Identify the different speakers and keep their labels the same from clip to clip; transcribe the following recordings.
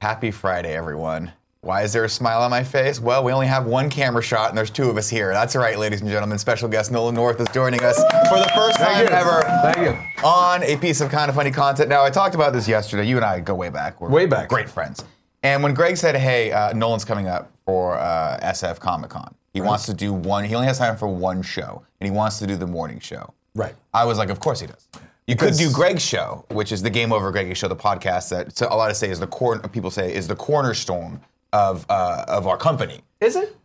Speaker 1: Happy Friday, everyone. Why is there a smile on my face? Well, we only have one camera shot, and there's two of us here. That's right, ladies and gentlemen. Special guest Nolan North is joining us for the first time ever
Speaker 2: Thank you.
Speaker 1: on a piece of kind of funny content. Now, I talked about this yesterday. You and I go way back. We're
Speaker 2: Way back.
Speaker 1: Great friends. And when Greg said, hey, uh, Nolan's coming up for uh, SF Comic Con, he wants to do one, he only has time for one show, and he wants to do the morning show.
Speaker 2: Right.
Speaker 1: I was like, of course he does. You could
Speaker 2: Because-
Speaker 1: do Greg's show, which is the Game Over Greggy show, the podcast that so a lot of say is the corn. People say is the cornerstone of uh, of our company.
Speaker 2: Is it?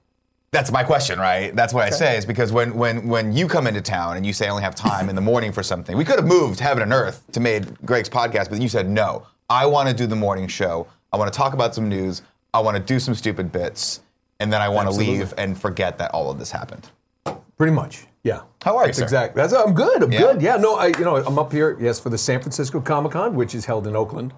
Speaker 1: That's my question, right? That's what I say is because when when when you come into town and you say I only have time in the morning for something, we could have moved heaven and earth to made Greg's podcast, but you said no. I want to do the morning show. I want to talk about some news. I want to do some stupid bits, and then I want to
Speaker 2: Absolutely.
Speaker 1: leave and forget that all of this happened.
Speaker 2: Pretty much. Yeah.
Speaker 1: How are you,
Speaker 2: That's
Speaker 1: sir?
Speaker 2: exact. That's I'm good. I'm
Speaker 1: Yeah.
Speaker 2: good. Yeah. No, I you know, I'm up here, yes, for the San Francisco Comic Con, which is held in Oakland.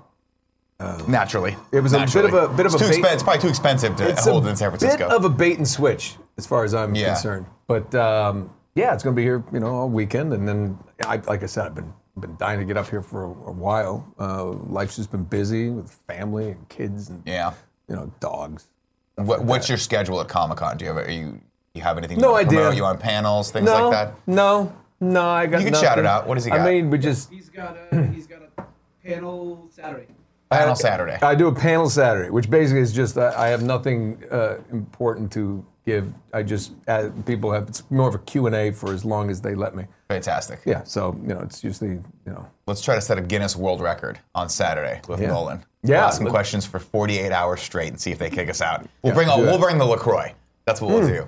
Speaker 1: Naturally,
Speaker 2: It was a bit
Speaker 1: Naturally.
Speaker 2: of a- bit of
Speaker 1: It's
Speaker 2: a
Speaker 1: too
Speaker 2: bait-
Speaker 1: expen- it's probably too expensive to
Speaker 2: It's
Speaker 1: hold
Speaker 2: a
Speaker 1: in San Francisco.
Speaker 2: Bit of a bait and switch, as far as I'm
Speaker 1: Yeah.
Speaker 2: concerned. But um, yeah, it's going to be here, you know, all weekend, and then, I, like I said, I've been been dying to get up here for a, a while. Uh, life's just been busy with family and kids, and
Speaker 1: Yeah.
Speaker 2: you know, dogs.
Speaker 1: What, what's your schedule at Comic Con? Do you have are you you have anything?
Speaker 2: No
Speaker 1: to
Speaker 2: idea.
Speaker 1: Promote? You on panels, things
Speaker 2: No,
Speaker 1: like that.
Speaker 2: no, no. I got.
Speaker 1: You can shout it
Speaker 2: nothing.
Speaker 1: out. What does he got?
Speaker 2: I mean, we just
Speaker 3: He's got a he's got a panel Saturday.
Speaker 1: Panel Saturday.
Speaker 2: I do a panel Saturday, which basically is just I, I have nothing uh, important to give. I just uh, people have it's more of a Q and A for as long as they let me.
Speaker 1: Fantastic.
Speaker 2: Yeah, so you know it's usually you know
Speaker 1: Let's try to set a Guinness World Record on Saturday with
Speaker 2: Yeah.
Speaker 1: Nolan.
Speaker 2: Yeah,
Speaker 1: We'll ask him
Speaker 2: let-
Speaker 1: questions for 48 hours straight and see if they kick us out. We'll bring all, we'll bring the Lacroix. That's what we'll do.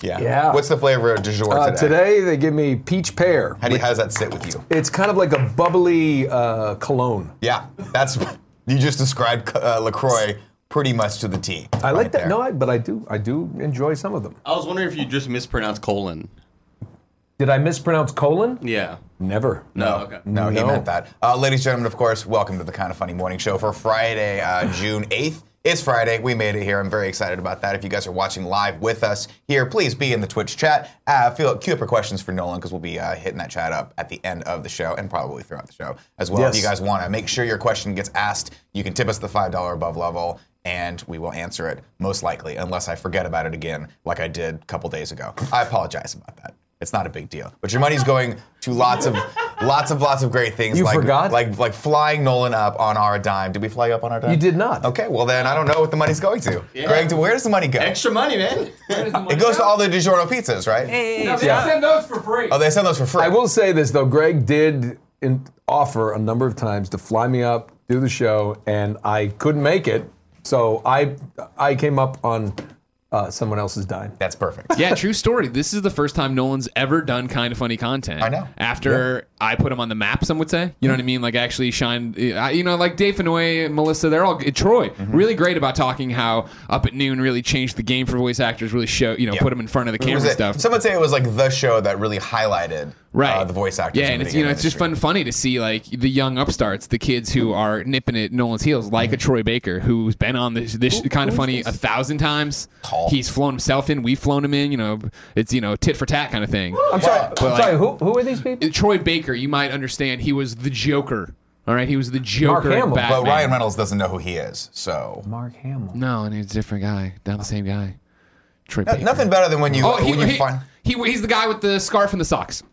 Speaker 1: Yeah.
Speaker 2: Hmm. Yeah.
Speaker 1: What's the flavor du jour
Speaker 2: uh,
Speaker 1: today?
Speaker 2: today they give me peach pear.
Speaker 1: How, do you, how does that sit with you?
Speaker 2: It's kind of like a bubbly uh, cologne.
Speaker 1: Yeah. That's you just described uh, Lacroix pretty much to the T.
Speaker 2: I like that. No, I, but I do I do enjoy some of them.
Speaker 4: I was wondering if you just mispronounced colon.
Speaker 2: Did I mispronounce colon?
Speaker 4: Yeah.
Speaker 2: Never.
Speaker 4: No. Okay.
Speaker 1: No, he
Speaker 2: No.
Speaker 1: meant that. Uh, ladies and gentlemen, of course, welcome to the Kind of Funny Morning Show for Friday, uh, June 8th. It's Friday. We made it here. I'm very excited about that. If you guys are watching live with us here, please be in the Twitch chat. Uh, feel, queue up your questions for Nolan because we'll be uh, hitting that chat up at the end of the show and probably throughout the show as well. If
Speaker 2: Yes.
Speaker 1: you guys want to make sure your question gets asked, you can tip us the $5 above level and we will answer it most likely unless I forget about it again like I did a couple days ago. I apologize about that. It's not a big deal. But your money's going to lots of lots of lots of great things
Speaker 2: You
Speaker 1: like
Speaker 2: forgot?
Speaker 1: like like flying Nolan up on our dime. Did we fly you up on our dime?
Speaker 2: You did not.
Speaker 1: Okay, well then I don't know what the money's going to. Greg, where does the money go?
Speaker 4: Extra money, man.
Speaker 1: It goes to all the DiGiorno pizzas, right?
Speaker 3: No, they
Speaker 2: Yeah.
Speaker 3: send those for free.
Speaker 1: Oh, they send those for free.
Speaker 2: I will say this though, Greg did in, offer a number of times to fly me up, do the show, and I couldn't make it, so I I came up on uh, someone else's dime.
Speaker 1: That's perfect.
Speaker 5: yeah, true story. This is the first time Nolan's ever done kind of funny content. I
Speaker 1: know.
Speaker 5: After I put him on the map, some would say. You know what I mean? Like actually shined. I- You know, like Dave Fenoy, Melissa, they're all Troy.
Speaker 1: Mm-hmm.
Speaker 5: Really great about talking how up at noon really changed the game for voice actors. Really show you know
Speaker 1: Yeah.
Speaker 5: put them in front of the camera
Speaker 1: Was
Speaker 5: and
Speaker 1: it-
Speaker 5: stuff.
Speaker 1: Some would say it was like the show that really highlighted
Speaker 5: Right,
Speaker 1: uh, the voice actors.
Speaker 5: Yeah,
Speaker 1: in
Speaker 5: and
Speaker 1: the
Speaker 5: it's you know
Speaker 1: beginning
Speaker 5: it's just
Speaker 1: industry.
Speaker 5: fun, funny to see like the young upstarts, the kids who are nipping at Nolan's heels, like
Speaker 1: Mm-hmm.
Speaker 5: a Troy Baker who's been on this this kind of funny a thousand times.
Speaker 1: Tall.
Speaker 5: He's flown himself in, we've flown him in. You know, it's you know tit for tat kind of thing.
Speaker 2: I'm sorry, I'm
Speaker 5: Well,
Speaker 2: sorry.
Speaker 5: I-
Speaker 2: Who who are these people?
Speaker 5: Troy Baker, you might understand, he was the Joker. All right, he was the Joker. in
Speaker 2: Hamill. But
Speaker 1: But
Speaker 5: Batman.
Speaker 1: Ryan Reynolds doesn't know who he is, so
Speaker 2: Mark Hamill.
Speaker 5: No, and he's a different guy, not the same guy. Troy Baker.
Speaker 1: nothing better than when you
Speaker 5: Oh, he,
Speaker 1: when you
Speaker 5: he,
Speaker 1: find
Speaker 5: he- he's the guy with the scarf and the socks.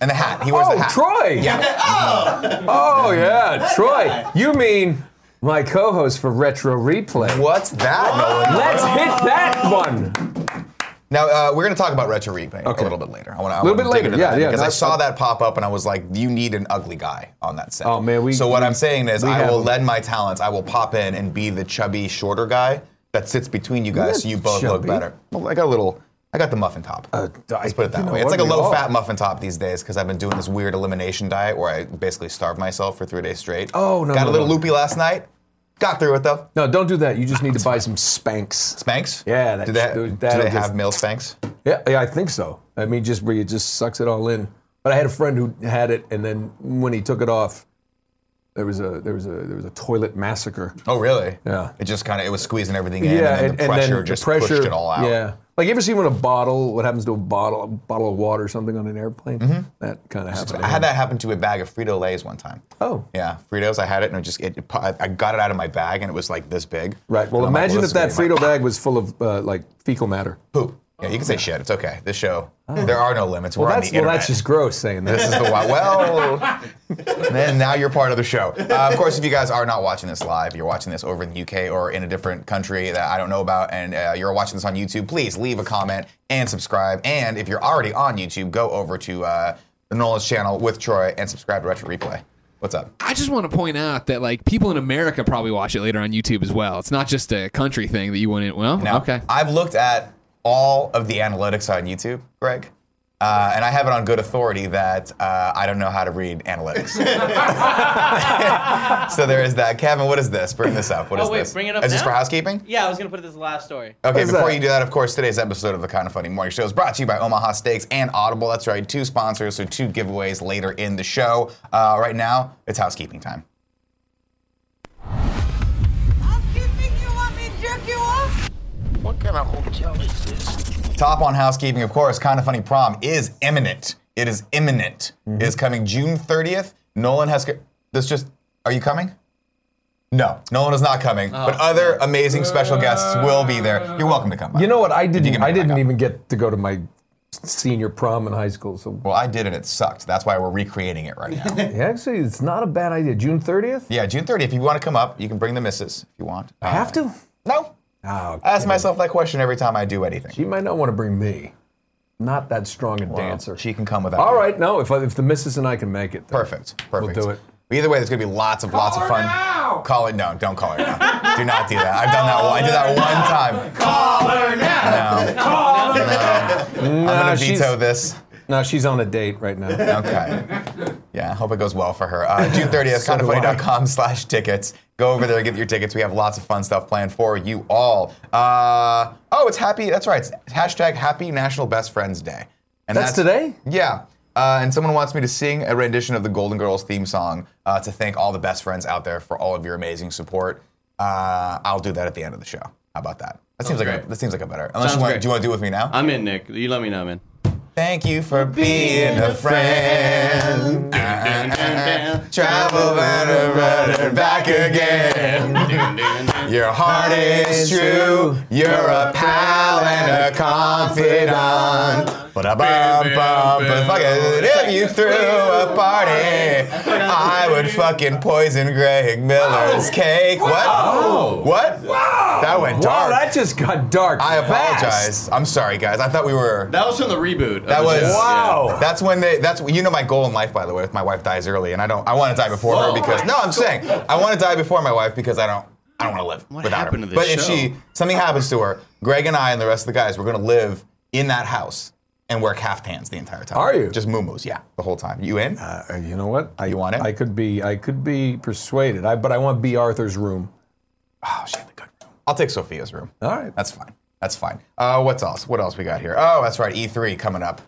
Speaker 1: and the hat. He wears
Speaker 2: Oh,
Speaker 1: the hat.
Speaker 2: Troy!
Speaker 1: Yeah.
Speaker 2: Oh yeah, Troy. You mean my co-host for Retro Replay?
Speaker 1: What's that, Nolan?
Speaker 2: Let's hit that one.
Speaker 1: Now uh, we're going to talk about retro replay a little bit later. I want to a
Speaker 2: Little bit later, yeah, yeah,
Speaker 1: because
Speaker 2: no,
Speaker 1: I saw
Speaker 2: I-
Speaker 1: that pop up and I was like, you need an ugly guy on that set.
Speaker 2: Oh, man, we-
Speaker 1: So what I'm saying is,
Speaker 2: we
Speaker 1: I
Speaker 2: have-
Speaker 1: will lend my talents. I will pop in and be the chubby, shorter guy that sits between you guys, so you both look
Speaker 2: chubby. Uh,
Speaker 1: better. Well, I got a little. I got the muffin top. Let's put it that
Speaker 2: you know
Speaker 1: way. It's
Speaker 2: what,
Speaker 1: like a
Speaker 2: we
Speaker 1: low fat
Speaker 2: all-
Speaker 1: muffin top these days because I've been doing this weird elimination diet where I basically starve myself for three days straight.
Speaker 2: Oh, no,
Speaker 1: Got
Speaker 2: no,
Speaker 1: a little
Speaker 2: no.
Speaker 1: loopy last night. Got through it though.
Speaker 2: No, don't do that. You just need to buy some Spanx.
Speaker 1: Spanx?
Speaker 2: Yeah, that-
Speaker 1: do they,
Speaker 2: dude,
Speaker 1: do
Speaker 2: that'll
Speaker 1: they
Speaker 2: just-
Speaker 1: have male Spanx?
Speaker 2: Yeah, yeah, I think so. I mean, just where it just sucks it all in. But I had a friend who had it, and then when he took it off, there was a there was a there was a toilet massacre.
Speaker 1: Oh, really?
Speaker 2: Yeah.
Speaker 1: It just kind of it was squeezing everything in,
Speaker 2: yeah,
Speaker 1: and then the pressure just pushed it all out.
Speaker 2: Yeah, Like, you ever see when a bottle, what happens to a bottle, a bottle of water or something on an airplane? That kind of happened.
Speaker 1: Mm-hmm. I had that happen to a bag of Frito Lay's one time.
Speaker 2: Oh.
Speaker 1: Yeah, Fritos. I had it and it just it, it, I I got it out of my bag and it was like this big.
Speaker 2: Right. Well,
Speaker 1: And I'm like,
Speaker 2: imagine
Speaker 1: this
Speaker 2: if that
Speaker 1: is gonna be
Speaker 2: Frito bag was full of uh, like fecal matter.
Speaker 1: my poop. Yeah, you can say shit. It's okay. This show, there are no limits. We're
Speaker 2: Oh. Well,
Speaker 1: on
Speaker 2: that's
Speaker 1: the
Speaker 2: well,
Speaker 1: internet.
Speaker 2: that's just gross saying
Speaker 1: This
Speaker 2: that.
Speaker 1: is the why. Well, then now you're part of the show. Uh, of course, if you guys are not watching this live, you're watching this over in the UK or in a different country that I don't know about, and uh, you're watching this on YouTube, please leave a comment and subscribe. And if you're already on YouTube, go over to uh, the Nolan's channel with Troy and subscribe to Retro Replay. What's up?
Speaker 5: I just want to point out that like people in America probably watch it later on YouTube as well. It's not just a country thing that you wouldn't. Well,
Speaker 1: Now,
Speaker 5: okay.
Speaker 1: I've looked at all of the analytics on YouTube, Greg, uh, and I have it on good authority that uh, I don't know how to read analytics. so there is that. Kevin, what is this? Bring this up. What is
Speaker 6: Oh, wait,
Speaker 1: this?
Speaker 6: bring it up
Speaker 1: Is this
Speaker 6: now?
Speaker 1: for housekeeping?
Speaker 6: Yeah, I was gonna put it as the last story.
Speaker 1: Okay,
Speaker 2: What is
Speaker 1: before
Speaker 2: that?
Speaker 1: you do that, of course, today's episode of the Kind of Funny Morning Show is brought to you by Omaha Steaks and Audible. That's right, two sponsors, so two giveaways later in the show. Uh, right now, it's housekeeping time.
Speaker 7: Housekeeping, you want me to jerk you off?
Speaker 8: What kind of hotel is this?
Speaker 1: Top on housekeeping, of course, Kind of Funny Prom is imminent. It is imminent.
Speaker 2: Mm-hmm.
Speaker 1: It is coming June 30th. Nolan has. This just. Are you coming? No, Nolan is not coming. but other amazing special guests will be there. You're welcome to come. by.
Speaker 2: You know what? I
Speaker 1: can
Speaker 2: didn't.
Speaker 1: make
Speaker 2: I
Speaker 1: it
Speaker 2: didn't
Speaker 1: back up.
Speaker 2: even get to go to my senior prom in high school. So
Speaker 1: Well, I did and it sucked. That's why we're recreating it right now.
Speaker 2: Yeah, actually, it's not a bad idea. June thirtieth.
Speaker 1: yeah, June 30th. If you want to come up, you can bring the missus if you want. Um,
Speaker 2: I have to.
Speaker 1: No.
Speaker 2: Oh,
Speaker 1: I ask myself that question every time I do anything.
Speaker 2: She might not want to bring me. Not that strong a
Speaker 1: Well,
Speaker 2: dancer.
Speaker 1: She can come without.
Speaker 2: All
Speaker 1: me.
Speaker 2: right, no. If I, if the missus and I can make it, then
Speaker 1: Perfect. Perfect.
Speaker 2: do it.
Speaker 1: But either way, there's gonna be lots of lots of
Speaker 3: her
Speaker 1: fun.
Speaker 3: now!
Speaker 1: Call it no, don't call her now. do not do that. I've done that one. I did that one time.
Speaker 3: Call her now. Call her
Speaker 1: I'm gonna
Speaker 2: she's-
Speaker 1: veto this.
Speaker 2: No, she's on a date right now.
Speaker 1: Okay. Yeah, I hope it goes well for her. Uh, June 30th, kindoffunny.com slash tickets. Go over there, get your tickets. We have lots of fun stuff planned for you all. Uh, oh, it's happy. That's right. It's hashtag Happy National Best Friends Day. And
Speaker 2: That's today?
Speaker 1: Yeah. Uh, and someone wants me to sing a rendition of the Golden Girls theme song uh, to thank all the best friends out there for all of your amazing support. Uh, I'll do that at the end of the show. How about that? That seems like a,
Speaker 4: great.
Speaker 1: that seems like a better. Unless
Speaker 4: Sounds
Speaker 1: you want,
Speaker 4: great.
Speaker 1: do you want to do it with me now?
Speaker 4: I'm in, Nick. You let me know, man.
Speaker 1: Thank you for being a friend. Travel and a runner back again. Your heart is true. You're a pal and a confidant. But a bum bum, but fuck it. If you threw a party, I would fucking poison Greg Miller's cake. What? What? That went
Speaker 2: Wow,
Speaker 1: dark.
Speaker 2: that just got dark.
Speaker 1: I
Speaker 2: fast.
Speaker 1: apologize. I'm sorry, guys. I thought we were.
Speaker 4: That was from the reboot. of
Speaker 1: That
Speaker 4: the
Speaker 1: was
Speaker 4: show.
Speaker 2: Wow.
Speaker 1: That's when they. That's you know my goal in life, by the way. If my wife dies early, and I don't, I want to die before her
Speaker 4: Whoa.
Speaker 1: because no, I'm saying I want to die before my wife because I don't, I don't want to live
Speaker 4: What
Speaker 1: without
Speaker 4: happened
Speaker 1: her.
Speaker 4: to this
Speaker 1: but if
Speaker 4: show?
Speaker 1: she something happens to her, Greg and I and the rest of the guys, we're gonna live in that house and wear caftans the entire time.
Speaker 2: Are you?
Speaker 1: just muumuus? Yeah, the whole time. You in?
Speaker 2: Uh, you know what? I,
Speaker 1: You want it?
Speaker 2: I could be. I could be persuaded. I, but I want B. Arthur's room.
Speaker 1: oh, she had the good room. I'll take Sophia's room.
Speaker 2: All right.
Speaker 1: That's fine. That's fine. Uh, what's else? What else we got here? Oh, that's right. E3 coming up.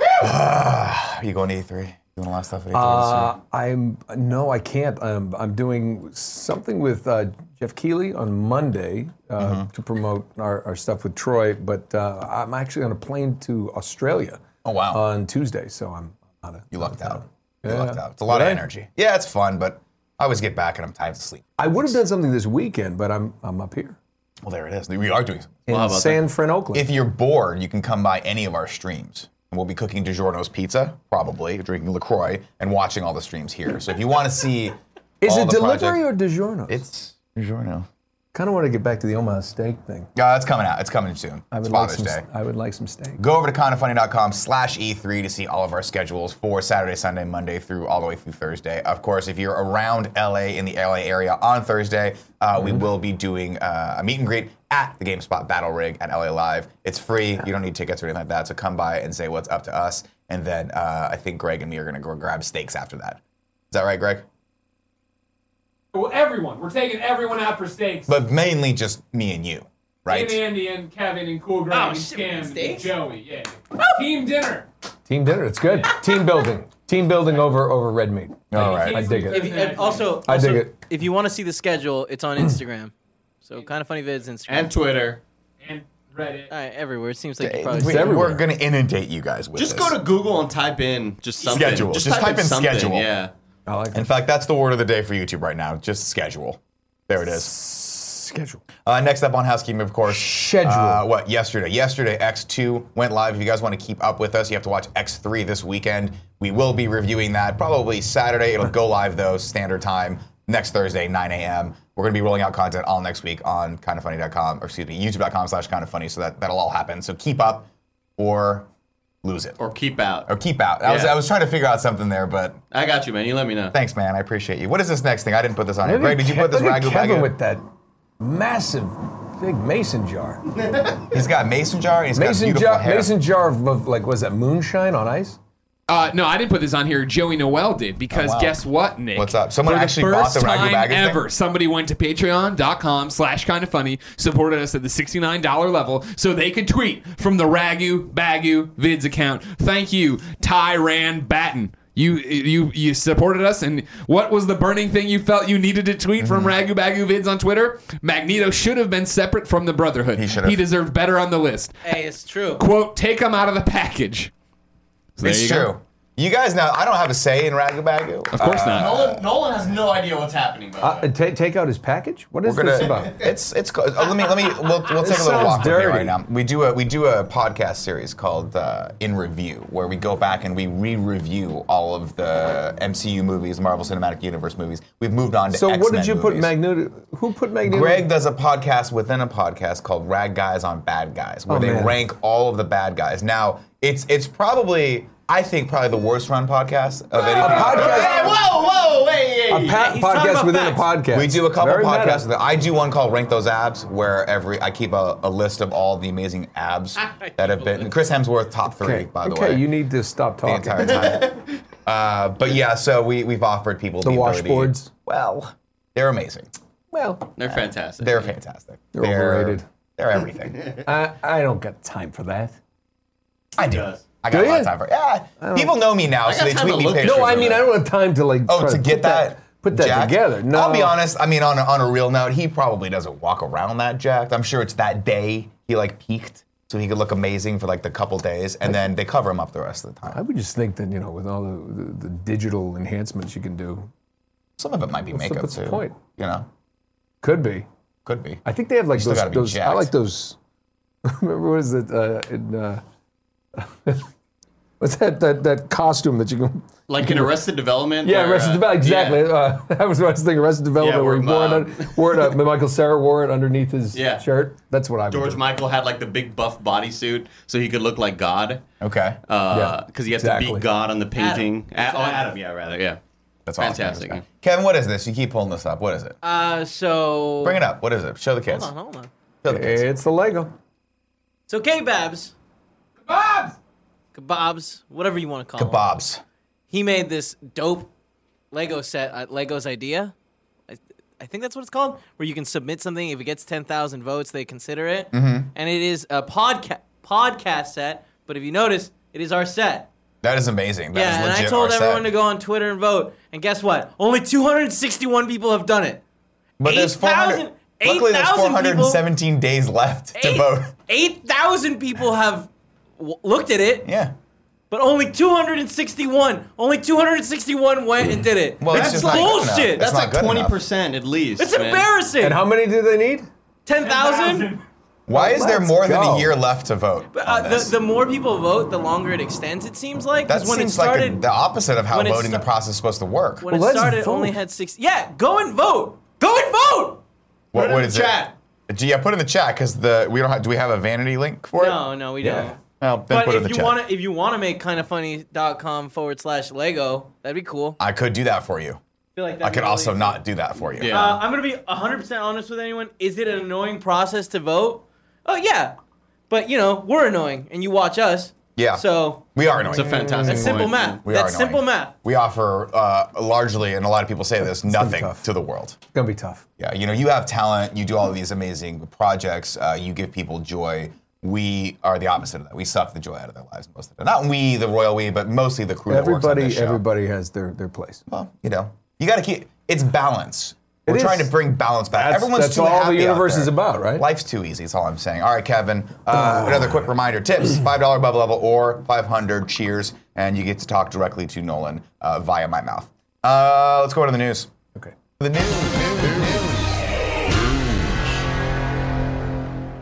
Speaker 1: you going to E3? You doing a lot of stuff at E E3? this year?
Speaker 2: Uh, I'm no, I can't. I'm, I'm doing something with uh, Jeff Keeley on Monday uh,
Speaker 1: Mm-hmm.
Speaker 2: to promote our, our stuff with Troy. But uh, I'm actually on a plane to Australia.
Speaker 1: Oh, wow.
Speaker 2: On Tuesday, so I'm. out of-
Speaker 1: You lucked out. You
Speaker 2: Yeah.
Speaker 1: lucked out. It's a lot of
Speaker 2: Right?
Speaker 1: energy. Yeah, it's fun, but I always get back and I'm tired to sleep.
Speaker 2: I would have done something this weekend, but I'm I'm up here
Speaker 1: Well, there it is. We are doing something.
Speaker 2: in
Speaker 4: how about
Speaker 2: San Fran, Oakland.
Speaker 1: If you're bored, you can come by any of our streams. And we'll be cooking DiGiorno's pizza, probably, drinking LaCroix, and watching all the streams here. So if you want to see.
Speaker 2: Is
Speaker 1: all
Speaker 2: it
Speaker 1: the
Speaker 2: delivery
Speaker 1: project-
Speaker 2: or DiGiorno?
Speaker 1: It's DiGiorno.
Speaker 2: kind of want to get back to the Omaha steak thing.
Speaker 1: Yeah, Uh, it's coming out. It's coming soon.
Speaker 2: I
Speaker 1: It's
Speaker 2: would like
Speaker 1: Father's
Speaker 2: some.
Speaker 1: Day.
Speaker 2: I would like some steak.
Speaker 1: Go over to kindoffunny.com slash E3 to see all of our schedules for Saturday, Sunday, Monday through all the way through Thursday. Of course, if you're around LA in the LA area on Thursday, uh,
Speaker 2: Mm-hmm.
Speaker 1: we will be doing uh, a meet and greet at the GameSpot Battle Rig at LA Live. It's free. You don't need tickets or anything like that. So come by and say what's up to us. And then uh, I think Greg and me are going to go grab steaks after that. Is that right, Greg?
Speaker 3: Well, everyone. We're taking everyone out for steaks.
Speaker 1: But mainly just me and you, right?
Speaker 3: Team Andy and Kevin and Cool Greg
Speaker 6: Oh,
Speaker 3: and
Speaker 6: shit,
Speaker 3: Cam and
Speaker 6: steaks?
Speaker 3: Joey. Yeah. Team dinner.
Speaker 2: Team dinner. It's good. Team building. Team building over over red meat.
Speaker 1: All right.
Speaker 2: I dig
Speaker 6: If
Speaker 2: it.
Speaker 6: you, and also,
Speaker 2: I dig
Speaker 6: also,
Speaker 2: it.
Speaker 6: If you want to see the schedule, it's on Instagram. So kind of funny vids Instagram.
Speaker 4: And Twitter.
Speaker 3: And Reddit.
Speaker 6: All right, everywhere. It seems like you probably.
Speaker 1: We,
Speaker 6: see it.
Speaker 1: we're
Speaker 2: everywhere.
Speaker 1: going to inundate you guys with
Speaker 4: Just
Speaker 1: this.
Speaker 4: go to Google and type in just something.
Speaker 1: Schedule. Just type in
Speaker 4: something,
Speaker 1: schedule.
Speaker 4: Yeah.
Speaker 2: I like
Speaker 1: In
Speaker 2: it.
Speaker 1: fact, that's the word of the day for YouTube right now. Just schedule. There it is.
Speaker 2: Schedule.
Speaker 1: Uh, next up on housekeeping, of course.
Speaker 2: Schedule.
Speaker 1: Uh, what? Yesterday. Yesterday, X2 went live. If you guys want to keep up with us, you have to watch X3 this weekend. We will be reviewing that probably Saturday. It'll go live, though, standard time, next Thursday, 9 a.m. We're going to be rolling out content all next week on kindoffunny.com, or excuse me, youtube.com slash kindoffunny. So that, that'll all happen. So keep up or lose it. Or,
Speaker 4: Or keep out.
Speaker 1: keep out. I, was,
Speaker 4: Yeah.
Speaker 1: I was trying to figure out something there, but
Speaker 4: I got you, man. You let me know.
Speaker 1: thanks, man. I appreciate you. What is this next thing? I didn't put this on here.
Speaker 2: Look
Speaker 1: Greg,
Speaker 2: at
Speaker 1: did you
Speaker 2: Ke-
Speaker 1: put this
Speaker 2: look at
Speaker 1: ragu
Speaker 2: Kevin
Speaker 1: bag? in?
Speaker 2: with that massive, big mason jar.
Speaker 1: He's got mason jar. and He's got
Speaker 2: Mason
Speaker 1: beautiful
Speaker 2: jar.
Speaker 1: hair.
Speaker 2: Mason jar of, of like was that moonshine on ice?
Speaker 5: Uh, no, I didn't put this on here. Joey Noel did because
Speaker 1: Oh, wow.
Speaker 5: guess what, Nick?
Speaker 1: What's up? Someone
Speaker 5: For the
Speaker 1: actually bought the
Speaker 5: first
Speaker 1: Ragu
Speaker 5: time
Speaker 1: Bagu thing?
Speaker 5: ever. Somebody went to patreon.com slash kind of funny, supported us at the $69 level so they could tweet from the Ragu Bagu Vids account. Thank you, Tyran Batten. You, you you supported us, and what was the burning thing you felt you needed to tweet from
Speaker 1: Mm-hmm.
Speaker 5: Ragu Bagu Vids on Twitter? Magneto should have been separate from the Brotherhood. He
Speaker 1: should have.
Speaker 5: He deserved better on the list.
Speaker 6: Hey, it's true.
Speaker 5: Quote, take him out of the package. So there
Speaker 1: It's
Speaker 5: you
Speaker 1: true.
Speaker 5: go.
Speaker 1: You guys know I don't have a say in Ragabagu.
Speaker 5: Of course not.
Speaker 4: Nolan, Nolan has no idea what's happening. By
Speaker 2: Uh, ta- take out his package. What is
Speaker 1: We're gonna.
Speaker 2: this about?
Speaker 1: It's it's. co- Oh, let me let me. We'll, we'll take a little
Speaker 2: sounds
Speaker 1: walk with you
Speaker 2: dirty.
Speaker 1: right now. We do a we do a podcast series called uh, In Review, where we go back and we re-review all of the MCU movies, Marvel Cinematic Universe movies. We've moved on to.
Speaker 2: So what
Speaker 1: X-Men
Speaker 2: did you put
Speaker 1: movies.
Speaker 2: Magneto? Who put Magneto?
Speaker 1: Greg does a podcast within a podcast called Rag Guys on Bad Guys, where
Speaker 2: Oh,
Speaker 1: they
Speaker 2: man.
Speaker 1: rank all of the bad guys. Now, it's it's probably I think probably the worst run podcast of any
Speaker 2: podcast-
Speaker 4: Hey, whoa, whoa, hey,
Speaker 2: a
Speaker 4: hey.
Speaker 2: pa-
Speaker 6: he's talking
Speaker 2: podcast
Speaker 6: about
Speaker 2: within
Speaker 6: facts.
Speaker 2: a podcast.
Speaker 1: We do a couple
Speaker 2: Very meta.
Speaker 1: podcasts. With it. I do one called Rank Those Abs, where every I keep a, a list of all the amazing abs that have been Chris Hemsworth top three,
Speaker 2: Okay,
Speaker 1: by the
Speaker 2: okay,
Speaker 1: way,
Speaker 2: you need to stop
Speaker 1: the
Speaker 2: talking.
Speaker 1: entire time. uh, but yeah, so we we've offered people the, ability-
Speaker 2: washboards?
Speaker 1: Well, they're amazing.
Speaker 2: well,
Speaker 4: They're fantastic.
Speaker 1: uh, They're fantastic. They're,
Speaker 2: overrated.
Speaker 1: They're everything.
Speaker 2: I, I don't got time for that.
Speaker 1: I do. I got
Speaker 2: Do
Speaker 1: a lot
Speaker 2: you?
Speaker 1: of time for it. Yeah, people know me now, so
Speaker 4: got
Speaker 1: they
Speaker 4: time
Speaker 1: tweet
Speaker 4: to
Speaker 1: me
Speaker 4: look at
Speaker 1: pictures.
Speaker 4: it.
Speaker 2: No, I
Speaker 1: of
Speaker 2: mean
Speaker 1: it.
Speaker 2: I don't have time to like.
Speaker 1: Oh,
Speaker 2: try
Speaker 1: to
Speaker 2: put
Speaker 1: get that.
Speaker 2: Put that
Speaker 1: jacked?
Speaker 2: together. No,
Speaker 1: I'll be honest. I mean, on a, on a real note, he probably doesn't walk around that jacked. I'm sure it's that day he like peaked, so he could look amazing for like the couple days, and then they cover him up the rest of the
Speaker 2: I
Speaker 1: time.
Speaker 2: would just think that you know, with all the, the, the digital enhancements you can do,
Speaker 1: Some of it might be
Speaker 2: What's the-
Speaker 1: makeup
Speaker 2: what's
Speaker 1: too.
Speaker 2: the point?
Speaker 1: You know,
Speaker 2: could be.
Speaker 1: could be.
Speaker 2: I think they have like
Speaker 1: still
Speaker 2: those.
Speaker 1: gotta be
Speaker 2: those I
Speaker 1: jacked.
Speaker 2: like those. Remember what is it? Uh, in, uh, what's that, that that costume that you can?
Speaker 4: like in Arrested Development.
Speaker 2: Yeah,
Speaker 4: or,
Speaker 2: Arrested
Speaker 4: uh,
Speaker 2: Development. Exactly.
Speaker 4: yeah.
Speaker 2: Uh, that was what I was thinking. Arrested Development,
Speaker 4: Yeah,
Speaker 2: where he
Speaker 4: where
Speaker 2: wore it,
Speaker 4: Mom-
Speaker 2: un- wore it uh, Michael Sarah wore it underneath his
Speaker 4: Yeah.
Speaker 2: shirt. That's what I. would
Speaker 4: George
Speaker 2: do.
Speaker 4: Michael had like the big buff bodysuit so he could look like God.
Speaker 1: Okay,
Speaker 6: Uh,
Speaker 2: Yeah,
Speaker 4: Because he has to
Speaker 2: exactly.
Speaker 4: beat God on the painting.
Speaker 6: Adam.
Speaker 4: A- oh, Adam, yeah, rather, yeah.
Speaker 1: that's
Speaker 4: fantastic.
Speaker 1: Awesome. Kevin, what is this? You keep pulling this up. What is it?
Speaker 6: Uh, so.
Speaker 1: Bring it up. What is it? Show the kids.
Speaker 6: Hold on, hold on.
Speaker 1: Show the kids.
Speaker 2: It's the Lego.
Speaker 6: So K-Babs,
Speaker 3: Bob's.
Speaker 6: Kebabs, whatever you want to call him.
Speaker 1: Kebabs.
Speaker 6: he made this dope Lego set at Lego's Idea. I, I think that's what it's called, where you can submit something. If it gets 10,000 votes, they consider it.
Speaker 1: Mm-hmm.
Speaker 6: And it is a podca- podcast set, but if you notice, it is our set.
Speaker 1: That is amazing. That is
Speaker 6: yeah, and
Speaker 1: legit
Speaker 6: I told
Speaker 1: our set.
Speaker 6: everyone to go on Twitter and vote. And guess what? Only 261 people have done it.
Speaker 1: But there's 400.
Speaker 6: 8,000
Speaker 1: Luckily, there's
Speaker 6: 8,000
Speaker 1: 417 days left to
Speaker 6: Eight-
Speaker 1: vote.
Speaker 6: 8,000 people have w- looked at it,
Speaker 1: Yeah.
Speaker 6: but only 261, only 261 went and did it.
Speaker 1: Well,
Speaker 6: that's
Speaker 1: it's just not good enough.
Speaker 6: bullshit.
Speaker 1: It's
Speaker 4: That's
Speaker 6: That's
Speaker 1: not
Speaker 4: like
Speaker 1: good enough.
Speaker 4: 20% at least.
Speaker 6: it's
Speaker 4: man.
Speaker 6: embarrassing.
Speaker 2: And how many do they need?
Speaker 6: 10,000?
Speaker 3: Thousand.
Speaker 1: Why is there
Speaker 2: Let's
Speaker 1: more than a
Speaker 2: go.
Speaker 1: year left to vote? on
Speaker 6: Uh,
Speaker 1: this?
Speaker 6: the, the more people vote, the longer it extends, it seems like.
Speaker 1: That
Speaker 6: 'Cause when
Speaker 1: seems
Speaker 6: it started,
Speaker 1: like a, the opposite of how
Speaker 6: when it
Speaker 1: voting
Speaker 6: sta-
Speaker 1: the process is supposed to work.
Speaker 6: when
Speaker 2: Well,
Speaker 6: it
Speaker 2: let's
Speaker 6: started, it only
Speaker 2: vote.
Speaker 6: had six. Yeah, go and vote. Go and vote.
Speaker 1: what,
Speaker 4: in
Speaker 1: what
Speaker 4: the
Speaker 1: is
Speaker 4: chat.
Speaker 1: it? Yeah, put in the chat because the we don't have, do we have a vanity link for it?
Speaker 6: No, no, we don't.
Speaker 1: Well, then
Speaker 6: But
Speaker 1: put it in the
Speaker 6: if you
Speaker 1: chat.
Speaker 6: want to, if you want to make kindoffunny.com forward slash Lego, that'd be cool. I
Speaker 1: I could do that for you.
Speaker 6: feel like
Speaker 1: I could also not do that for you.
Speaker 4: Yeah.
Speaker 6: Uh, I'm gonna be 100 percent honest with anyone. Is it an annoying process to vote? Oh yeah, but you know we're annoying, and you watch us.
Speaker 1: Yeah.
Speaker 6: So
Speaker 1: We are annoying.
Speaker 4: It's a fantastic
Speaker 6: that's simple
Speaker 4: point.
Speaker 6: math.
Speaker 1: We are
Speaker 6: that's
Speaker 1: annoying.
Speaker 6: simple math.
Speaker 1: We offer uh, largely, and a lot of people say this,
Speaker 2: gonna be
Speaker 1: nothing
Speaker 2: tough.
Speaker 1: to the world.
Speaker 2: It's gonna be tough.
Speaker 1: Yeah, you know, you have talent. You do all these amazing projects. Uh, you give people joy. We are the opposite of that. We suck the joy out of their lives most of the time. Not we, the royal we, but mostly the crew. that works on
Speaker 2: Everybody,
Speaker 1: this show.
Speaker 2: everybody has their their place.
Speaker 1: Well, you know, you got to keep. It's balance. We're
Speaker 2: It
Speaker 1: trying to
Speaker 2: is.
Speaker 1: bring balance back.
Speaker 2: That's-
Speaker 1: Everyone's
Speaker 2: that's
Speaker 1: too
Speaker 2: all the
Speaker 1: happy out
Speaker 2: universe
Speaker 1: there.
Speaker 2: is about, right? Oh.
Speaker 1: Life's too easy. Is all I'm saying. All right, Kevin. Uh, Another quick reminder: tips, five dollar above level or five hundred. Cheers, and you get to talk directly to Nolan uh, via my mouth. Uh, let's go to the news.
Speaker 2: Okay.
Speaker 1: The news. news, news.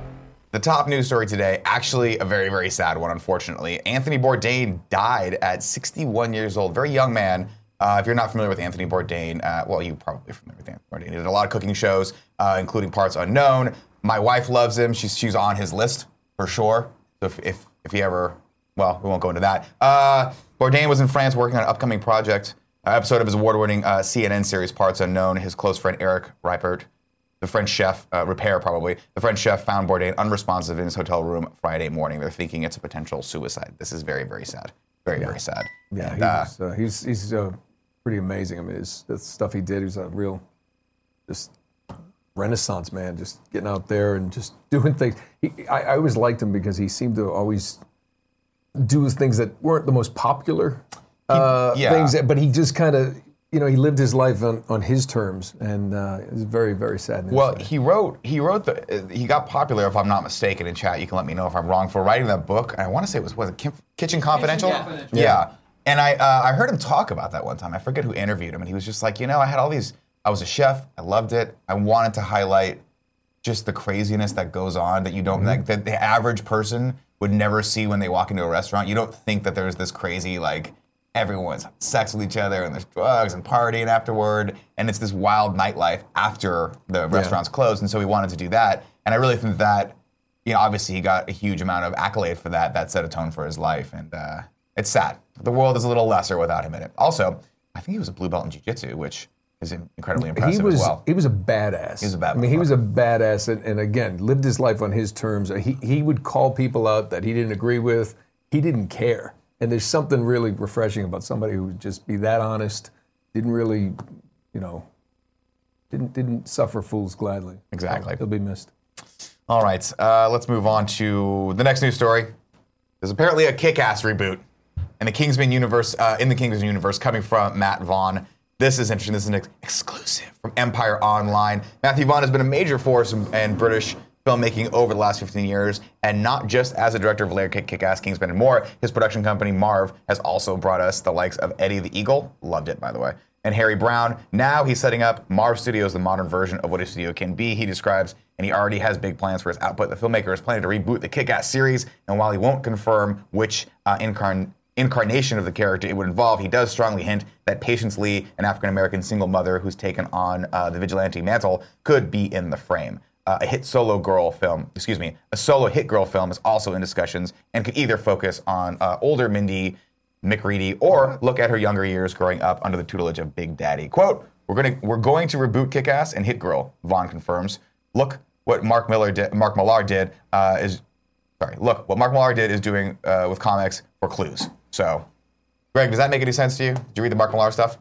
Speaker 1: The top news story today, actually a very, very sad one, unfortunately. Anthony Bourdain died at 61 years old. Very young man. Uh, if you're not familiar with Anthony Bourdain, uh, well, you're probably familiar with Anthony Bourdain. He did a lot of cooking shows, uh, including Parts Unknown. My wife loves him. She's, she's on his list for sure. So if, if, if he ever, well, we won't go into that. Uh, Bourdain was in France working on an upcoming project an episode of his award-winning uh, CNN series Parts Unknown. His close friend Eric Ripert, the French chef, uh, repair probably. The French chef found Bourdain unresponsive in his hotel room Friday morning. They're thinking it's a potential suicide. This is very, very sad. Very, very sad.
Speaker 2: Yeah,
Speaker 1: And,
Speaker 2: he
Speaker 1: uh,
Speaker 2: was, uh, he's he's uh, pretty amazing. I mean, his, the stuff he did, he was a real just renaissance man, just getting out there and just doing things. He, I, I always liked him because he seemed to always do things that weren't the most popular uh,
Speaker 1: yeah.
Speaker 2: things, but he just kind of, you know, he lived his life on, on his terms, and uh, it was very, very sad. news.
Speaker 1: Well, he wrote he wrote the uh, he got popular if I'm not mistaken in chat. You can let me know if I'm wrong for writing that book. And I want to say it was was it Kim- Kitchen Confidential?
Speaker 3: Confidential.
Speaker 1: Yeah. And I uh, I heard him talk about that one time. I forget who interviewed him, and he was just like, you know, I had all these. I was a chef. I loved it. I wanted to highlight just the craziness that goes on that you
Speaker 2: Mm-hmm.
Speaker 1: don't like that the average person would never see when they walk into a restaurant. You don't think that there's this crazy like everyone's sex with each other and there's drugs and partying afterward and it's this wild nightlife after the restaurant's closed and so we wanted to do that and I really think that you know obviously he got a huge amount of accolade for that that set a tone for his life and uh, it's sad. The world is a little lesser without him in it. Also, I think he was a blue belt in jiu-jitsu which is incredibly impressive
Speaker 2: he was
Speaker 1: as well.
Speaker 2: he was a badass. He
Speaker 1: was a bad
Speaker 2: I mean, he was a badass, and, and again, lived his life on his terms. He he would call people out that he didn't agree with. He didn't care, and there's something really refreshing about somebody who would just be that honest. Didn't really, you know, didn't didn't suffer fools gladly.
Speaker 1: Exactly.
Speaker 2: he'll be missed.
Speaker 1: All right, uh, let's move on to the next news story. There's apparently a kick-ass reboot in the Kingsman universe, uh, in the Kingsman universe, coming from Matt Vaughn. This is interesting. This is an ex- exclusive from Empire Online. Matthew Vaughn has been a major force in, in British filmmaking over the last 15 years, and not just as a director of Layer Kick, Kick-Ass, Kingsman, and more. His production company Marv has also brought us the likes of Eddie the Eagle, loved it by the way, and Harry Brown. Now he's setting up Marv Studios, the modern version of what a studio can be. He describes and he already has big plans for his output. The filmmaker is planning to reboot the Kick-Ass series, and while he won't confirm which uh, incarn- incarnation of the character it would involve, he does strongly hint that Patience Lee, an African-American single mother who's taken on uh, the vigilante mantle, could be in the frame. Uh, a hit solo girl film, excuse me, a solo hit girl film is also in discussions and could either focus on uh, older Mindy McReady, or look at her younger years growing up under the tutelage of Big Daddy. Quote, we're, gonna, we're going to reboot Kick-Ass and Hit Girl, Vaughn confirms. Look what Mark Miller did, Mark Millar did uh, is, sorry, look what Mark Millar did is doing uh, with comics for clues. So, Greg, does that make any sense to you? Did you read the Mark Millar stuff?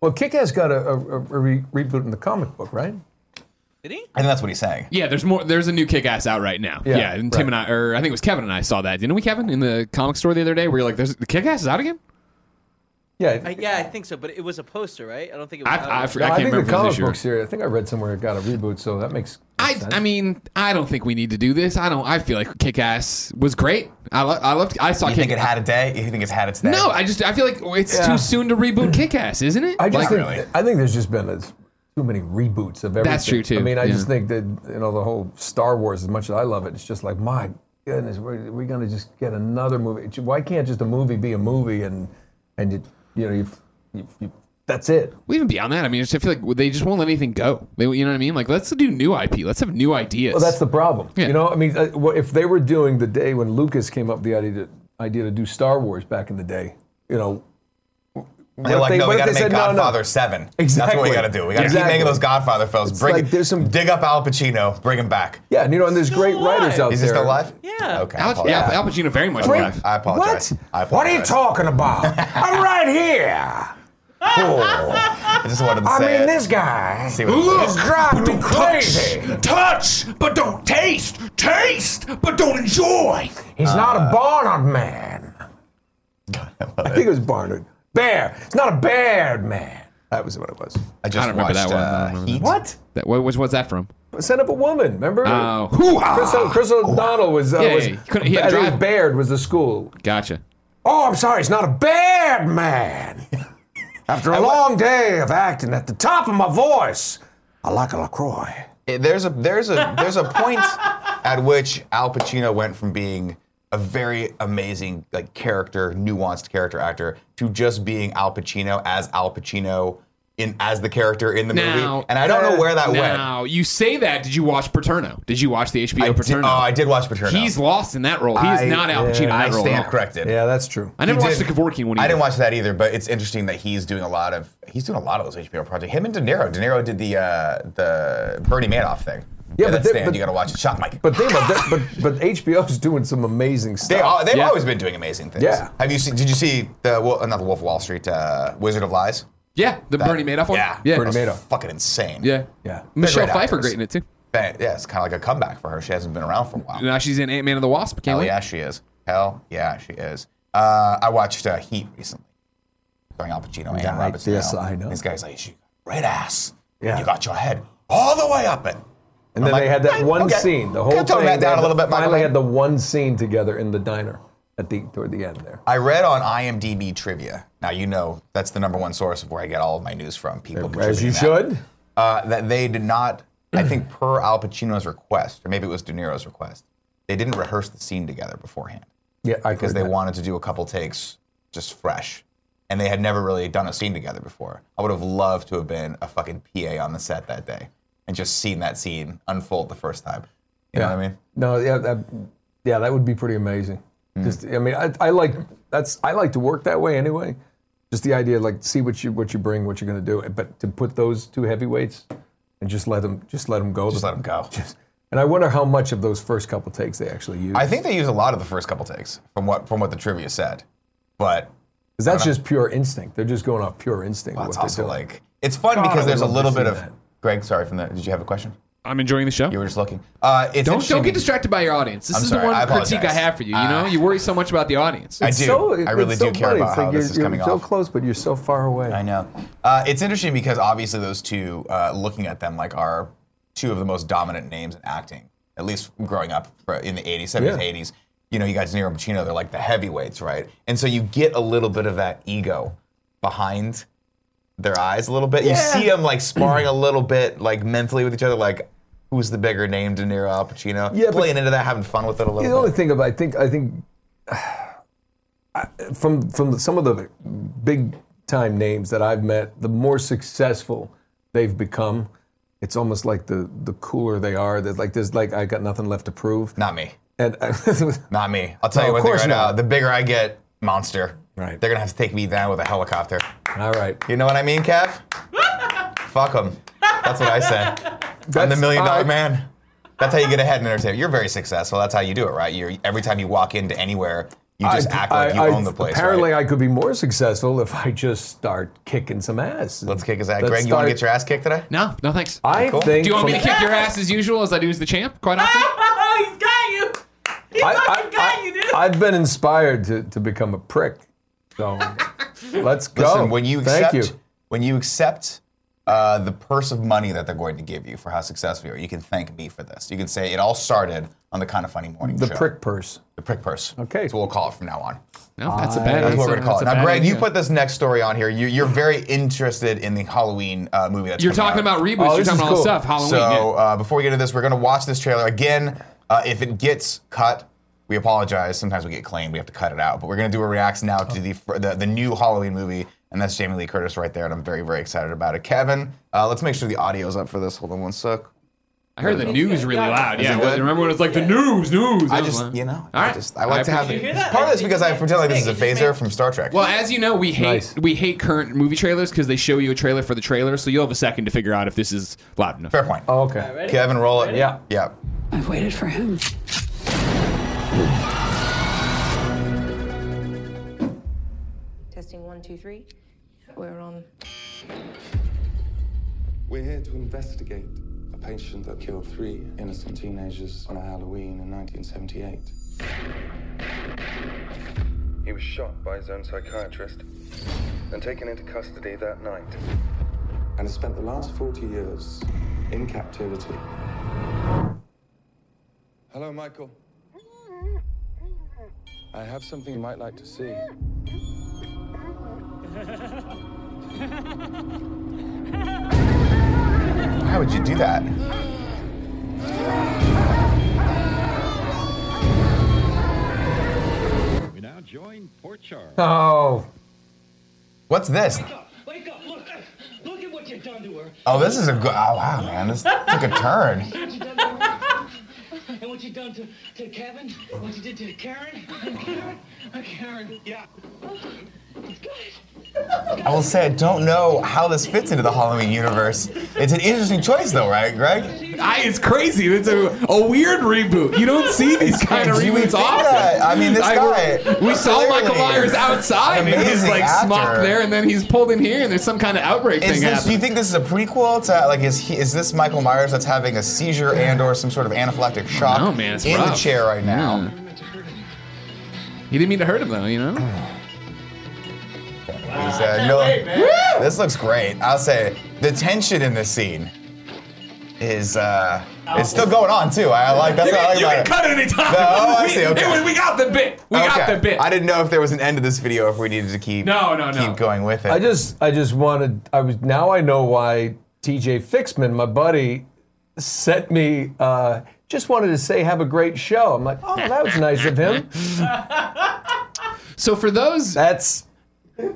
Speaker 2: Well, Kick-Ass got a, a, a re- reboot in the comic book, right?
Speaker 6: Did he?
Speaker 1: I think that's what he's saying.
Speaker 5: Yeah, there's more. There's a new Kick-Ass out right now. Yeah,
Speaker 2: Yeah,
Speaker 5: and Tim and I, or I think it was Kevin and I, saw that, didn't we, Kevin, in the comic store the other day? Where you're like, "There's the Kick-Ass is out again."
Speaker 2: Yeah.
Speaker 6: I, yeah, I think so. But it was a poster, right? Uh, I don't think it was.
Speaker 5: I,
Speaker 6: out
Speaker 5: I, I,
Speaker 6: of-
Speaker 5: can't
Speaker 2: No, I, think
Speaker 5: remember
Speaker 2: the
Speaker 5: if it was
Speaker 2: comic
Speaker 5: this year.
Speaker 2: book series. I think I read somewhere it got a reboot, so that makes.
Speaker 5: I,
Speaker 2: sense.
Speaker 5: I mean, I don't think we need to do this. I don't. I feel like Kick Ass was great. I lo- I loved. I saw
Speaker 1: You
Speaker 5: Kick.
Speaker 1: think it had a day? You think it's had its day?
Speaker 5: no, I just I feel like it's
Speaker 2: Yeah.
Speaker 5: too soon to reboot Kick Ass, isn't it?
Speaker 2: I just
Speaker 5: Like,
Speaker 2: think
Speaker 1: really.
Speaker 2: I think there's just been a, too many reboots of everything.
Speaker 5: That's true, too,
Speaker 2: I mean, I just
Speaker 5: yeah.
Speaker 2: think that you know the whole Star Wars. As much as I love it, it's just like my goodness, we're, we're gonna just get another movie. It- Why can't just a movie be a movie and and you you know you've, you you that's it.
Speaker 5: well, even beyond that, I mean, I just feel like they just won't let anything go. They, you know what I mean? Like, let's do new IP. Let's have new ideas.
Speaker 2: Well, that's the problem.
Speaker 5: Yeah.
Speaker 2: You know, I mean, uh, what- if they were doing the day when Lucas came up with the idea to, idea to do Star Wars back in the day, you know,
Speaker 1: They're
Speaker 2: what
Speaker 1: like,
Speaker 2: if
Speaker 1: no, we
Speaker 2: what if
Speaker 1: gotta
Speaker 2: they
Speaker 1: make
Speaker 2: said, "No, no."
Speaker 1: Godfather 7. That's what we
Speaker 2: Exactly.
Speaker 1: gotta do. We gotta keep
Speaker 2: Exactly.
Speaker 1: making those Godfather films. Bring,
Speaker 2: like there's some-
Speaker 1: dig up Al Pacino, bring him back.
Speaker 2: Yeah, and you know, and there's
Speaker 6: Still
Speaker 2: great writers
Speaker 6: alive.
Speaker 2: out
Speaker 1: Is he
Speaker 2: there.
Speaker 1: still alive?
Speaker 6: Yeah.
Speaker 1: Okay. I
Speaker 5: Al, yeah,
Speaker 1: apologize.
Speaker 5: Al Pacino very much
Speaker 1: Great.
Speaker 5: alive.
Speaker 1: I apologize.
Speaker 2: What?
Speaker 1: I
Speaker 2: What are you
Speaker 1: apologize.
Speaker 2: talking about? I'm right here.
Speaker 1: Cool. I just wanted to
Speaker 2: I
Speaker 1: say
Speaker 2: mean,
Speaker 1: it.
Speaker 2: this guy
Speaker 1: See what it is.
Speaker 2: is driving me crazy.
Speaker 5: touch, but don't taste. Taste, but don't enjoy. Uh,
Speaker 2: He's not a Barnard man. I think it was Barnard. Bear. He's not a Baird man. That was what it was.
Speaker 1: I just
Speaker 5: don't
Speaker 1: watched
Speaker 5: remember that one. I don't
Speaker 1: uh,
Speaker 5: remember that
Speaker 1: Heat.
Speaker 2: What?
Speaker 5: That, what, what's, what's that from?
Speaker 2: Set up a woman. Remember?
Speaker 5: Oh, hoo-ha!
Speaker 2: Chris, O- Chris O'Donnell was. Uh,
Speaker 5: Yeah, yeah,
Speaker 2: was
Speaker 5: he couldn't- he
Speaker 2: I
Speaker 5: had
Speaker 2: think it was
Speaker 5: drive-
Speaker 2: Baird was the school.
Speaker 5: Gotcha.
Speaker 2: Oh, I'm sorry. It's not a bad man. After a long day of acting, at the top of my voice, I like a Lacroix.
Speaker 1: it- there's a there's a there's a point at which Al Pacino went from being a very amazing like character, nuanced character actor to just being Al Pacino as Al Pacino in as the character in the
Speaker 5: Now-
Speaker 1: movie. And I don't know where that went.
Speaker 5: Now you say that. Did you watch Paterno? Did you watch the HBO
Speaker 1: I did,
Speaker 5: Paterno?
Speaker 1: oh, I did watch Paterno.
Speaker 5: He's lost in that role. He is
Speaker 1: I-
Speaker 5: not Al Pacino in
Speaker 1: I
Speaker 5: that role. at
Speaker 1: stand
Speaker 5: all.
Speaker 1: corrected.
Speaker 2: Yeah, that's true.
Speaker 5: I never
Speaker 1: He
Speaker 5: watched the
Speaker 1: didn't-
Speaker 5: Kevorkian one. Either.
Speaker 1: I didn't watch that either, but it's interesting that he's doing a lot of he's doing a lot of those HBO projects. Him and De Niro. De Niro did the uh, the Bernie Madoff thing.
Speaker 2: Yeah, but
Speaker 1: that's
Speaker 2: they-
Speaker 1: Stan,
Speaker 2: but-
Speaker 1: you got to watch it. Shock Mike.
Speaker 2: But think about that. But but HBO's doing some amazing stuff.
Speaker 1: They all, they've
Speaker 5: Yeah.
Speaker 1: always been doing amazing things.
Speaker 2: Yeah.
Speaker 1: Have you seen? Did you see the Wo- uh, not the Wolf of Wall Street, uh, Wizard of Lies?
Speaker 5: Yeah, the Bernie Madoff one.
Speaker 1: Yeah.
Speaker 5: yeah,
Speaker 2: Bernie
Speaker 1: That was
Speaker 2: Madoff.
Speaker 1: Fucking insane.
Speaker 5: yeah,
Speaker 2: Yeah.
Speaker 5: Michelle
Speaker 1: Great
Speaker 5: Pfeiffer,
Speaker 1: actors.
Speaker 5: great in it too.
Speaker 1: That- yeah, it's kind of like a comeback for her. She hasn't been around for a while.
Speaker 5: Now she's in Ant Man and the Wasp. Can't
Speaker 1: Hell
Speaker 5: wait.
Speaker 1: Oh, yeah, she is. Hell yeah, she is. Uh, I watched uh, Heat recently. Starring Al Pacino and
Speaker 2: Yeah,
Speaker 1: Robert De
Speaker 2: yes,
Speaker 1: Niro.
Speaker 2: I know.
Speaker 1: This guy's like, you got red ass.
Speaker 2: Yeah.
Speaker 1: You got your head all the way up it.
Speaker 2: And then
Speaker 1: I'm
Speaker 2: they
Speaker 1: like,
Speaker 2: had that
Speaker 1: "Hey,
Speaker 2: one
Speaker 1: okay.
Speaker 2: scene. The
Speaker 1: Can
Speaker 2: whole
Speaker 1: you tone
Speaker 2: thing.
Speaker 1: that
Speaker 2: they
Speaker 1: down
Speaker 2: had
Speaker 1: a little
Speaker 2: the-
Speaker 1: bit, Michael?
Speaker 2: Finally, had the one scene together in the diner at the toward the end there.
Speaker 1: I read on IMDb trivia. Now you know that's the number one source of where I get all of my news from. People,
Speaker 2: As
Speaker 1: contributing
Speaker 2: you
Speaker 1: that.
Speaker 2: should.
Speaker 1: uh, that they did not, I think, per Al Pacino's request, or maybe it was De Niro's request, they didn't rehearse the scene together beforehand
Speaker 2: Yeah, I
Speaker 1: because
Speaker 2: heard
Speaker 1: they
Speaker 2: that.
Speaker 1: wanted to do a couple takes just fresh. And they had never really done a scene together before. I would have loved to have been a fucking PA on the set that day and just seen that scene unfold the first time. You know what I mean?
Speaker 2: No, yeah, that, yeah, that would be pretty amazing.
Speaker 1: Mm.
Speaker 2: Just, I mean, I, I like that's I like to work that way anyway. Just the idea, like, see what you what you bring, what you're going to do, but to put those two heavyweights and just let them just let them go.
Speaker 1: Just let them go.
Speaker 2: And I wonder how much of those first couple takes they actually use.
Speaker 1: I think they used a lot of the first couple takes from what from what the trivia said, but
Speaker 2: 'Cause that's just pure instinct. They're just going off pure instinct. with
Speaker 1: it's
Speaker 2: what they're
Speaker 1: also
Speaker 2: doing.
Speaker 1: like it's fun
Speaker 2: God, I
Speaker 1: because
Speaker 2: would
Speaker 1: there's a
Speaker 2: love
Speaker 1: little
Speaker 2: to see
Speaker 1: bit of
Speaker 2: that.
Speaker 1: Greg. Sorry from the. Did you have a question?
Speaker 5: I'm enjoying the show.
Speaker 1: You were just looking. Uh, it's
Speaker 5: don't
Speaker 1: interesting
Speaker 5: don't get
Speaker 1: because-
Speaker 5: distracted by your audience. This
Speaker 1: I'm
Speaker 5: is
Speaker 1: sorry,
Speaker 5: the one
Speaker 1: I
Speaker 5: critique I
Speaker 1: apologize.
Speaker 5: have for you. You
Speaker 1: Uh,
Speaker 5: know, you worry so much about the audience.
Speaker 1: I do.
Speaker 2: So-
Speaker 1: I really
Speaker 2: it's so
Speaker 1: do care
Speaker 2: funny.
Speaker 1: about
Speaker 2: It's like
Speaker 1: how
Speaker 2: you're,
Speaker 1: this is
Speaker 2: you're
Speaker 1: coming
Speaker 2: so
Speaker 1: off.
Speaker 2: close, but you're so far away.
Speaker 1: I know. Uh, it's interesting because obviously those two, uh, looking at them, like are two of the most dominant names in acting, at least growing up for- in the 80s, 70s,
Speaker 2: Yeah.
Speaker 1: 80s. You know, you got De Niro and Pacino, they're like the heavyweights, right? And so you get a little bit of that ego behind their eyes a little bit. You see them like sparring a little bit, like mentally with each other, like who's the bigger name, De Niro, Al Pacino?
Speaker 2: Yeah, but-
Speaker 1: Playing into that, having fun with it a little
Speaker 2: The only
Speaker 1: bit.
Speaker 2: thing about I think I think I- from from some of the big time names that I've met, the more successful they've become, it's almost like the the cooler they are. That like there's like I got nothing left to prove.
Speaker 1: Not me.
Speaker 2: And I,
Speaker 1: Not me. I'll tell
Speaker 2: No,
Speaker 1: you one
Speaker 2: of
Speaker 1: thing
Speaker 2: course
Speaker 1: right
Speaker 2: not.
Speaker 1: now. The bigger I get, monster.
Speaker 2: Right.
Speaker 1: They're gonna have to take me down with a helicopter.
Speaker 2: all right,
Speaker 1: You know what I mean, Kev? Fuck them. That's what I say. I'm the
Speaker 2: That's-
Speaker 1: million dollar
Speaker 2: all right.
Speaker 1: man. That's how you get ahead in entertainment. You're very successful. That's how you do it, right? You're every time you walk into anywhere, you just act like you
Speaker 2: I- I-
Speaker 1: own the place.
Speaker 2: Apparently,
Speaker 1: right?
Speaker 2: I could be more successful if I just start kicking some ass.
Speaker 1: let's kick his ass.
Speaker 2: Let's
Speaker 1: Greg, you want
Speaker 2: start-
Speaker 1: to get your ass kicked today?
Speaker 5: no, no thanks.
Speaker 2: I
Speaker 1: Cool.
Speaker 2: think.
Speaker 5: do you want me to
Speaker 2: from-
Speaker 5: kick your ass as usual, as I do as the champ? Quite
Speaker 1: Ah.
Speaker 5: often.
Speaker 7: Oh, he's got you. He fucking got you, dude.
Speaker 2: have been inspired to, to become a prick. So let's go.
Speaker 1: Listen, when you
Speaker 2: Thank
Speaker 1: accept,
Speaker 2: you.
Speaker 1: when you accept uh, the purse of money that they're going to give you for how successful you are, you can thank me for this. You can say it all started on the kind of funny morning
Speaker 2: The
Speaker 1: show.
Speaker 2: prick purse.
Speaker 1: The prick purse.
Speaker 2: Okay.
Speaker 1: So we'll call it from now on.
Speaker 5: No, that's a bad.
Speaker 1: That's what we're
Speaker 5: a-
Speaker 1: gonna call it.
Speaker 5: that's a
Speaker 1: Now,
Speaker 5: bad
Speaker 1: Greg, you
Speaker 5: idea.
Speaker 1: put this next story on here. You, you're very interested in the Halloween uh, movie. That's
Speaker 5: You're
Speaker 1: coming
Speaker 5: talking
Speaker 1: out.
Speaker 5: about reboots.
Speaker 2: Oh,
Speaker 5: you're
Speaker 2: this is
Speaker 5: talking about all this
Speaker 2: cool.
Speaker 5: stuff. Halloween.
Speaker 1: So
Speaker 5: yeah.
Speaker 1: uh, before we get into this, we're gonna watch this trailer again. Uh, if it gets cut, we apologize. Sometimes we get claimed. We have to cut it out. But we're gonna do a reacts now to the, fr- the the new Halloween movie, and that's Jamie Lee Curtis right there, and I'm very very excited about it. Kevin, uh, let's make sure the audio's up for this. Hold on one sec.
Speaker 5: I heard the news really
Speaker 3: yeah.
Speaker 5: loud.
Speaker 1: Is
Speaker 5: Yeah,
Speaker 1: it good?
Speaker 5: remember when it's like the news, news.
Speaker 1: I
Speaker 5: That was
Speaker 1: just
Speaker 5: loud.
Speaker 1: you know
Speaker 5: All
Speaker 1: I
Speaker 5: right.
Speaker 1: just I like to have
Speaker 5: appreciate
Speaker 7: it.
Speaker 1: it's part of this because I pretend like this is a
Speaker 7: It just made-
Speaker 1: phaser from Star Trek.
Speaker 5: Well, as you know, we hate
Speaker 2: Nice.
Speaker 5: we hate current movie trailers because they show you a trailer for the trailer, so you'll have a second to figure out if this is loud enough.
Speaker 1: Fair point.
Speaker 2: Oh, okay.
Speaker 6: Ready?
Speaker 1: Kevin, roll it.
Speaker 2: Yeah.
Speaker 1: Yeah.
Speaker 9: I've waited for him.
Speaker 10: Testing one, two, three. We're on.
Speaker 11: We're here to investigate a patient that killed three innocent teenagers on a Halloween in 1978. He was shot by his own psychiatrist and taken into custody that night. and has spent the last 40 years in captivity. Hello, Michael. I have something you might like to see.
Speaker 1: Why would you do that?
Speaker 9: We now join Porchard.
Speaker 2: Oh,
Speaker 1: What's this?
Speaker 9: Wake up! Look! uh, Look at what you've done to her.
Speaker 1: Oh, this is a good. Oh wow, man, this took a turn.
Speaker 9: What you done to her. and what you done to, to Kevin? What you did to Karen? Karen? Karen? Yeah.
Speaker 1: I will say I don't know how this fits into the Halloween universe. It's an interesting choice though, right, Greg?
Speaker 5: I, it's crazy. It's a, a weird reboot. You don't see these kind of
Speaker 1: Do you
Speaker 5: reboots
Speaker 1: think
Speaker 5: often.
Speaker 1: that? I mean, this guy
Speaker 5: We saw
Speaker 1: clearly
Speaker 5: Michael Myers outside,
Speaker 1: an
Speaker 5: and he's
Speaker 1: amazing
Speaker 5: like
Speaker 1: actor.
Speaker 5: smocked there, and then he's pulled in here, and there's some kind of outbreak
Speaker 1: Is
Speaker 5: thing
Speaker 1: this, do you
Speaker 5: happening.
Speaker 1: think this is a prequel to like is he, is this Michael Myers that's having a seizure and or some sort of anaphylactic shock
Speaker 5: No, man, it's
Speaker 1: in the
Speaker 5: rough. Hmm.
Speaker 1: chair right now?
Speaker 5: Yeah. He didn't mean to hurt him, though. You know.
Speaker 1: He's, uh, no- this looks great. I'll say the tension in this scene is uh, it's still going on too. I like that's
Speaker 5: Oh. You
Speaker 1: what I like about
Speaker 5: can, you can
Speaker 1: it.
Speaker 5: cut it anytime.
Speaker 1: No, oh, I
Speaker 5: we,
Speaker 1: see, okay.
Speaker 5: it was- we got the bit. We got
Speaker 1: Okay.
Speaker 5: the bit.
Speaker 1: I didn't know if there was an end to this video if we needed to keep
Speaker 5: No, no, no.
Speaker 1: keep going with it.
Speaker 2: I just I just wanted I was now I know why TJ Fixman, my buddy, sent me uh, just wanted to say have a great show. I'm like, oh, that was nice of him.
Speaker 5: so for those,
Speaker 2: That's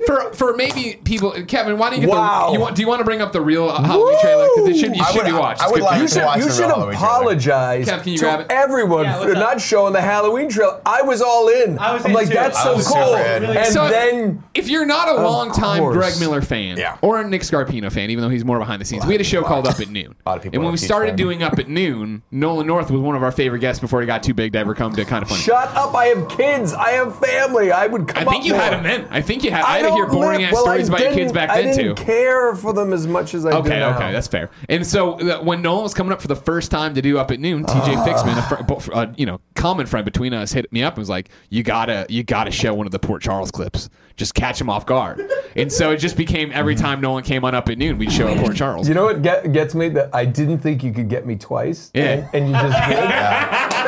Speaker 5: for for maybe people, Kevin, why don't you? Get
Speaker 2: Wow.
Speaker 5: The, you want, do you want to bring up the real Halloween trailer? Because it should you
Speaker 1: I
Speaker 5: should
Speaker 1: would-
Speaker 5: be watched.
Speaker 1: I
Speaker 5: It's
Speaker 1: would
Speaker 5: good
Speaker 1: like
Speaker 5: for
Speaker 2: you
Speaker 5: you.
Speaker 1: to
Speaker 2: should
Speaker 1: watch
Speaker 2: you
Speaker 1: the
Speaker 2: should
Speaker 1: Halloween trailer.
Speaker 2: apologize
Speaker 5: Kev, can you grab
Speaker 2: to
Speaker 5: it?
Speaker 2: everyone
Speaker 6: Yeah,
Speaker 2: for
Speaker 6: what's
Speaker 2: not
Speaker 6: up?
Speaker 2: showing the Halloween trailer. I was all in.
Speaker 6: I was
Speaker 2: am
Speaker 6: in
Speaker 2: like,
Speaker 6: too.
Speaker 2: that's
Speaker 6: I
Speaker 2: so
Speaker 1: was super
Speaker 2: cool.
Speaker 1: in.
Speaker 2: And
Speaker 5: So if-
Speaker 2: then
Speaker 5: if you're not a long time
Speaker 2: course.
Speaker 5: Greg Miller fan
Speaker 1: Yeah.
Speaker 5: or a Nick Scarpino fan, even though he's more behind the scenes, we had a show called Up at Noon.
Speaker 1: lot of people
Speaker 5: and when
Speaker 1: are
Speaker 5: we
Speaker 1: huge
Speaker 5: started
Speaker 1: fan.
Speaker 5: doing Up at Noon, Nolan North was one of our favorite guests before he got too big to ever come to kind of funny.
Speaker 2: shut up. I have kids. I have family. I would come.
Speaker 5: I think
Speaker 2: up
Speaker 5: you
Speaker 2: more.
Speaker 5: had him then. I think you had. I,
Speaker 2: I
Speaker 5: had to hear
Speaker 2: don't
Speaker 5: boring
Speaker 2: live-
Speaker 5: ass
Speaker 2: well, I
Speaker 5: stories about your kids
Speaker 2: didn't-
Speaker 5: back
Speaker 2: I
Speaker 5: then too.
Speaker 2: didn't care for them as much as I do
Speaker 5: Okay,
Speaker 2: now.
Speaker 5: okay, that's fair. And so uh, when Nolan was coming up for the first time to do up at noon, TJ Fixman, a, fr- bo- fr- uh, you know, common friend between us, hit me up and was like, "You gotta, you gotta show one of the Port Charles clips. Just catch him off guard." and so it just became every time Nolan came on up at noon, we'd show a Port Charles.
Speaker 2: You know what get, gets me? That I didn't think you could get me twice.
Speaker 5: Yeah.
Speaker 2: And, and you just did.
Speaker 1: yeah.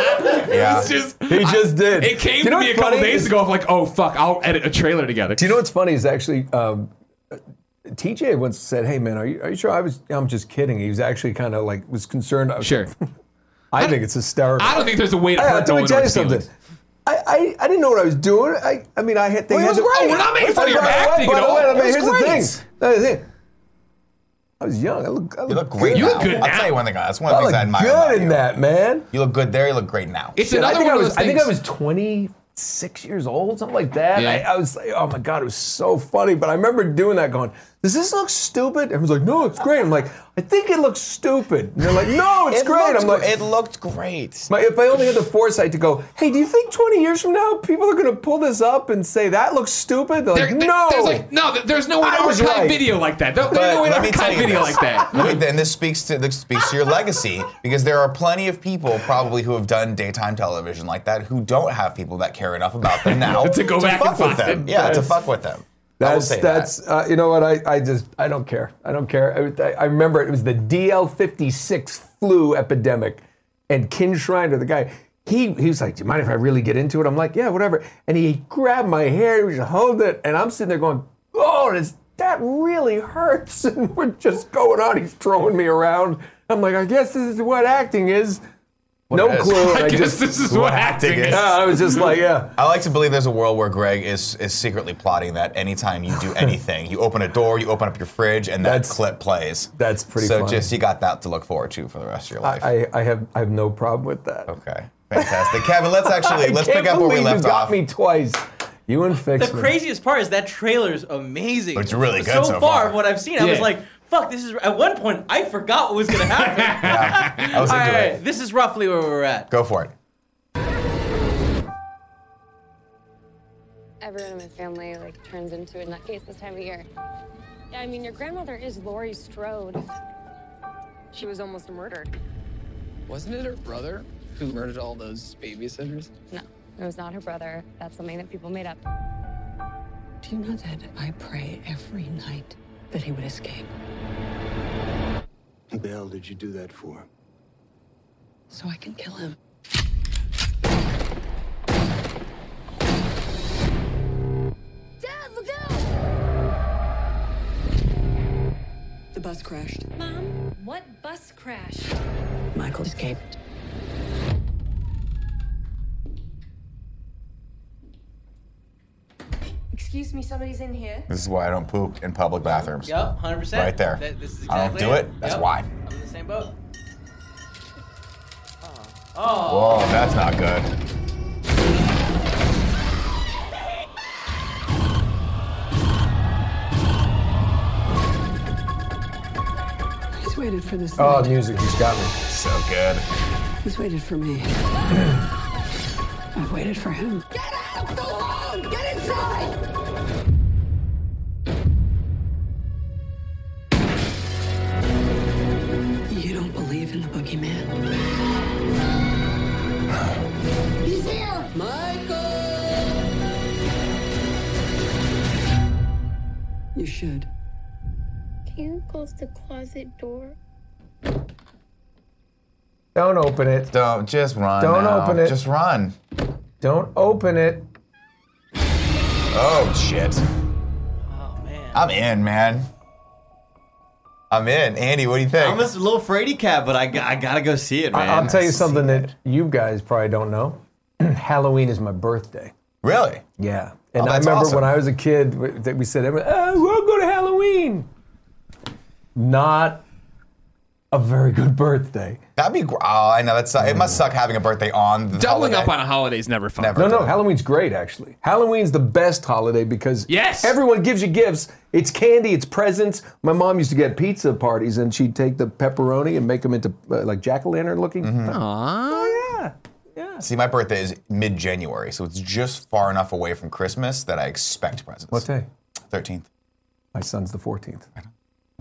Speaker 5: It's just-
Speaker 2: He just did.
Speaker 5: It came
Speaker 2: Do you know
Speaker 5: to me a
Speaker 2: what's
Speaker 5: couple
Speaker 2: funny?
Speaker 5: days ago of like, oh fuck, I'll edit a trailer together.
Speaker 2: Do you know what's funny is actually um, TJ once said, "Hey man, are you are you sure?" I was. I'm just kidding. He was actually kind of like was concerned. I was-
Speaker 5: Sure.
Speaker 2: I think it's hysterical.
Speaker 5: I don't think there's a way to
Speaker 2: I,
Speaker 5: hurt
Speaker 2: let me
Speaker 5: Nolan
Speaker 2: tell you
Speaker 5: North's
Speaker 2: something.
Speaker 5: feelings.
Speaker 2: I, I, I didn't know what I was doing. I, I mean, I had things.
Speaker 1: Well, it was great.
Speaker 5: Oh, we're not making fun of your acting
Speaker 2: By
Speaker 5: at
Speaker 2: the way,
Speaker 5: all.
Speaker 2: I mean,
Speaker 5: It was
Speaker 2: here's
Speaker 1: great.
Speaker 2: the thing. That's the thing. I was young. I look. I look,
Speaker 1: You look great
Speaker 2: Good.
Speaker 1: now.
Speaker 5: look good
Speaker 1: I'll
Speaker 5: now.
Speaker 1: tell you one thing. That's one of
Speaker 2: I
Speaker 1: the
Speaker 2: look
Speaker 1: things I admire. about
Speaker 2: good in
Speaker 1: you.
Speaker 2: that, man.
Speaker 1: You look good there. You look great now.
Speaker 5: It's
Speaker 2: I
Speaker 5: another
Speaker 2: think
Speaker 5: one
Speaker 2: I
Speaker 5: of
Speaker 2: was.
Speaker 5: those
Speaker 2: I
Speaker 5: things.
Speaker 2: think I was 26 years old, something like that.
Speaker 5: Yeah.
Speaker 2: I, I was like, oh my god, it was so funny. But I remember doing that, going, "Does this look stupid?" And I was like, "No, it's great." I'm like, "I think it looks stupid." And they're like, "No, it's
Speaker 1: It
Speaker 2: great."
Speaker 1: looked
Speaker 2: I'm like,
Speaker 1: gr- it looked great.
Speaker 2: My, if I only had the foresight to go, hey, do you think 20 years from now people are going to pull this up and say that looks stupid? They're like,
Speaker 5: There- there-
Speaker 2: no.
Speaker 5: there's like no, th- there's no way to
Speaker 2: I was
Speaker 5: archive
Speaker 2: right.
Speaker 5: video like that. There- There's no way to archive video
Speaker 1: this.
Speaker 5: like that.
Speaker 1: Let me- and this speaks to this speaks to your legacy because there are plenty of people probably who have done daytime television like that who don't have people that care enough about them now
Speaker 5: To go back
Speaker 1: fuck
Speaker 5: and
Speaker 1: with
Speaker 5: find
Speaker 1: them.
Speaker 5: it.
Speaker 1: Yeah, to
Speaker 2: That's-
Speaker 1: fuck with them. I will
Speaker 2: that's
Speaker 1: say
Speaker 2: that's Uh, you know what I, I just I don't care I don't care I, I remember it was the DL56 flu epidemic and Ken Schreiner the guy he he was like do you mind if I really get into it I'm like yeah whatever and he grabbed my hair he was just holding it and I'm sitting there going oh this, that really hurts and we're just going on he's throwing me around I'm like I guess this is what acting is no
Speaker 1: it is.
Speaker 2: clue
Speaker 5: I,
Speaker 2: and
Speaker 5: guess
Speaker 2: just-
Speaker 5: this is what acting is.
Speaker 2: yeah, I was just like yeah
Speaker 1: I like to believe there's a world where Greg is is secretly plotting that anytime you do anything, you open a door, you open up your fridge, and that
Speaker 2: That's-
Speaker 1: clip plays.
Speaker 2: that's pretty
Speaker 1: So
Speaker 2: funny.
Speaker 1: just you got that to look forward to for the rest of your life.
Speaker 2: I, I have I have no problem with that
Speaker 1: okay, fantastic, Kevin. Let's actually
Speaker 2: I
Speaker 1: let's
Speaker 2: can't
Speaker 1: pick up where we
Speaker 2: believe
Speaker 1: left
Speaker 2: you got
Speaker 1: off.
Speaker 2: me twice. You and
Speaker 6: The
Speaker 2: Fix.
Speaker 6: craziest part is that trailer's amazing.
Speaker 1: It's really good so
Speaker 6: far,
Speaker 1: far.
Speaker 6: what I've seen, I was
Speaker 5: Yeah.
Speaker 6: like, "Fuck, this is." At one point, I forgot what was gonna happen.
Speaker 1: I was
Speaker 6: All
Speaker 1: into
Speaker 6: right,
Speaker 1: it.
Speaker 6: this is roughly where we're at.
Speaker 1: Go for it.
Speaker 10: Everyone in my family like turns into a nutcase this time of year. Yeah, I mean, your grandmother is Laurie Strode. She was almost murdered.
Speaker 12: Wasn't it her brother who murdered all those babysitters?
Speaker 10: No, it was not her brother. That's something that people made up.
Speaker 12: Do you know that I pray every night
Speaker 9: that he would escape.
Speaker 8: What the hell did you do that for?
Speaker 9: so I can kill him.
Speaker 10: Dad, look out!
Speaker 9: The bus crashed.
Speaker 10: Mom, what bus crash?
Speaker 9: Michael escaped.
Speaker 13: Excuse me, somebody's in here.
Speaker 1: This is why I don't poop in public bathrooms.
Speaker 6: Yep, 100%.
Speaker 1: Right there.
Speaker 6: That- this is
Speaker 1: I don't
Speaker 6: exactly
Speaker 1: do
Speaker 6: it.
Speaker 1: it. That's
Speaker 6: Yep.
Speaker 1: why.
Speaker 6: I'm in the same boat.
Speaker 1: Whoa, Oh, that's not good.
Speaker 9: He's waited for this.
Speaker 2: Oh,
Speaker 9: night.
Speaker 2: the music just got me.
Speaker 1: So good.
Speaker 9: He's waited for me. I've waited for him.
Speaker 7: Get out of the hole! Get inside!
Speaker 9: You don't believe in the boogeyman.
Speaker 7: He's here!
Speaker 9: You should.
Speaker 14: Can you close the closet door?
Speaker 2: Don't open it.
Speaker 1: Don't just run.
Speaker 2: Don't
Speaker 1: now.
Speaker 2: open it.
Speaker 1: Just run.
Speaker 2: Don't open it.
Speaker 1: Oh shit. Oh man. I'm in, man. I'm in. Andy, what do you think?
Speaker 4: I'm a little fraidy cat, but I, g- I gotta go see it, man.
Speaker 2: I- will tell you something that you guys probably don't know. Halloween is my birthday.
Speaker 1: Really?
Speaker 2: Yeah. And
Speaker 1: Oh,
Speaker 2: I
Speaker 1: that's
Speaker 2: remember
Speaker 1: awesome.
Speaker 2: when I was a kid w- that we said, everyone, oh, we'll go to Halloween. Not a very good birthday.
Speaker 1: That'd be. gr- Oh, I know. That's. It must suck having a birthday on. The
Speaker 5: Doubling
Speaker 1: holiday.
Speaker 5: up on a holiday is never fun.
Speaker 2: No, no, Halloween's great actually. Halloween's the best holiday because
Speaker 5: Yes!
Speaker 2: everyone gives you gifts. It's candy, it's presents. My mom used to get pizza parties and she'd take the pepperoni and make them into uh, like jack o' lantern looking.
Speaker 1: Mm-hmm.
Speaker 2: Oh, yeah.
Speaker 1: See, my birthday is mid-January, so it's just far enough away from Christmas that I expect presents. What
Speaker 2: day?
Speaker 1: Thirteenth.
Speaker 2: My son's the 14th.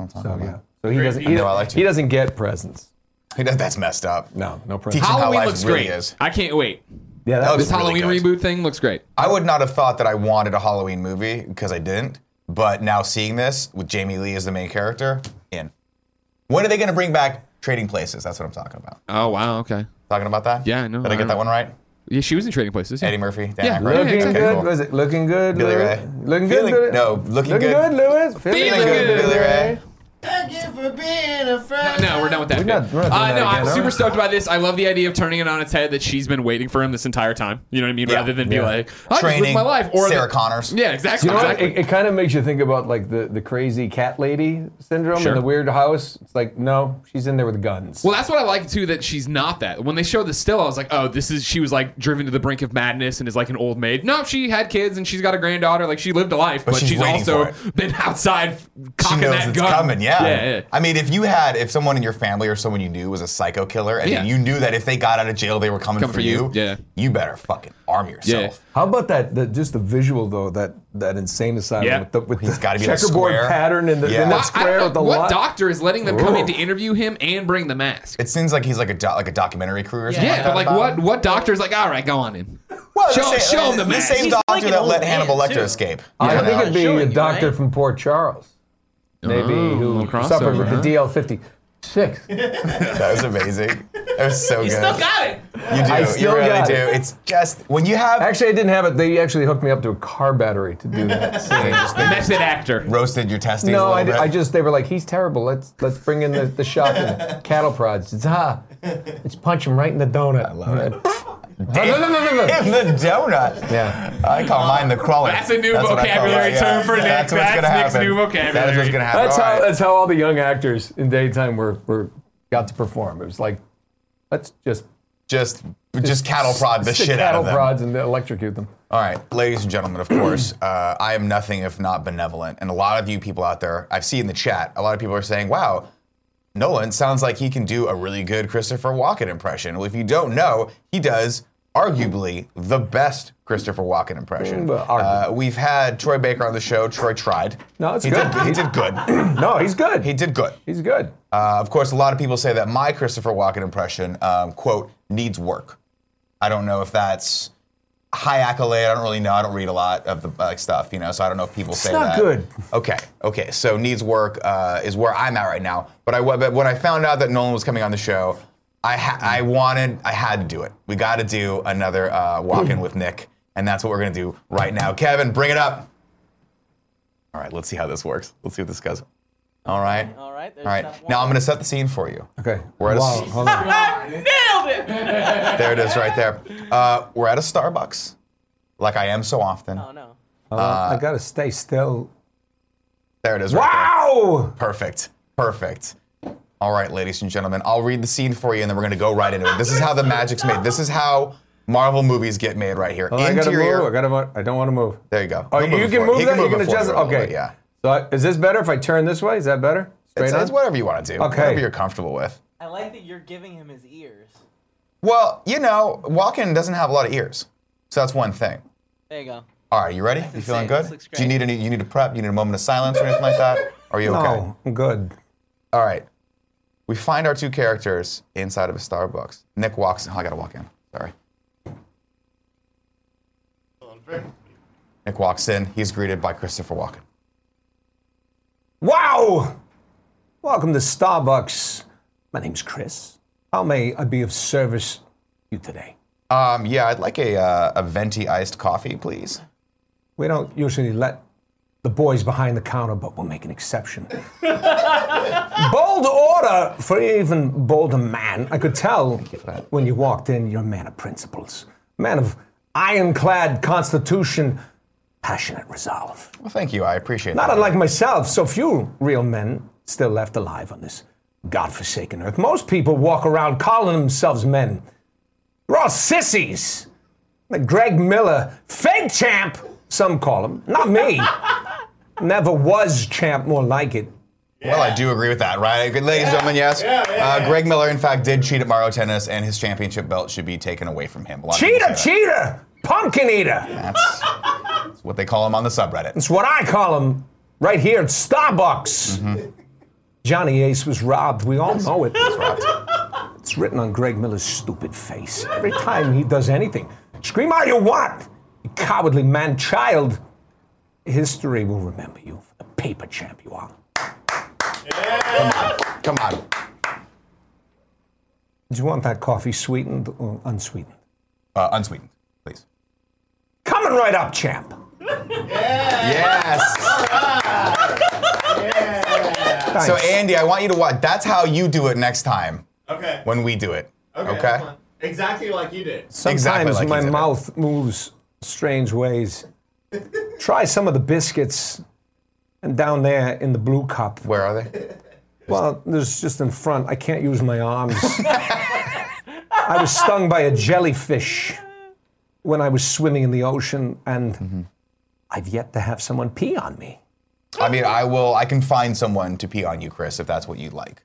Speaker 1: So
Speaker 2: yeah. So he doesn't. He,
Speaker 1: I know, I like
Speaker 2: he doesn't get presents.
Speaker 1: He does, that's messed up.
Speaker 2: No, no presents.
Speaker 1: Teach him how
Speaker 5: Halloween
Speaker 1: life
Speaker 5: looks
Speaker 1: really
Speaker 5: great.
Speaker 1: is.
Speaker 5: I can't wait.
Speaker 2: Yeah,
Speaker 1: that was
Speaker 5: this
Speaker 1: really
Speaker 5: Halloween reboot thing looks great.
Speaker 1: I would not have thought that I wanted a Halloween movie because I didn't. But now seeing this with Jamie Lee as the main character, in. When are they going to bring back Trading Places? That's what I'm talking about.
Speaker 5: Oh wow, okay.
Speaker 1: Talking about that?
Speaker 5: Yeah, I know.
Speaker 1: Did I get that one right?
Speaker 5: Yeah, she was in Trading Places. Yeah.
Speaker 1: Eddie Murphy, Dan
Speaker 5: Yeah,
Speaker 1: Aykroyd.
Speaker 5: yeah,
Speaker 2: Looking
Speaker 5: exactly.
Speaker 2: good. Was it looking good?
Speaker 1: Billy
Speaker 2: Louis?
Speaker 1: Ray.
Speaker 2: Looking good.
Speaker 1: Feeling-
Speaker 2: Billy-
Speaker 1: no, looking good.
Speaker 2: Lewis.
Speaker 1: Feeling good, Billy Ray.
Speaker 7: Thank you for being a friend.
Speaker 5: No, we're done with that.
Speaker 2: We're
Speaker 5: bit.
Speaker 2: not- we're not doing
Speaker 5: uh,
Speaker 2: that
Speaker 5: no,
Speaker 2: again,
Speaker 5: I'm
Speaker 2: are
Speaker 5: super
Speaker 2: we?
Speaker 5: stoked about this. I love the idea of turning it on its head that she's been waiting for him this entire time. You know what I mean? Rather than be
Speaker 2: Yeah.
Speaker 5: like, I just live
Speaker 1: Training,
Speaker 5: my life. Or
Speaker 1: Sarah
Speaker 5: the-
Speaker 1: Connors.
Speaker 5: Yeah, exactly.
Speaker 2: You know what?
Speaker 5: exactly.
Speaker 2: It, it kind of makes you think about like the, the crazy cat lady syndrome
Speaker 5: Sure.
Speaker 2: in the weird house. It's like no, she's in there with guns.
Speaker 5: Well, that's what I like too. That she's not that. When they showed the still, I was like, oh, this is she was like driven to the brink of madness and is like an old maid. No, she had kids and she's got a granddaughter. Like she lived a life, but,
Speaker 1: she's
Speaker 5: she's,
Speaker 1: waiting
Speaker 5: also
Speaker 1: for
Speaker 5: been outside
Speaker 1: She
Speaker 5: cocking
Speaker 1: knows
Speaker 5: that
Speaker 1: it's
Speaker 5: gun.
Speaker 1: coming, yeah.
Speaker 5: yeah, yeah.
Speaker 1: I mean, if you had, if someone in your family or someone you knew was a psycho killer, and
Speaker 5: Yeah.
Speaker 1: you knew that if they got out of jail, they were coming,
Speaker 5: Coming
Speaker 1: for
Speaker 5: for
Speaker 1: you,
Speaker 5: you, yeah.
Speaker 1: you better fucking arm yourself.
Speaker 2: How about that? The, just the visual though. That that insane asylum
Speaker 1: Yeah.
Speaker 2: with the with the
Speaker 1: gotta be, like,
Speaker 2: checkerboard
Speaker 1: square.
Speaker 2: pattern and the
Speaker 1: Yeah.
Speaker 2: and
Speaker 1: Well,
Speaker 2: that square with the
Speaker 5: what
Speaker 2: lot.
Speaker 5: doctor is letting them come in
Speaker 2: Ooh.
Speaker 5: to interview him and bring the mask?
Speaker 1: It seems like he's like a do- like a documentary crew or
Speaker 5: Yeah,
Speaker 1: something.
Speaker 5: but like
Speaker 1: that about
Speaker 5: what?
Speaker 1: him.
Speaker 5: What doctor's like? All right, go on in.
Speaker 1: Well,
Speaker 5: show,
Speaker 1: the same,
Speaker 5: show him the,
Speaker 1: the
Speaker 5: mask.
Speaker 1: same doctor that let Hannibal Lecter escape.
Speaker 2: I
Speaker 1: You
Speaker 2: think
Speaker 1: know?
Speaker 2: it'd be a doctor from Port Charles, maybe
Speaker 5: Oh,
Speaker 2: who
Speaker 5: little
Speaker 2: suffered with
Speaker 5: crossover,
Speaker 2: the DL fifty six.
Speaker 1: that was amazing. That was so good.
Speaker 5: got it.
Speaker 1: you do.
Speaker 2: I still
Speaker 1: you really
Speaker 2: got
Speaker 1: do.
Speaker 2: it.
Speaker 1: It's just when you have
Speaker 2: Actually, I didn't have it. They actually hooked me up to a car battery to do that. scene.
Speaker 1: they just, they
Speaker 5: Method actor.
Speaker 1: roasted your testes.
Speaker 2: No,
Speaker 1: a
Speaker 2: I,
Speaker 1: little
Speaker 2: di-
Speaker 1: bit.
Speaker 2: I just they were like, he's terrible. Let's let's bring in the, the shop and cattle prods. It's ah, let's punch him right in the donut. I love it. no, no, no, no, no.
Speaker 1: in the donut.
Speaker 2: Yeah.
Speaker 1: I call mine the crawler.
Speaker 5: That's a new
Speaker 1: what I call
Speaker 5: vocabulary
Speaker 1: it, yeah.
Speaker 5: term for Nick.
Speaker 1: That's what's gonna
Speaker 5: That's Nick's
Speaker 1: happen.
Speaker 5: new
Speaker 1: That's what's
Speaker 5: vocabulary.
Speaker 1: gonna happen.
Speaker 2: That's
Speaker 1: All
Speaker 2: how
Speaker 1: right.
Speaker 2: that's how all the young actors in daytime were were got to perform. It was like, let's just
Speaker 1: just just cattle prod the
Speaker 2: stick
Speaker 1: shit out
Speaker 2: cattle
Speaker 1: of them.
Speaker 2: prods and electrocute them.
Speaker 1: All right, ladies and gentlemen, of course, uh, I am nothing if not benevolent, and a lot of you people out there, I've seen in the chat, a lot of people are saying, "Wow." Nolan sounds like he can do a really good Christopher Walken impression. Well, if you don't know, he does arguably the best Christopher Walken impression.
Speaker 2: Well, arguably.
Speaker 1: Uh, we've had Troy Baker on the show. Troy tried.
Speaker 2: No, it's
Speaker 1: he
Speaker 2: good.
Speaker 1: Did, he did good.
Speaker 2: No, he's good.
Speaker 1: he did good.
Speaker 2: He's good.
Speaker 1: Uh, of course, a lot of people say that my Christopher Walken impression, um, quote, needs work. I don't know if that's high accolade. I don't really know. I don't read a lot of the like stuff, you know. So I don't know if people say
Speaker 2: not
Speaker 1: that.
Speaker 2: good.
Speaker 1: Okay, okay. So needs work uh, is where I'm at right now. But I but when I found out that Nolan was coming on the show, I ha- I wanted I had to do it. We got to do another uh, walk in with Nick, and that's what we're gonna do right now. Kevin, bring it up. All right, let's see how this works. Let's see what this goes. All right. All right. All right. Now I'm gonna set the scene for you.
Speaker 2: Okay.
Speaker 1: We're at a
Speaker 2: Wow,
Speaker 1: s-
Speaker 2: hold on.
Speaker 15: Nailed it.
Speaker 1: there it is right there. Uh, we're at a Starbucks, like I am so often. Oh
Speaker 6: no.
Speaker 2: Uh, I gotta stay still.
Speaker 1: There it is. Right wow! Perfect. Perfect. All right, ladies and gentlemen, I'll read the scene for you, and then we're gonna go right into it. This is how the magic's made. This is how Marvel movies get made right here.
Speaker 2: Oh, I gotta move. I gotta. mo- I don't want to move.
Speaker 1: There you go.
Speaker 2: Oh,
Speaker 1: He'll
Speaker 2: you
Speaker 1: it
Speaker 2: can
Speaker 1: for
Speaker 2: move
Speaker 1: He
Speaker 2: that. you
Speaker 1: move
Speaker 2: can
Speaker 1: it for
Speaker 2: adjust it.
Speaker 1: a little
Speaker 2: Okay.
Speaker 1: bit, yeah.
Speaker 2: So I- is this better if I turn this way? Is that better? Straight
Speaker 1: It's,
Speaker 2: on.
Speaker 1: it's whatever you want to do.
Speaker 2: Okay.
Speaker 1: Whatever you're comfortable with.
Speaker 6: I like that you're giving him his ears.
Speaker 1: Well, you know, Walken doesn't have a lot of ears, so that's one thing.
Speaker 6: There you go.
Speaker 1: All right, you ready? you feeling good? Do you need any? You need a prep? You need a moment of silence or anything like that? Are you
Speaker 2: No,
Speaker 1: okay?
Speaker 2: I'm good.
Speaker 1: All right. We find our two characters inside of a Starbucks. Nick walks. Oh, I gotta walk in. Sorry. Nick walks in. He's greeted by Christopher Walken.
Speaker 2: Wow! Welcome to Starbucks. My name's Chris. How may I be of service to you today?
Speaker 1: Um, yeah, I'd like a uh, a venti iced coffee, please.
Speaker 2: We don't usually let the boys behind the counter, but we'll make an exception. bold order for an even bolder man. I could tell when you walked in, you're a man of principles, a man of ironclad constitution, passionate resolve.
Speaker 1: Well, thank you. I appreciate
Speaker 2: Not
Speaker 1: that.
Speaker 2: unlike myself, so few real men still left alive on this godforsaken earth. Most people walk around calling themselves men. They're all sissies. Like Greg Miller, fake champ, some call him. Not me. Never was champ, more like it.
Speaker 1: Well, I do agree with that, right? Good- Ladies and gentlemen, yes.
Speaker 2: Yeah, yeah,
Speaker 1: uh,
Speaker 2: yeah.
Speaker 1: Greg Miller, in fact, did cheat at Mario Tennis, and his championship belt should be taken away from him. A lot of people
Speaker 2: Cheater,
Speaker 1: say
Speaker 2: cheater, pumpkin eater.
Speaker 1: that. That's, that's what they call him on the subreddit.
Speaker 2: It's what I call him right here at Starbucks. Johnny Ace was robbed. We all know it. It's written on Greg Miller's stupid face. Every time he does anything, scream all you want, you cowardly man child. History will remember you for the paper champ you are.
Speaker 1: Come on.
Speaker 2: Do you want that coffee sweetened or unsweetened?
Speaker 1: Uh, unsweetened, please.
Speaker 2: Coming right up, champ.
Speaker 1: Yes.
Speaker 2: Thanks.
Speaker 1: So Andy, I want you to watch. That's how you do it next time
Speaker 4: Okay.
Speaker 1: when we do it. Okay.
Speaker 4: that's fine. Exactly like you did.
Speaker 2: Sometimes
Speaker 1: Exactly like
Speaker 2: my
Speaker 1: he's in it.
Speaker 2: mouth moves strange ways. Try some of the biscuits, and down there in the blue cup.
Speaker 1: Where are they?
Speaker 2: Well, there's just in front. I can't use my arms. I was stung by a jellyfish when I was swimming in the ocean, and I've yet to have someone pee on me.
Speaker 1: I mean, I will. I can find someone to pee on you, Chris, if that's what you'd like.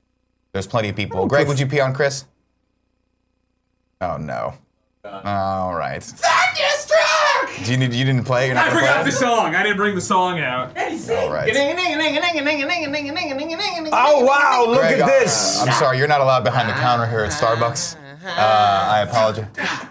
Speaker 1: There's plenty of people. Greg, would you pee on Chris? Oh no. All right. Do you need? You didn't play. You're not
Speaker 5: I
Speaker 1: gonna
Speaker 5: forgot
Speaker 1: play?
Speaker 5: the song. I didn't bring the song out.
Speaker 1: All right.
Speaker 2: Oh wow! Look
Speaker 1: Greg,
Speaker 2: at
Speaker 1: uh,
Speaker 2: this.
Speaker 1: I'm sorry, you're not allowed behind the counter here at Starbucks. Uh, I apologize.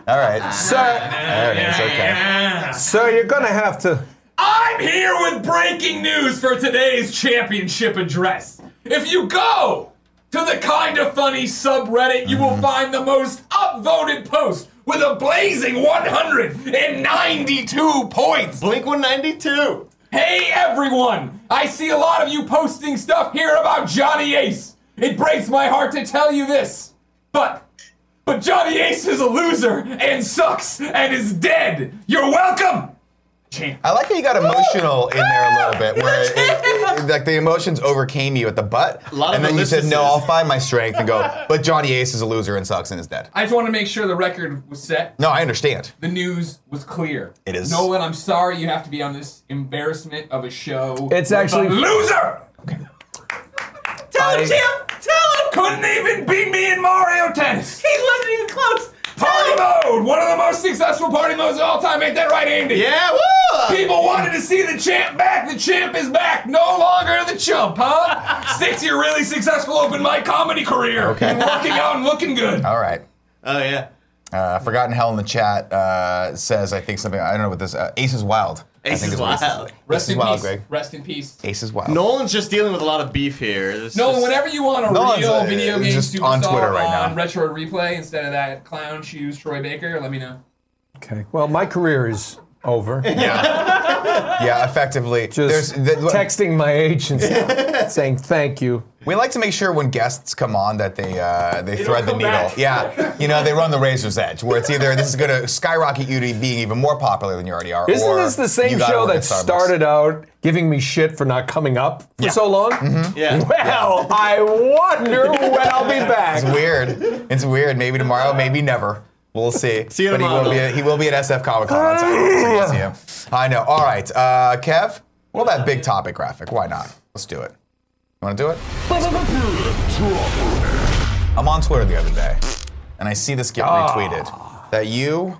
Speaker 1: All right.
Speaker 2: Sir,
Speaker 1: There it is. Okay.
Speaker 2: sir, you're gonna have to.
Speaker 5: I'm here with breaking news for today's championship address. If you go to the kind of funny subreddit, you will find the most upvoted post with a blazing 192 points.
Speaker 4: Blink 192.
Speaker 5: Hey everyone! I see a lot of you posting stuff here about Johnny Ace. It breaks my heart to tell you this, but but Johnny Ace is a loser and sucks and is dead. You're welcome. Champ.
Speaker 1: I like how you got emotional in there a little bit, where it, it- it- like the emotions overcame you at the butt,
Speaker 4: lot of
Speaker 1: and then you said, "No,
Speaker 4: ellipses.
Speaker 1: I'll find my strength and go." But Johnny Ace is a loser and sucks and is dead.
Speaker 5: I just want to make sure the record was set.
Speaker 1: No, I understand.
Speaker 5: The news was clear.
Speaker 1: It is.
Speaker 5: Nolan, I'm sorry you have to be on this embarrassment of a show.
Speaker 2: It's
Speaker 5: with
Speaker 2: actually-
Speaker 5: a loser.
Speaker 15: Tell him,
Speaker 2: I-
Speaker 15: Jim. Tell him.
Speaker 5: Couldn't even beat me in Mario Tennis.
Speaker 15: He wasn't even close.
Speaker 5: Party mode! One of the most successful party modes of all time. Ain't that right, Andy?
Speaker 4: Yeah, woo!
Speaker 5: People wanted to see the champ back. The champ is back. No longer the chump, huh? Stick to your really successful open mic comedy career.
Speaker 1: Okay.
Speaker 5: Working out and looking good.
Speaker 1: All right.
Speaker 4: Oh yeah.
Speaker 1: Uh, Forgotten Hell in the chat uh, says, I think something, I don't know what this, uh, Ace is Wild. I
Speaker 4: Ace
Speaker 1: think
Speaker 4: is
Speaker 1: what it
Speaker 4: Wild.
Speaker 1: Ace
Speaker 4: Rest
Speaker 1: is
Speaker 4: in
Speaker 1: Wild,
Speaker 4: peace.
Speaker 1: Greg.
Speaker 3: Rest in peace.
Speaker 1: Ace is Wild.
Speaker 4: Nolan's just dealing with a lot of beef here. This
Speaker 3: No,
Speaker 4: just-
Speaker 3: whenever you want a
Speaker 1: Nolan's,
Speaker 3: real
Speaker 1: uh,
Speaker 3: video game
Speaker 1: just
Speaker 3: superstar
Speaker 1: on Twitter right now.
Speaker 3: on retro replay instead of that clown shoes Troy Baker, let me know.
Speaker 2: Okay. Well, my career is over.
Speaker 1: Yeah, effectively.
Speaker 2: Just texting my agents saying thank you.
Speaker 1: We like to make sure when guests come on that they uh, they,
Speaker 2: don't
Speaker 1: thread the
Speaker 2: come
Speaker 1: needle.
Speaker 2: back.
Speaker 1: Yeah, you know they run the razor's edge where it's either this is going to skyrocket you to being even more popular than you already are.
Speaker 2: Isn't
Speaker 1: or
Speaker 2: this the same
Speaker 1: you gotta
Speaker 2: show
Speaker 1: work at
Speaker 2: that
Speaker 1: Starbucks.
Speaker 2: started out giving me shit for not coming up for
Speaker 1: Yeah. Mm-hmm.
Speaker 2: so long?
Speaker 1: Yeah.
Speaker 2: Well, I wonder when I'll be back.
Speaker 1: It's weird. It's weird. Maybe tomorrow. Maybe never. We'll see.
Speaker 4: See you
Speaker 1: but
Speaker 4: tomorrow.
Speaker 1: He will, be he will be at SF Comic Con on Saturday. So we'll see him. I know. All right, uh, Kev. What about that big topic graphic? Why not? Let's do it. You want to do it? I'm on Twitter the other day, and I see this get
Speaker 2: Ah.
Speaker 1: retweeted that you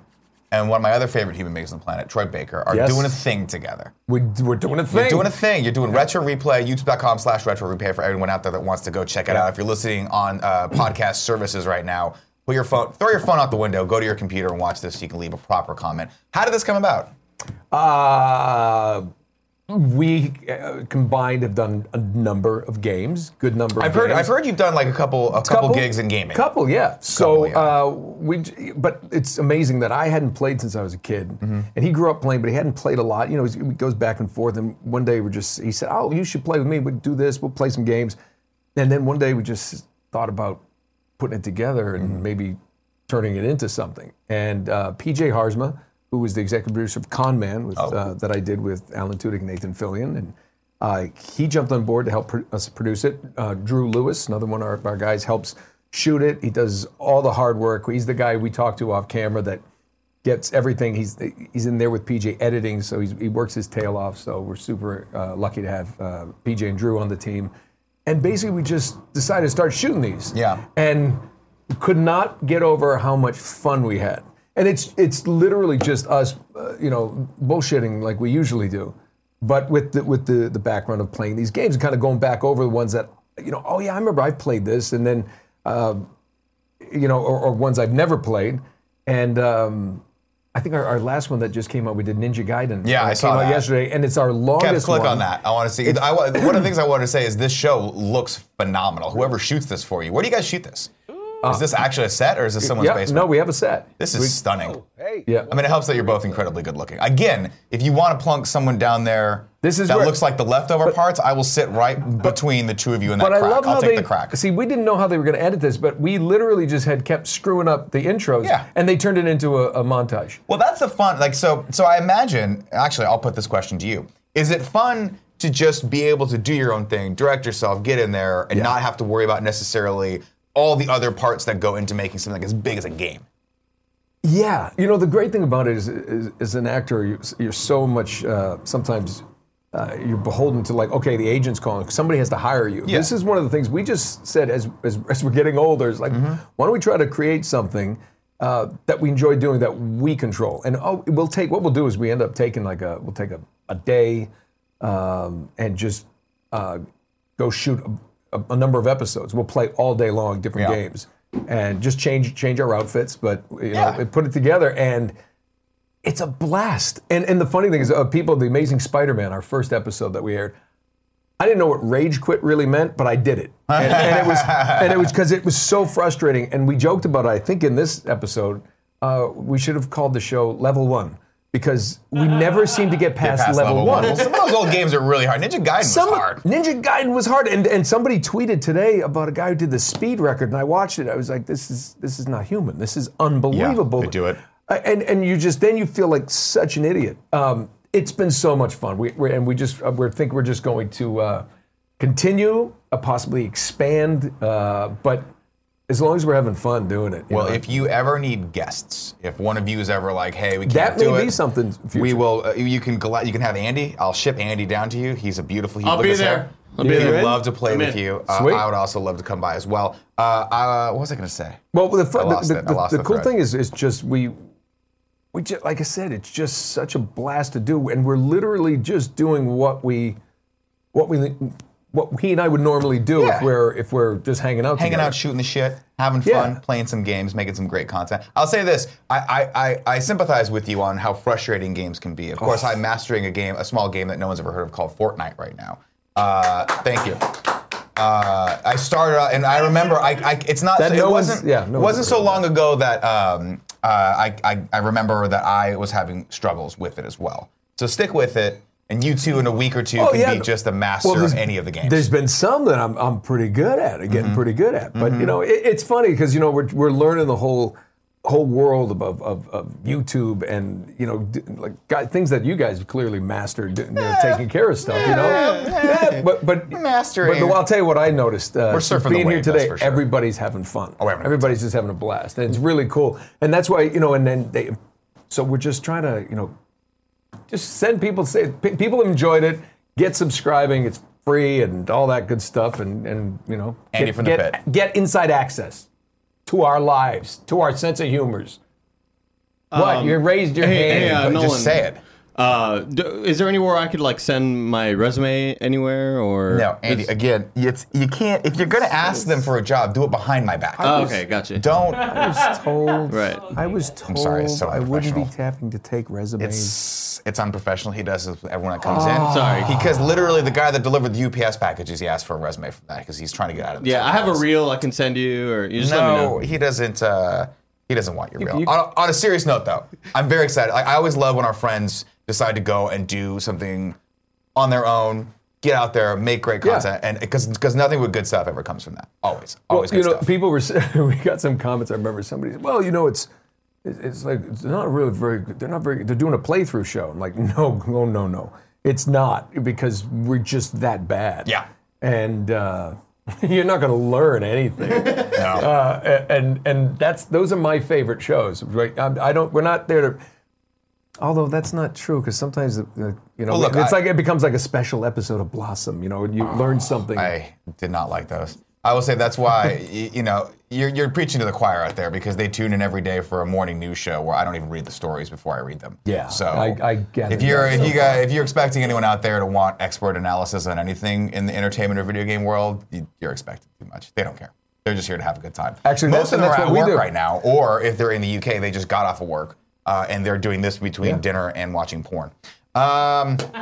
Speaker 1: and one of my other favorite human beings on the planet, Troy Baker, are
Speaker 2: Yes.
Speaker 1: doing a thing together.
Speaker 2: We, we're doing a thing.
Speaker 1: You're doing a thing. You're doing retro replay, youtube.com slash retro replay for everyone out there that wants to go check it out. If you're listening on uh, podcast services right now, put your phone, throw your phone out the window, go to your computer and watch this so you can leave a proper comment. How did this come about?
Speaker 2: Uh, we uh, combined have done a number of games, good number.
Speaker 1: I've
Speaker 2: of
Speaker 1: heard
Speaker 2: games.
Speaker 1: I've heard you've done like a couple a couple, gigs in gaming.
Speaker 2: Couple, yeah. So uh, we, j- but it's amazing that I hadn't played since I was a kid, and he grew up playing, but he hadn't played a lot. You know, he goes back and forth, and one day we're just. He said, "Oh, you should play with me. We'll do this. We'll play some games," and then one day we just thought about putting it together and maybe turning it into something. And uh, PJ Harsma, who was the executive producer of Con Man, with, uh, that I did with Alan Tudyk and Nathan Fillion, and uh, he jumped on board to help pro- us produce it. Uh, Drew Lewis, another one of our, our guys, helps shoot it. He does all the hard work. He's the guy we talk to off camera that gets everything. He's he's in there with PJ editing, so he's, he works his tail off. So we're super uh, lucky to have uh, PJ and Drew on the team. And basically, we just decided to start shooting these. Yeah. And could not get over how much fun we had. And it's it's literally just us, uh, you know, bullshitting like we usually do, but with the, with the the background of playing these games and kind of going back over the ones that you know, oh yeah, I remember I played this, and then. Uh, you know, or, or ones I've never played. And um, I think our, our last one that just came out, we did Ninja Gaiden.
Speaker 1: Yeah,
Speaker 2: Uh,
Speaker 1: I
Speaker 2: it
Speaker 1: saw
Speaker 2: came out
Speaker 1: that.
Speaker 2: yesterday, and it's our
Speaker 1: Kev,
Speaker 2: longest.
Speaker 1: click
Speaker 2: one.
Speaker 1: on that. I want to see. I, wa- one of the things I want to say is this show looks phenomenal. Whoever shoots this for you, where do you guys shoot this? Is this actually a set or is this someone's
Speaker 2: Yep,
Speaker 1: basement?
Speaker 2: Uh, No, we have a set.
Speaker 1: This is
Speaker 2: We- Oh,
Speaker 1: stunning.
Speaker 2: Yeah.
Speaker 1: I mean, it helps that you're both incredibly good looking. Again, if you want to plunk someone down there
Speaker 2: This is
Speaker 1: that
Speaker 2: where-
Speaker 1: looks like the leftover parts, I will sit right between the two of you in that
Speaker 2: But
Speaker 1: crack.
Speaker 2: I love
Speaker 1: will
Speaker 2: how
Speaker 1: take
Speaker 2: they
Speaker 1: the crack.
Speaker 2: see. We didn't know how they were going to edit this, but we literally just had kept screwing up the intros,
Speaker 1: Yeah.
Speaker 2: and they turned it into a, a montage.
Speaker 1: Well, that's the fun. Like, so, so I imagine. Actually, I'll put this question to you: Is it fun to just be able to do your own thing, direct yourself, get in there, and not have to worry about necessarily all the other parts that go into making something as big as a game?
Speaker 2: Yeah, you know the great thing about it is, is as an actor, you- you're so much uh, sometimes uh, you're beholden to like, okay, the agent's calling, somebody has to hire you.
Speaker 1: Yeah.
Speaker 2: This is one of the things we just said as as, as we're getting older. Is like,
Speaker 1: Mm-hmm.
Speaker 2: why don't we try to create something uh, that we enjoy doing that we control? And oh, we'll take what we'll do is we end up taking like a we'll take a, a day um, and just uh, go shoot a, a, a number of episodes. We'll play all day long different
Speaker 1: Yeah.
Speaker 2: games and just change change our outfits, but you
Speaker 1: Yeah.
Speaker 2: know, we put it together and it's a blast. And and the funny thing is, uh, people, the Amazing Spider-Man, our first episode that we aired, I didn't know what rage quit really meant, but I did it, and, and it was and it was because it was so frustrating. And we joked about it. I think in this episode, uh, we should have called the show Level One because we never seem to get past,
Speaker 1: Get past
Speaker 2: level, one.
Speaker 1: Well, some of those old games are really hard. Ninja Gaiden
Speaker 2: Some-
Speaker 1: was hard.
Speaker 2: Ninja Gaiden was hard, and, and somebody tweeted today about a guy who did the speed record, and I watched it. I was like, this is this is not human. This is unbelievable.
Speaker 1: they do it.
Speaker 2: Uh, And and you just then you feel like such an idiot. Um, it's been so much fun. We we're, and we just uh, we think we're just going to uh, continue, uh, possibly expand, uh, but as long as we're having fun doing it. you
Speaker 1: Well,
Speaker 2: know.
Speaker 1: if you ever need guests, if one of you is ever like, "Hey, we can't
Speaker 2: that
Speaker 1: do
Speaker 2: may
Speaker 1: it,"
Speaker 2: be something.
Speaker 1: we will. Uh, you can gla- you can have Andy. I'll ship Andy down to you. He's a beautiful. he-
Speaker 4: I'll
Speaker 1: look
Speaker 4: be
Speaker 1: at his
Speaker 4: there.
Speaker 1: hair.
Speaker 4: I'll be
Speaker 1: He'd
Speaker 4: there.
Speaker 1: love to play
Speaker 4: I'm
Speaker 1: with
Speaker 4: in.
Speaker 1: you. Uh,
Speaker 2: Sweet.
Speaker 1: I would also love to come by as well. Uh, uh, what was I going to say?
Speaker 2: Well, the, fu-
Speaker 1: I lost
Speaker 2: the,
Speaker 1: it. I
Speaker 2: the,
Speaker 1: lost
Speaker 2: the
Speaker 1: the
Speaker 2: cool
Speaker 1: thread.
Speaker 2: thing is, is just we, we just like I said, it's just such a blast to do, and we're literally just doing what we, what we what he and I would normally do
Speaker 1: Yeah.
Speaker 2: if we're if we're just hanging out.
Speaker 1: hanging
Speaker 2: together.
Speaker 1: out, shooting the shit, having
Speaker 2: Yeah.
Speaker 1: fun, playing some games, making some great content. I'll say this: I I, I, I sympathize with you on how frustrating games can be. Of course,
Speaker 2: Oh.
Speaker 1: I'm mastering a game, a small game that no one's ever heard of called Fortnite right now. Uh, thank you. Uh, I started out, and I remember I, I it's not
Speaker 2: That
Speaker 1: it
Speaker 2: no one's-
Speaker 1: wasn't
Speaker 2: yeah, no one's
Speaker 1: wasn't
Speaker 2: ever
Speaker 1: so long ago that um, uh, I, I I remember that I was having struggles with it as well. So stick with it, and you two in a week or two
Speaker 2: Oh,
Speaker 1: can
Speaker 2: yeah.
Speaker 1: be just a master
Speaker 2: Well,
Speaker 1: of
Speaker 2: there's-
Speaker 1: any of the games. Mm-hmm.
Speaker 2: There's been some that I'm, I'm pretty good at, at getting pretty good at. But you know, it, it's funny because you know we're, we're learning the whole whole world of, of, of, of YouTube and you know d- like guy, things that you guys have clearly mastered, d- you know, taking care of stuff. You know, Yeah, but but
Speaker 1: Mastering.
Speaker 2: But, well, I'll tell you what I noticed. Uh,
Speaker 1: We're
Speaker 2: since
Speaker 1: surfing the
Speaker 2: being here
Speaker 1: wave, that's
Speaker 2: today.
Speaker 1: for sure. Oh,
Speaker 2: Everybody's having fun.
Speaker 1: we're having a good
Speaker 2: everybody's just having a blast, and it's really cool. And that's why you know. And then they, so we're just trying to you know, just send people say pe- people enjoyed it. Get subscribing. It's free and all that good stuff. And and you know,
Speaker 1: Andy
Speaker 2: get,
Speaker 1: from the
Speaker 2: get,
Speaker 1: pit.
Speaker 2: get inside access to our lives, to our sense of humors. What
Speaker 4: Um,
Speaker 2: you raised your
Speaker 4: hey,
Speaker 2: hand?
Speaker 4: Hey, uh,
Speaker 2: but
Speaker 4: Nolan,
Speaker 2: just say it.
Speaker 4: Uh, d- is there anywhere I could like send my resume anywhere or
Speaker 1: No, Andy.
Speaker 4: Is-
Speaker 1: Again, it's you can't. If you're gonna ask them for a job, do it behind my back.
Speaker 4: Oh, okay, gotcha.
Speaker 1: Don't.
Speaker 4: uh,
Speaker 2: I was told.
Speaker 4: Right.
Speaker 2: I was told.
Speaker 1: I'm sorry, it's so
Speaker 2: I wouldn't be
Speaker 1: unprofessional.
Speaker 2: having to take resumes.
Speaker 1: It's it's unprofessional. He does this with everyone that comes in.
Speaker 4: Oh. Sorry.
Speaker 1: Because literally, the guy that delivered the UPS packages, he asked for a resume from that because he's trying to get out of. This
Speaker 4: Yeah, I have a
Speaker 1: house.
Speaker 4: reel I can send you, or you just let
Speaker 1: no,
Speaker 4: me know.
Speaker 1: he doesn't. Uh, he doesn't want your real.
Speaker 2: you-
Speaker 1: on, a, on a serious note, though, I'm very excited. Like, I always love when our friends decide to go and do something on their own. Get out there, make great
Speaker 2: Yeah.
Speaker 1: content, and because because nothing but good stuff ever comes from that. Always, always
Speaker 2: well, you
Speaker 1: good
Speaker 2: know,
Speaker 1: stuff.
Speaker 2: people were. sa- we got some comments. I remember somebody. said, Well, you know, it's it's it's like it's not really very. good. They're not very. They're doing a playthrough show. I'm like, no, no, no, no. It's not because we're just that bad.
Speaker 1: Yeah.
Speaker 2: And uh, you're not going to learn anything. Uh, a- and and that's those are my favorite shows. Right. I'm, I don't. We're not there to. Although that's not true, because sometimes uh, you know
Speaker 1: Well, look,
Speaker 2: it's
Speaker 1: I- Oh,
Speaker 2: like it becomes like a special episode of Blossom. You know, and you learn something.
Speaker 1: I did not like those. I will say that's why y- you know you're, you're preaching to the choir out there because they tune in every day for a morning news show where I don't even read the stories before I read them.
Speaker 2: Yeah,
Speaker 1: So
Speaker 2: I- I get
Speaker 1: if
Speaker 2: it.
Speaker 1: you're
Speaker 2: Yeah.
Speaker 1: if you guys, if you're expecting anyone out there to want expert analysis on anything in the entertainment or video game world, you, you're expecting too much. They don't care. They're just here to have a good time.
Speaker 2: Actually,
Speaker 1: most
Speaker 2: that's-
Speaker 1: of them are
Speaker 2: that's
Speaker 1: at
Speaker 2: what we
Speaker 1: work
Speaker 2: do.
Speaker 1: right now, or if they're in the UK, they just got off of work uh, and they're doing this between dinner and watching porn. Um,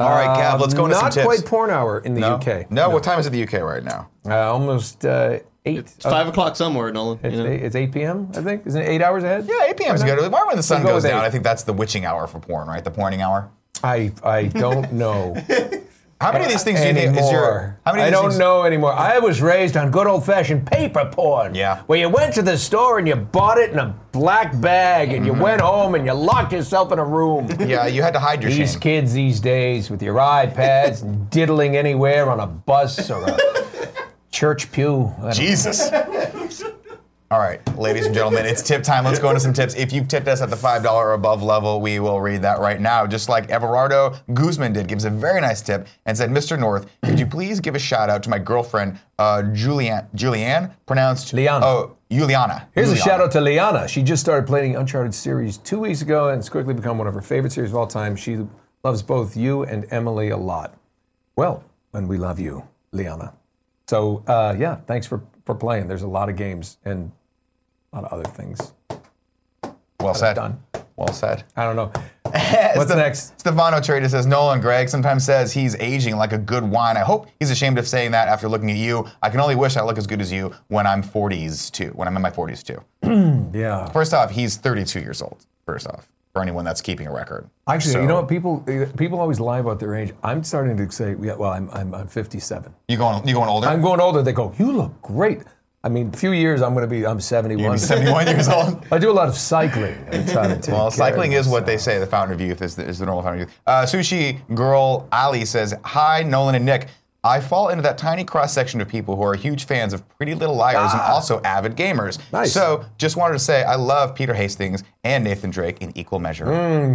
Speaker 1: all right, Cav, let's go into
Speaker 2: not
Speaker 1: some tips.
Speaker 2: quite porn hour in the
Speaker 1: no?
Speaker 2: UK.
Speaker 1: No, what time is it in the UK right now?
Speaker 2: Uh, almost uh, eight.
Speaker 4: It's five o'clock somewhere, Nolan. you
Speaker 2: It's,
Speaker 4: know?
Speaker 2: eight, it's eight p.m. I think. Isn't it eight hours ahead?
Speaker 1: Yeah, 8 p.m. is
Speaker 2: Why not?
Speaker 1: good. Why when the sun
Speaker 2: We'll go
Speaker 1: goes
Speaker 2: with
Speaker 1: down,
Speaker 2: eight.
Speaker 1: I think that's the witching hour for porn, right? The porning hour.
Speaker 2: I I don't know.
Speaker 1: How many of these things do you think
Speaker 2: anymore.
Speaker 1: is your? How many? Of
Speaker 2: I
Speaker 1: these
Speaker 2: don't
Speaker 1: things-
Speaker 2: know anymore. I was raised on good old fashioned paper porn.
Speaker 1: Yeah.
Speaker 2: Where you went to the store and you bought it in a black bag and you went home and you locked yourself in a room.
Speaker 1: Mm-hmm. Yeah, you had to hide your
Speaker 2: These
Speaker 1: shame.
Speaker 2: kids these days with your iPads and diddling anywhere on a bus or a church pew. I don't
Speaker 1: Jesus. All right, ladies and gentlemen, it's tip time. Let's go into some tips. If you've tipped us at the five dollar or above level, we will read that right now. Just like Everardo Guzman did, gives a very nice tip and said, "Mr. North, could you please give a shout out to my girlfriend uh, Julianne? Julianne, pronounced
Speaker 2: Liana.
Speaker 1: Oh, Juliana.
Speaker 2: Here's a
Speaker 1: Juliana.
Speaker 2: shout out to Liana. She just started playing Uncharted series two weeks ago, and it's quickly become one of her favorite series of all time. She loves both you and Emily a lot. Well, and we love you, Liana. So uh, yeah, thanks for for playing. There's a lot of games and a lot of other things.
Speaker 1: Well said.
Speaker 2: done.
Speaker 1: Well said.
Speaker 2: I don't know. What's next?
Speaker 1: Stefano Treda says Nolan Gregg sometimes says he's aging like a good wine. I hope he's ashamed of saying that after looking at you. I can only wish I look as good as you when I'm 40s too. When I'm in my 40s too.
Speaker 2: Yeah.
Speaker 1: First off, he's 32 years old. First off, for anyone that's keeping a record.
Speaker 2: Actually,
Speaker 1: So-
Speaker 2: you know what? People people always lie about their age. I'm starting to say, yeah, well, I'm I'm, I'm 57.
Speaker 1: You going? You going older?
Speaker 2: I'm going older. They go, you look great. I mean, few years, I'm going to be. I'm 71.
Speaker 1: You're 71 years old.
Speaker 2: I do a lot of cycling. I try to take
Speaker 1: Well,
Speaker 2: care of
Speaker 1: cycling is what they
Speaker 2: myself.
Speaker 1: say. The fountain of youth is the, is the normal fountain of youth. Uh, sushi girl Ali says, "Hi, Nolan and Nick. I fall into that tiny cross section of people who are huge fans of Pretty Little Liars and also avid gamers.
Speaker 2: Ah. Nice.
Speaker 1: So, just wanted to say I love Peter
Speaker 2: Hmm.
Speaker 1: Hastings and Nathan Drake in equal measure.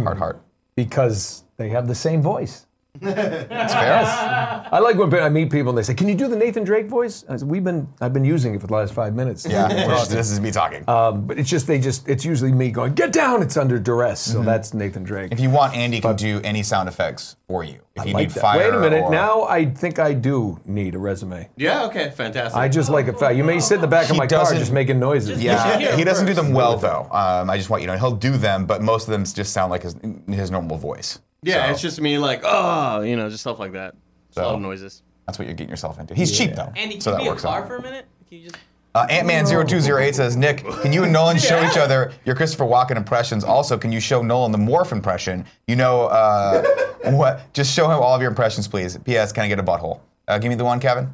Speaker 1: Hard heart.
Speaker 2: because they have the same voice. It's fair. I like when I meet people and they say, "Can you do the Nathan Drake voice?" I said, "We've been, I've been using it for the last five minutes."
Speaker 1: Yeah, which this is me talking.
Speaker 2: Um, but it's just they just, it's usually me going, "Get down!" It's under duress, so that's Nathan Drake.
Speaker 1: Mm-hmm. If you want, Andy can do any sound effects for you. If you
Speaker 2: like
Speaker 1: need
Speaker 2: that.
Speaker 1: fire,
Speaker 2: Wait a minute.
Speaker 1: or-
Speaker 2: Now I think I do need a resume.
Speaker 4: Yeah. Okay. Fantastic.
Speaker 2: I just like it. fa- You may sit in the back of
Speaker 1: He
Speaker 2: my car
Speaker 1: doesn't-
Speaker 2: just making noises.
Speaker 1: Yeah, he doesn't do them well though. Um, I just want you to know he'll do them, but most of them just sound like his his normal voice.
Speaker 4: Yeah, it's just me like, oh, you know, just stuff like that. Just a lot of noises.
Speaker 1: That's what you're getting yourself into. He's cheap though,
Speaker 6: Andy, can
Speaker 1: so
Speaker 6: you
Speaker 1: that
Speaker 6: be a
Speaker 1: works
Speaker 6: car
Speaker 1: out.
Speaker 6: for a minute? Can you just
Speaker 1: Uh, Ant Man 0208 says, Nick, can you and Nolan show each other your Christopher Walken impressions? Also, can you show Nolan the Morph impression? You know uh, what? Just show him all of your impressions, please. P.S. Can I get a butthole? Uh, give me the one, Kevin.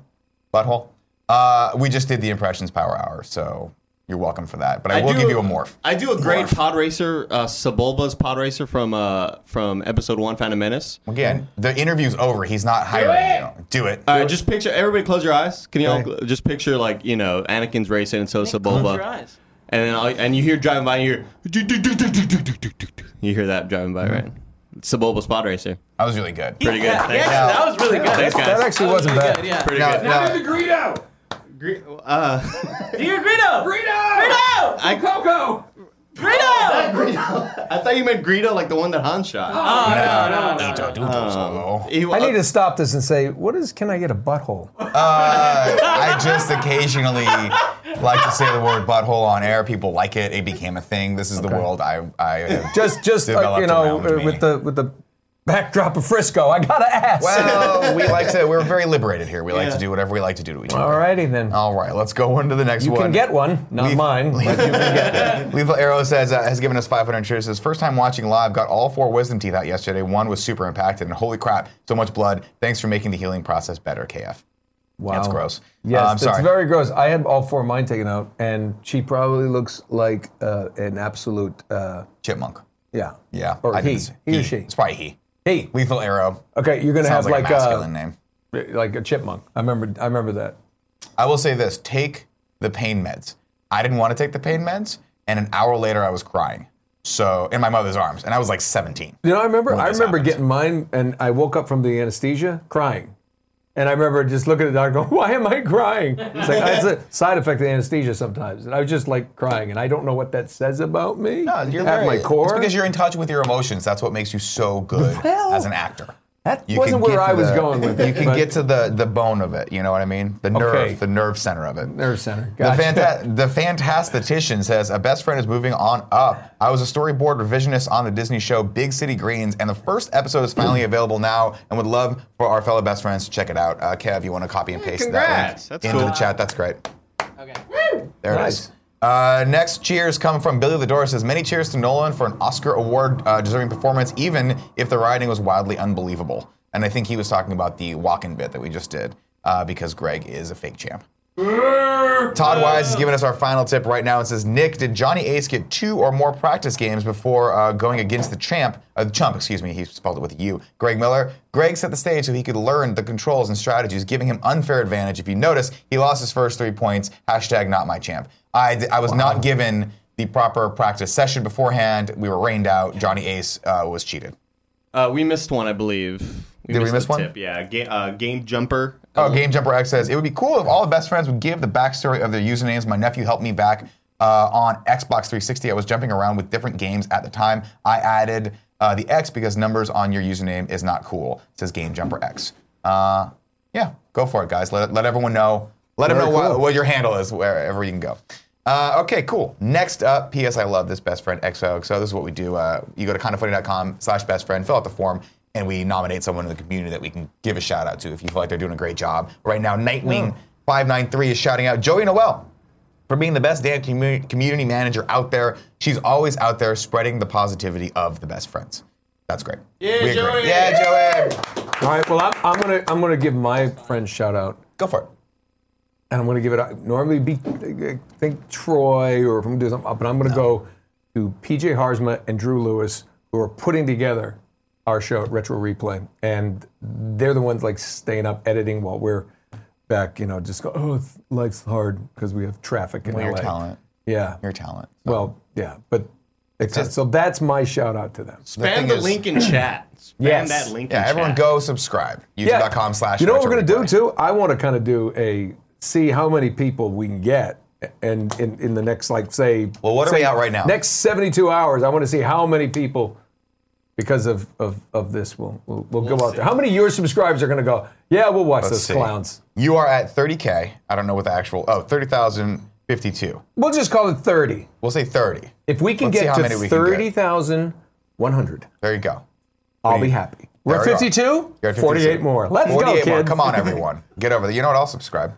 Speaker 1: Butthole. Uh, we just did the impressions power hour, so you're welcome for that. But I, will
Speaker 4: do
Speaker 1: give you a Morph.
Speaker 4: I do a great pod racer, uh, Sebulba's pod racer from uh, from episode one, Phantom Menace.
Speaker 1: Again, the interview's over. He's not hiring you. Do it.
Speaker 4: All right, just picture everybody. Close your eyes. Can you all
Speaker 1: Okay.
Speaker 4: cl- just picture like you know Anakin's racing and so Sebulba.
Speaker 6: close your eyes?
Speaker 4: And then all, and you hear driving by, and you hear "Do, do, do, do, do, do, do, do, do." you hear that driving by, right? Sebulba's pod racer.
Speaker 1: I was really good.
Speaker 4: Pretty good.
Speaker 6: Yeah,
Speaker 4: Thanks.
Speaker 6: yeah, that was really good.
Speaker 4: Thanks, guys.
Speaker 2: That actually wasn't
Speaker 6: really
Speaker 2: bad.
Speaker 6: good, yeah.
Speaker 4: Pretty
Speaker 1: Now-
Speaker 4: good.
Speaker 1: now-
Speaker 3: the Greedo!
Speaker 4: Uh,
Speaker 6: Dear Greedo!
Speaker 3: Greedo!
Speaker 6: Greedo!
Speaker 4: I,
Speaker 3: Coco!
Speaker 6: Greedo!
Speaker 4: I thought you meant Greedo, like the one that Han shot.
Speaker 3: Oh, no, no, no.
Speaker 1: Ito doodles, hello.
Speaker 4: He,
Speaker 2: I need to stop this and say, "What is? Can I get a butthole?"
Speaker 1: Uh, I just occasionally like to say the word butthole on air. People like it. It became a thing. This is the world I, I have
Speaker 2: just just uh,
Speaker 1: developed
Speaker 2: you know
Speaker 1: around
Speaker 2: uh,
Speaker 1: me.
Speaker 2: with the with the backdrop of Frisco. I gotta ask.
Speaker 1: well, we like to. We're very liberated here. We like to do whatever we like to do to each other.
Speaker 2: Alrighty then.
Speaker 1: All right, let's go on to the next
Speaker 2: you
Speaker 1: one.
Speaker 2: can get one, not
Speaker 1: Leave-
Speaker 2: mine. but you can get it.
Speaker 1: Lethal Arrow says uh, has given us 500 cheers. Says first time watching live. Got all four wisdom teeth out yesterday. One was super impacted, and holy crap, so much blood. Thanks for making the healing process better, KF.
Speaker 2: Wow,
Speaker 1: That's gross.
Speaker 2: Yes,
Speaker 1: Uh, I'm
Speaker 2: it's
Speaker 1: sorry.
Speaker 2: very gross. I had all four of mine taken out, and she probably looks like uh, an absolute uh,
Speaker 1: Chipmunk.
Speaker 2: yeah.
Speaker 1: Yeah.
Speaker 2: Or
Speaker 1: think
Speaker 2: he.
Speaker 1: it's-
Speaker 2: He or she.
Speaker 1: It's probably he.
Speaker 2: Hey,
Speaker 1: Lethal Arrow.
Speaker 2: okay, you're gonna
Speaker 1: Sounds
Speaker 2: have like,
Speaker 1: a
Speaker 2: uh,
Speaker 1: masculine name.
Speaker 2: like a chipmunk. I remember. I remember that.
Speaker 1: I will say this: take the pain meds. I didn't want to take the pain meds, and an hour later, I was crying. So in my mother's arms, and I was like 17.
Speaker 2: You know, I remember.
Speaker 1: When
Speaker 2: I
Speaker 1: this
Speaker 2: remember
Speaker 1: happens.
Speaker 2: getting mine, and I woke up from the anesthesia crying, and I remember just looking at the doctor, going, "Why am I crying?" It's like that's a side effect of anesthesia sometimes, and I was just like crying, and I don't know what that says about me
Speaker 1: No, you're
Speaker 2: at
Speaker 1: very-
Speaker 2: my core.
Speaker 1: It's because you're in touch with your emotions. That's what makes you so good
Speaker 2: Well,
Speaker 1: as an actor.
Speaker 2: that
Speaker 1: You
Speaker 2: wasn't
Speaker 1: can
Speaker 2: where
Speaker 1: get
Speaker 2: I
Speaker 1: to
Speaker 2: was
Speaker 1: the-
Speaker 2: going with it.
Speaker 1: You can
Speaker 2: but-
Speaker 1: get to the the bone of it. You know what I mean? The nerve,
Speaker 2: Okay.
Speaker 1: the nerve center of it.
Speaker 2: nerve center.
Speaker 1: The,
Speaker 2: Gotcha.
Speaker 1: fanta- the Fantastatician says, A best friend is moving on up. I was a storyboard revisionist on the Disney show Big City Greens, and the first episode is finally available now, and would love for our fellow best friends to check it out. Uh, Kev, you want to copy and paste
Speaker 4: Mm, congrats.
Speaker 1: that link
Speaker 4: That's
Speaker 1: into the
Speaker 4: cool.
Speaker 1: chat? That's great.
Speaker 6: Okay.
Speaker 1: There it
Speaker 2: Nice.
Speaker 1: is. Uh, next cheers come from Billy the Door says, Many cheers to Nolan for an Oscar award uh, deserving performance, even if the writing was wildly unbelievable. And I think he was talking about the walk in bit that we just did, uh, because Greg is a fake champ. Todd Wise has given us our final tip right now and says, Nick, did Johnny Ace get two or more practice games before uh, going against the champ? Uh, the chump, excuse me, he spelled it with a U. Greg Miller. Greg set the stage so he could learn the controls and strategies, giving him unfair advantage. If you notice, he lost his first three points. Hashtag not my champ. I, d- I was not given the proper practice session beforehand. We were rained out. Johnny Ace uh, was cheated.
Speaker 4: Uh, we missed one, I believe.
Speaker 1: Did we
Speaker 4: missed the
Speaker 1: miss one?
Speaker 4: Tip. Yeah, ga- uh, game jumper.
Speaker 1: Oh, Game Jumper X says it would be cool if all the best friends would give the backstory of their usernames. My nephew helped me back uh, on Xbox 360. I was jumping around with different games at the time. I added uh, the X because numbers on your username is not cool. It says Game Jumper X. Uh, yeah, go for it, guys. Let, let everyone know. Let them know
Speaker 2: Very
Speaker 1: what,
Speaker 2: cool.
Speaker 1: what your handle is wherever you can go. Uh, okay, cool. Next up, PS I Love This Best Friend XOXO. This is what we do. Uh, you go to kindoffunny.com slash best friend, fill out the form, and we nominate someone in the community that we can give a shout out to if you feel like they're doing a great job. Right now, Nightwing593 is shouting out Joey Noel for being the best damn commu- community manager out there. She's always out there spreading the positivity of the best friends. That's great. Yeah,
Speaker 4: Joey.
Speaker 1: Yeah, Joey.
Speaker 2: All right. Well, I'm, I'm gonna I'm gonna give my friend shout out,
Speaker 1: Go for it.
Speaker 2: and I'm gonna give it. out- Normally, be I think Troy or if I'm doing something, but I'm gonna go to PJ Harsma and Drew Lewis, who are putting together our show at Retro Replay, and they're the ones like staying up editing while we're back. You know, just go. Oh, it's- life's hard because we have traffic in
Speaker 1: Well, your
Speaker 2: LA.
Speaker 1: talent.
Speaker 2: Yeah.
Speaker 1: Your talent.
Speaker 2: Well, yeah, but Exactly. So that's my shout out to them.
Speaker 4: Spam the, link in chat. Spam
Speaker 2: Yes.
Speaker 4: that link
Speaker 1: Yeah,
Speaker 4: in
Speaker 1: everyone
Speaker 4: chat.
Speaker 1: go subscribe. YouTube.com slash
Speaker 2: You know what
Speaker 1: retro
Speaker 2: we're gonna do
Speaker 1: replay.
Speaker 2: too? I want to kind of do a see how many people we can get, and in, in the next like say.
Speaker 1: Well, what are
Speaker 2: say,
Speaker 1: we at right now?
Speaker 2: Next seventy-two hours, I want to see how many people, because of of, of this, will will, will go out there. How many of your subscribers are gonna go? Yeah, we'll watch
Speaker 1: Let's
Speaker 2: those
Speaker 1: see.
Speaker 2: clowns.
Speaker 1: You are at 30K. I don't know what the actual, oh, 30,052.
Speaker 2: We'll just call it thirty.
Speaker 1: We'll say 30.
Speaker 2: If we can
Speaker 1: Let's see
Speaker 2: get
Speaker 1: how
Speaker 2: to
Speaker 1: many we can get.
Speaker 2: thirty thousand one hundred,
Speaker 1: There you go.
Speaker 2: I'll
Speaker 1: We-
Speaker 2: be happy. We're at
Speaker 1: There we are.
Speaker 2: 52?
Speaker 1: You're at 52.
Speaker 2: 48 more. Let's go,
Speaker 1: 48
Speaker 2: kids.
Speaker 1: more. Come on, everyone. Get over there. You know what? I'll subscribe.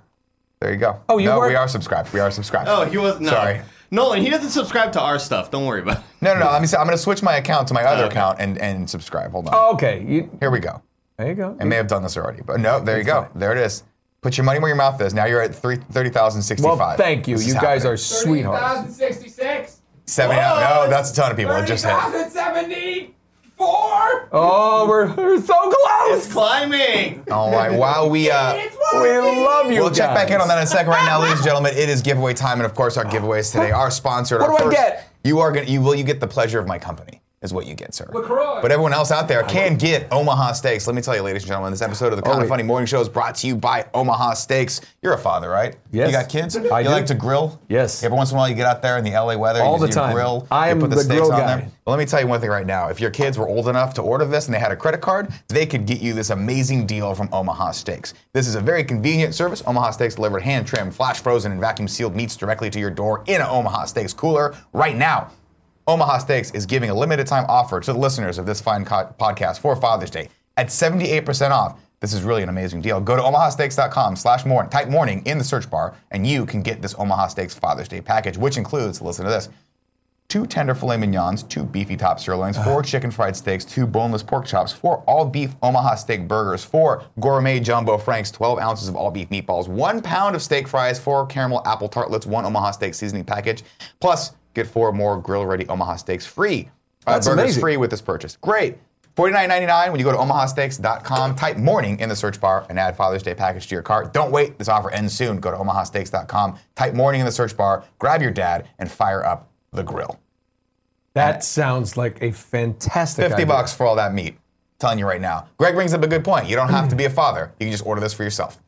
Speaker 1: There you go.
Speaker 2: Oh, you
Speaker 1: No,
Speaker 2: weren't-
Speaker 1: we are subscribed. We are subscribed.
Speaker 4: Oh, he was no.
Speaker 1: Sorry.
Speaker 4: Nolan, he doesn't subscribe to our stuff. Don't worry about it.
Speaker 1: No, no, no. Let me. I'm going to switch my account to my other
Speaker 4: Oh, okay.
Speaker 1: account and, and subscribe. Hold on.
Speaker 2: Oh, okay. You,
Speaker 1: Here we go.
Speaker 2: there you go.
Speaker 1: I may have done this already, but no, there you go. There it is. Put your money where your mouth is. Now you're at three- 30,065.
Speaker 2: Well, thank you.
Speaker 1: This is
Speaker 2: You guys
Speaker 1: happening.
Speaker 2: are sweethearts.
Speaker 3: 30,066.
Speaker 1: Seven out. No, that's a ton of people. It just hit.
Speaker 3: 30,074.
Speaker 2: Oh, we're, we're so
Speaker 4: It's
Speaker 2: close.
Speaker 4: climbing.
Speaker 1: All right. While we uh,
Speaker 3: It's
Speaker 2: We
Speaker 3: working.
Speaker 2: love you
Speaker 1: we'll
Speaker 2: guys.
Speaker 1: check back in on that in a second. Right now, ladies and gentlemen, it is giveaway time, and of course, our giveaways today are sponsored.
Speaker 2: What
Speaker 1: Our
Speaker 2: do I
Speaker 1: first-
Speaker 2: get?
Speaker 1: You are gonna. You will. You get the pleasure of my company. Is what you get, sir.
Speaker 3: LaCroix.
Speaker 1: But everyone else out there can get Omaha Steaks. Let me tell you, ladies and gentlemen, this episode of the Kind
Speaker 2: Oh, wait.
Speaker 1: of Funny Morning Show is brought to you by Omaha Steaks. You're a father, right?
Speaker 2: Yes.
Speaker 1: You got kids?
Speaker 2: I
Speaker 1: you
Speaker 2: do.
Speaker 1: like to grill?
Speaker 2: Yes.
Speaker 1: Every once in a while, you get out there in the LA weather.
Speaker 2: All
Speaker 1: you,
Speaker 2: the
Speaker 1: you
Speaker 2: time.
Speaker 1: Grill.
Speaker 2: I
Speaker 1: you
Speaker 2: am
Speaker 1: put the,
Speaker 2: the
Speaker 1: steaks
Speaker 2: grill
Speaker 1: on
Speaker 2: guy.
Speaker 1: there. Well, let me tell you one thing right now. If your kids were old enough to order this and they had a credit card, they could get you this amazing deal from Omaha Steaks. This is a very convenient service. Omaha Steaks delivered hand trimmed, flash frozen, and vacuum sealed meats directly to your door in an Omaha Steaks cooler right now. Omaha Steaks is giving a limited time offer to the listeners of this fine co- podcast for Father's Day at 78% off. This is really an amazing deal. Go to omahasteaks.com slash morning, type morning in the search bar, and you can get this Omaha Steaks Father's Day package, which includes, listen to this, two tender filet mignons, two beefy top sirloins, four chicken fried steaks, two boneless pork chops, four all beef Omaha steak burgers, four gourmet jumbo franks, 12 ounces of all beef meatballs, one pound of steak fries, four caramel apple tartlets, one Omaha steak seasoning package, plus get four more grill ready Omaha steaks free. Uh,
Speaker 2: That's
Speaker 1: burgers
Speaker 2: amazing.
Speaker 1: free with this purchase. Great. $49.99 when you go to omahasteaks.com, type morning in the search bar and add Father's Day package to your cart. Don't wait, this offer ends soon. Go to omahasteaks.com, type morning in the search bar, grab your dad, and fire up the grill.
Speaker 2: That sounds like a fantastic
Speaker 1: 50
Speaker 2: idea.
Speaker 1: bucks for all that meat. telling you right now. Greg brings up a good point. You don't have to be a
Speaker 2: Mm.
Speaker 1: father. You can just order this for yourself.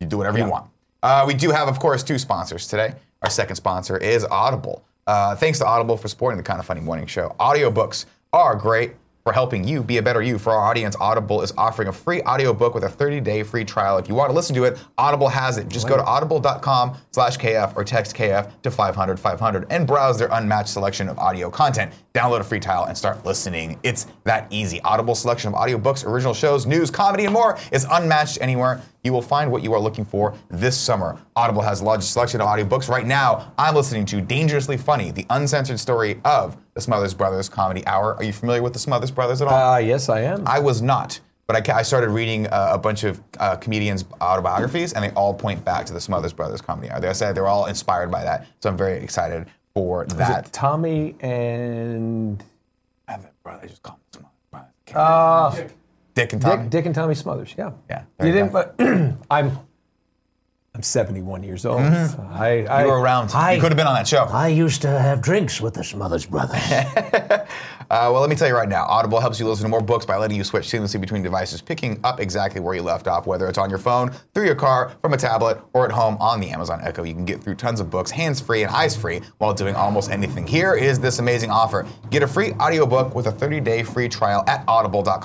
Speaker 1: You do whatever you want. Uh, we do have, of course, two sponsors today. Our second sponsor is Audible. Uh, thanks to Audible for supporting the Kind of Funny Morning Show. Audiobooks are great for helping you be a better you. For our audience, Audible is offering a free audiobook with a 30-day free trial. If you want to listen to it, Audible has it. Just go to audible.com slash KF or text KF to 500 500 and browse their unmatched selection of audio content. Download a free trial and start listening. It's that easy. Audible selection of audiobooks, original shows, news, comedy, and more is unmatched anywhere. You will find what you are looking for this summer. Audible has the largest selection of audiobooks. Right now, I'm listening to Dangerously Funny, the uncensored story of the Smothers Brothers Comedy Hour. Are you familiar with the Smothers Brothers at all?
Speaker 2: Ah, yes, I am.
Speaker 1: I was not. But I, ca- I started reading uh, a bunch of uh, comedians' autobiographies, and they all point back to the Smothers Brothers comedy hour. They said they're all inspired by that, so I'm very excited for
Speaker 2: Is
Speaker 1: that.
Speaker 2: it Tommy and
Speaker 1: Bro, they just call them Smothers Brothers. Can't-
Speaker 2: uh,
Speaker 1: Dick and Tommy.
Speaker 2: Dick, Dick and Tommy Smothers. Yeah.
Speaker 1: Yeah, there
Speaker 2: You
Speaker 1: you
Speaker 2: didn't. But I'm. I'm 71 years old. I, I
Speaker 1: Mm-hmm. you were around.
Speaker 16: I-
Speaker 1: you could have been on that show.
Speaker 16: I used to have drinks with the Smothers Brothers.
Speaker 1: Uh, well, let me tell you right now, Audible helps you listen to more books by letting you switch seamlessly between devices, picking up exactly where you left off, whether it's on your phone, through your car, from a tablet, or at home on the Amazon Echo. You can get through tons of books hands free and eyes free while doing almost anything. Here is this amazing offer: get a free audiobook with a 30-day free trial at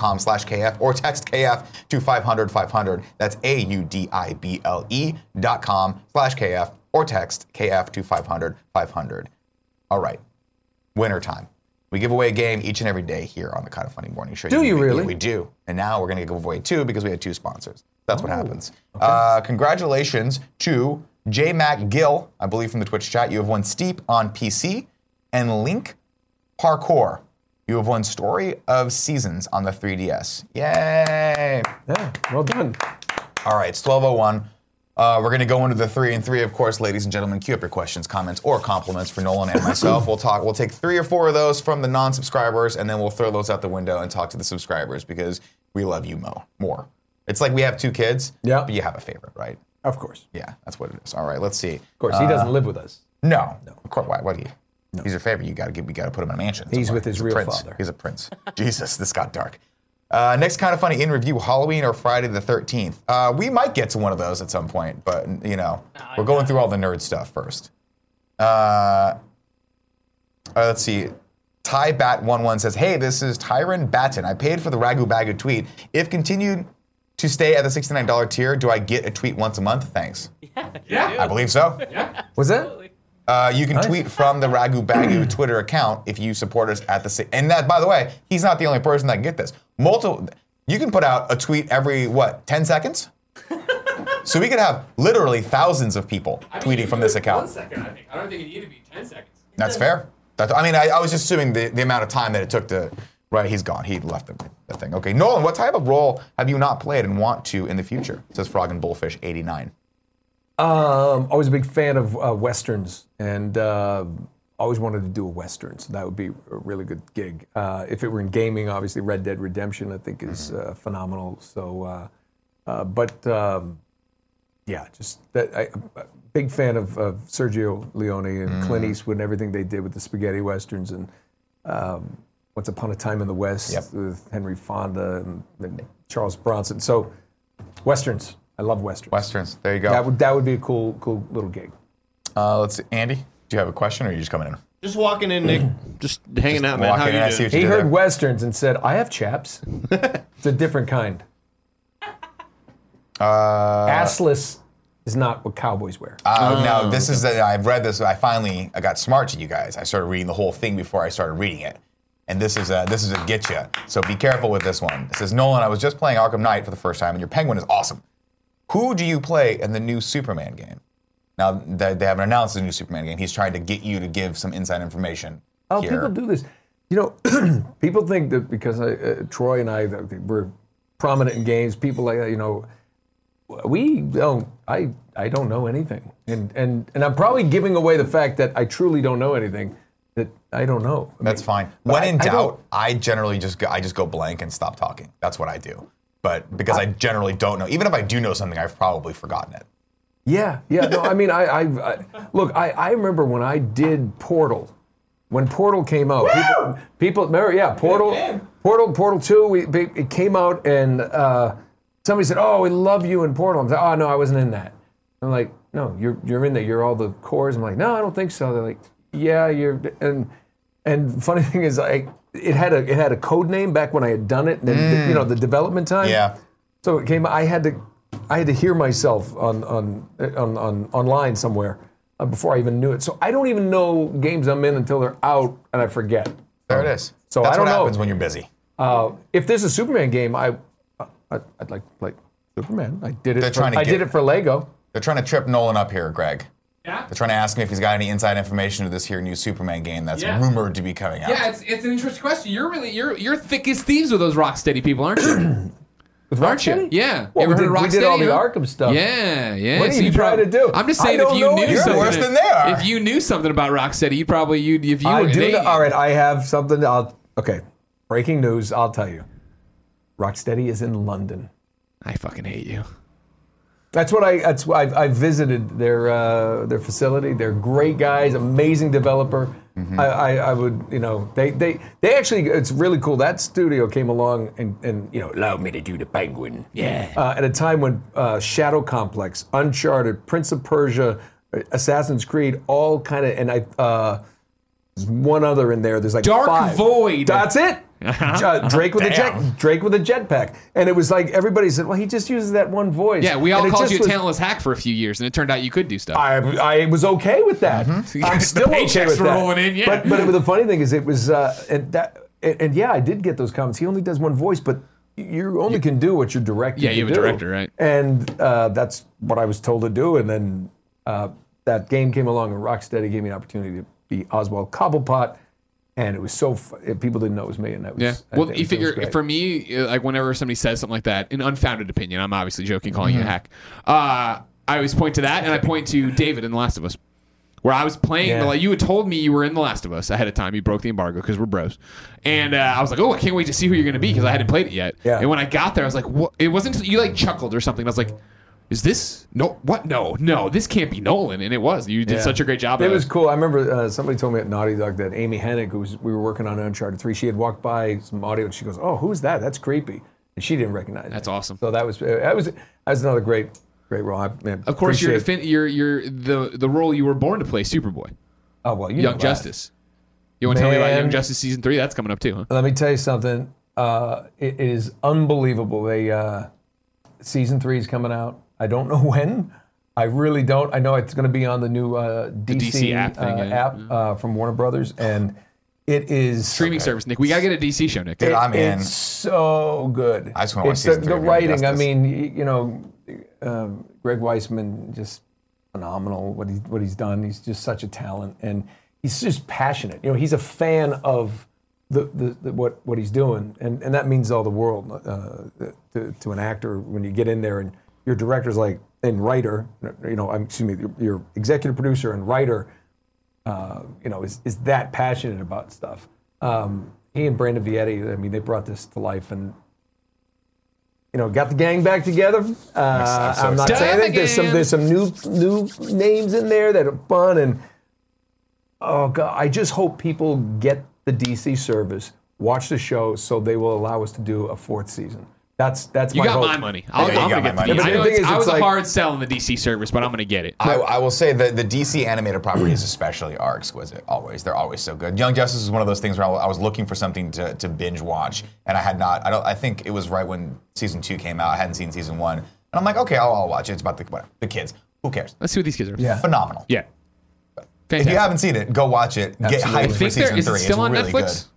Speaker 1: audible.com/kf or text KF to 500 500. That's A U D I B L E dot com slash KF or text KF to 500 500. All right winter time. We give away a game each and every day here on the Kind of Funny Morning Show.
Speaker 2: Do you really?
Speaker 1: We do. And now we're going to give away two because we had two sponsors. That's
Speaker 2: Oh,
Speaker 1: what happens. Uh, congratulations to J Mac Gill, I believe from the Twitch chat. You have won Steep on PC and Link Parkour. You have won Story of Seasons on the 3DS. Yay!
Speaker 2: Yeah. Well done.
Speaker 1: All right, it's 1201. Uh, we're going to go into the three and three, of course, ladies and gentlemen. Cue up your questions, comments, or compliments for Nolan and myself. We'll talk. We'll take three or four of those from the non-subscribers, and then we'll throw those out the window and talk to the subscribers because we love you mo more. It's like we have two kids.
Speaker 2: Yeah.
Speaker 1: But you have a favorite, right?
Speaker 2: Of course.
Speaker 1: Yeah, that's what it is. All right, let's see.
Speaker 2: Of course. He doesn't live with us.
Speaker 1: No. No. Of course. Why? What do you? He's your favorite. You got to give. You got to put him in a mansion.
Speaker 2: He's
Speaker 1: somewhere.
Speaker 2: with his
Speaker 1: a
Speaker 2: real
Speaker 1: prince.
Speaker 2: father.
Speaker 1: He's a prince. Jesus, this got dark. Uh, next kind of funny in review: Halloween or Friday the Thirteenth. Uh, we might get to one of those at some point, but you know, we're going through all the nerd stuff first. Uh, uh, let's see. Ty Bat 11 says, Hey, this is Tyron Batten. I paid for the Ragu Bagu tweet. If continued to stay at the $69 tier, do I get a tweet once a month? Thanks.
Speaker 3: Yeah.
Speaker 1: I believe so. Yeah.
Speaker 2: Was that?
Speaker 1: Uh, you can tweet from the Ragu Bagu Twitter account if you support us at the. si- And that, by the way, he's not the only person that can get this. Multiple. You can put out a tweet every, what, 10 seconds? so we could have literally thousands of people tweeting from this account.
Speaker 3: One second, I think. I don't think it needed to be 10 seconds.
Speaker 1: That's fair. That's, I mean, I, I was just assuming the, the amount of time that it took to. Right, he's gone. He left the, the thing. Okay, Nolan, what type of role have you not played and want to in the future? Says Frog and Bullfish 89.
Speaker 2: Um, always a big fan of uh, westerns, and uh, always wanted to do a western, so that would be a really good gig. Uh, if it were in gaming, obviously Red Dead Redemption, I think, is uh, phenomenal. So, uh, uh, but um, yeah, just that I, I'm a big fan of, of Sergio Leone and Clint Eastwood and everything they did with the spaghetti westerns and um, Once Upon a Time in the West with Henry Fonda and, and Charles Bronson. So, westerns. I love westerns.
Speaker 1: Westerns. There you go.
Speaker 2: That would that would be a cool cool little gig.
Speaker 1: Uh, let's see. Andy, do you have a question or are you just coming in?
Speaker 4: Just walking in, Nick. Just hanging out, man.
Speaker 1: walking
Speaker 4: How
Speaker 1: in, I
Speaker 4: you
Speaker 1: see
Speaker 4: doing?
Speaker 1: what you
Speaker 2: He
Speaker 1: did
Speaker 2: heard
Speaker 1: there.
Speaker 2: westerns and said, "I have chaps." it's a different kind.
Speaker 1: Uh,
Speaker 2: Assless is not what cowboys wear.
Speaker 1: Uh, no, this
Speaker 2: Oh,
Speaker 1: is that I've read this. I finally I got smart to you guys. I started reading the whole thing before I started reading it. And this is a this is a getcha. So be careful with this one. It says Nolan, I was just playing Arkham Knight for the first time, and your penguin is awesome. Who do you play in the new Superman game? Now they, they haven't announced the new Superman game. He's trying to get you to give some inside information.
Speaker 2: Oh,
Speaker 1: here.
Speaker 2: people do this. You know, people think that because I, uh, Troy and I that we're prominent in games, people like that, you know, we don't. I I don't know anything, and and and I'm probably giving away the fact that I truly don't know anything. That I don't know. I
Speaker 1: That's
Speaker 2: mean,
Speaker 1: fine.
Speaker 2: but
Speaker 1: When
Speaker 2: I-
Speaker 1: in
Speaker 2: I don't-
Speaker 1: doubt, I generally just go, I just go blank and stop talking. That's what I do. But because I generally don't know, even if I do know something, I've probably forgotten it.
Speaker 2: Yeah, yeah. No, I mean, I, I, I look. I, I remember when I did Portal, when Portal came out. People, people remember, yeah, Portal, Portal, Portal Two. We, they- it came out, and uh, somebody said, "Oh, we love you in Portal." I'm like, "Oh no, I wasn't in that." I'm like, "No, you're you're in there. You're all the cores." I'm like, "No, I don't think so." They're like, "Yeah, you're." And and funny thing is, I it had a it had a code name back when I had done it, and then, you know the development time.
Speaker 1: Yeah.
Speaker 2: So it came. I had to, I had to hear myself on on on, on online somewhere uh, before I even knew it. So I don't even know games I'm in until they're out, and I forget.
Speaker 1: There it is.
Speaker 2: So
Speaker 1: That's
Speaker 2: I don't
Speaker 1: what
Speaker 2: know.
Speaker 1: happens when you're busy.
Speaker 2: Uh, if there's a Superman game, I, I I'd like to play Superman. I did it.
Speaker 1: They're
Speaker 2: for,
Speaker 1: trying to
Speaker 2: I
Speaker 1: get-
Speaker 2: did it for Lego.
Speaker 1: They're trying to trip Nolan up here, Greg. Yeah. They're trying to ask him if he's got any inside information to this here new Superman game that's
Speaker 5: Yeah.
Speaker 1: rumored to be coming out.
Speaker 5: Yeah, it's, it's an interesting question. You're really you're you're thick as thieves with those Rocksteady people, aren't you?
Speaker 2: with
Speaker 5: aren't you?
Speaker 2: Rocksteady?
Speaker 5: Yeah.
Speaker 2: Well,
Speaker 5: you ever
Speaker 2: we
Speaker 5: heard
Speaker 2: did- we
Speaker 5: of Rocksteady?
Speaker 2: did all the
Speaker 5: huh?
Speaker 2: Arkham stuff.
Speaker 5: Yeah, yeah.
Speaker 2: What are
Speaker 5: so
Speaker 2: you trying
Speaker 5: prob-
Speaker 2: to do?
Speaker 5: I'm just
Speaker 2: I
Speaker 5: saying, if
Speaker 2: don't
Speaker 5: you
Speaker 2: know
Speaker 5: knew
Speaker 2: anything. You're
Speaker 5: something,
Speaker 2: worse
Speaker 1: than they are.
Speaker 5: If you knew something about Rocksteady, you probably you'd if you
Speaker 2: I
Speaker 5: were
Speaker 2: do.
Speaker 5: they,
Speaker 2: know- all right, I have something. I'll okay. Breaking news. I'll tell you. Rocksteady is in London.
Speaker 5: I fucking hate you.
Speaker 2: That's what I. That's why I've, I've visited their uh, their facility. They're great guys, amazing developer.
Speaker 5: Mm-hmm.
Speaker 2: I, I, I would, you know, they, they they actually. It's really cool. That studio came along and and you know allow me to do the penguin.
Speaker 5: Yeah.
Speaker 2: Uh, at a time when uh, Shadow Complex, Uncharted, Prince of Persia, uh, Assassin's Creed, all kind of, and I. Uh, there's one other in there. There's like
Speaker 5: Dark
Speaker 2: five.
Speaker 5: Void.
Speaker 2: That's it. Uh, Drake with a
Speaker 5: Damn.
Speaker 2: jet. Drake with a jetpack. And it was like everybody said, "Well, he just uses that one voice."
Speaker 5: Yeah, we all
Speaker 2: And it
Speaker 5: called
Speaker 2: just
Speaker 5: you a
Speaker 2: was-
Speaker 5: talentless hack for a few years, and it turned out you could do stuff. Mm-hmm.
Speaker 2: I, I was okay with that. I'm
Speaker 5: The
Speaker 2: still okay
Speaker 5: paychecks
Speaker 2: with
Speaker 5: were
Speaker 2: that.
Speaker 5: rolling in, yeah.
Speaker 2: But but the funny thing is, it was uh, and that and, and yeah, I did get those comments. He only does one voice, but you only can do what you're directed.
Speaker 5: Yeah,
Speaker 2: to
Speaker 5: you have a
Speaker 2: do.
Speaker 5: director, right?
Speaker 2: And uh, that's what I was told to do. And then uh, that game came along, and Rocksteady gave me an opportunity to be Oswald Cobblepot, and it was so fu- people didn't know it was me, and that was
Speaker 5: Yeah.
Speaker 2: I
Speaker 5: Well,
Speaker 2: think it
Speaker 5: you
Speaker 2: was
Speaker 5: figure
Speaker 2: great.
Speaker 5: for me, uh, like whenever somebody says something like that, an unfounded opinion, I'm obviously joking, calling
Speaker 2: Mm-hmm.
Speaker 5: you a hack. Uh, I always point to that, and I point to David in The Last of Us, where I was playing.
Speaker 2: Yeah.
Speaker 5: Like you had told me you were in The Last of Us ahead of time. You broke the embargo because we're bros, and uh, I was like, oh, I can't wait to see who you're gonna be because I hadn't played it yet.
Speaker 2: Yeah.
Speaker 5: And when I got there, I was like, what? It wasn't. You like chuckled or something. and I was like. is this no what no no this can't be Nolan and it was you did
Speaker 2: Yeah.
Speaker 5: such a great job
Speaker 2: It
Speaker 5: of
Speaker 2: was cool. I remember uh, somebody told me at Naughty Dog that Amy Hennig, who was, we were working on Uncharted 3, she had walked by some audio and she goes, Oh, who's that? That's creepy. And she didn't recognize That's
Speaker 5: awesome.
Speaker 2: So that was, uh, that was, that was another great, great role. I, man,
Speaker 5: of course you're,
Speaker 2: appreciate-
Speaker 5: defend, you're you're the the role you were born to play Superboy
Speaker 2: Oh well, you
Speaker 5: Young
Speaker 2: know that.
Speaker 5: Justice you want to tell me about
Speaker 2: Man.
Speaker 5: Young Justice season three that's coming up too huh
Speaker 2: Let me tell you something. Uh, it it is unbelievable. They uh, season three is coming out. I don't know when. I really don't. I know it's going to be on the new uh, DC,
Speaker 5: DC app thing,
Speaker 2: uh,
Speaker 5: yeah,
Speaker 2: app uh, from Warner Brothers, and it is
Speaker 5: streaming service Nick we gotta get a DC show Nick
Speaker 2: It- It's so good.
Speaker 5: I just wanna watch
Speaker 2: It's
Speaker 5: season
Speaker 2: the,
Speaker 5: three
Speaker 2: the
Speaker 5: of Young
Speaker 2: writing. I
Speaker 5: Justice.
Speaker 2: mean, y- you know, um, Greg Weisman just phenomenal. What he what he's done. He's just such a talent, and he's just passionate. You know, he's a fan of the, the, the what what he's doing, and and that means all the world uh, to, to an actor when you get in there and your director's like and writer. You know, I'm, excuse me, your, your executive producer and writer uh, you know, is, is that passionate about stuff. Um, he and Brandon Vietti, I mean, they brought this to life and, you know, got the gang back together.
Speaker 17: I'm
Speaker 2: Uh,
Speaker 17: so
Speaker 2: I'm not
Speaker 17: excited.
Speaker 2: saying that there's some there's some new new names in there that are fun and oh god, I just hope people get the DC service, watch the show, so they will allow us to do a fourth season. That's that's
Speaker 5: you
Speaker 2: my
Speaker 5: got
Speaker 2: hope.
Speaker 5: my money I'll, I'm gonna get the
Speaker 2: Yeah, but
Speaker 5: I, know
Speaker 2: the thing
Speaker 5: it's-
Speaker 2: is,
Speaker 5: I
Speaker 2: it's
Speaker 5: was
Speaker 2: like-
Speaker 5: a hard sell on the DC service but I'm gonna get it
Speaker 1: I, I will say that the DC animated properties, especially, are exquisite. Always, they're always so good. Young Justice is one of those things where I wa- I was looking for something to, to binge watch, and I had not. I don't. I think it was right when season two came out. I hadn't seen season one, and I'm like, okay, I'll, I'll watch it. It's about the whatever, the kids. Who cares?
Speaker 5: Let's see what these kids are
Speaker 1: Yeah, phenomenal.
Speaker 5: Yeah.
Speaker 1: If you haven't seen it, go watch it. Get
Speaker 5: Absolutely.
Speaker 1: hyped
Speaker 5: I think
Speaker 1: for
Speaker 5: there-
Speaker 1: season
Speaker 5: is it
Speaker 1: three.
Speaker 5: still
Speaker 1: it's
Speaker 5: on
Speaker 1: really
Speaker 5: Netflix?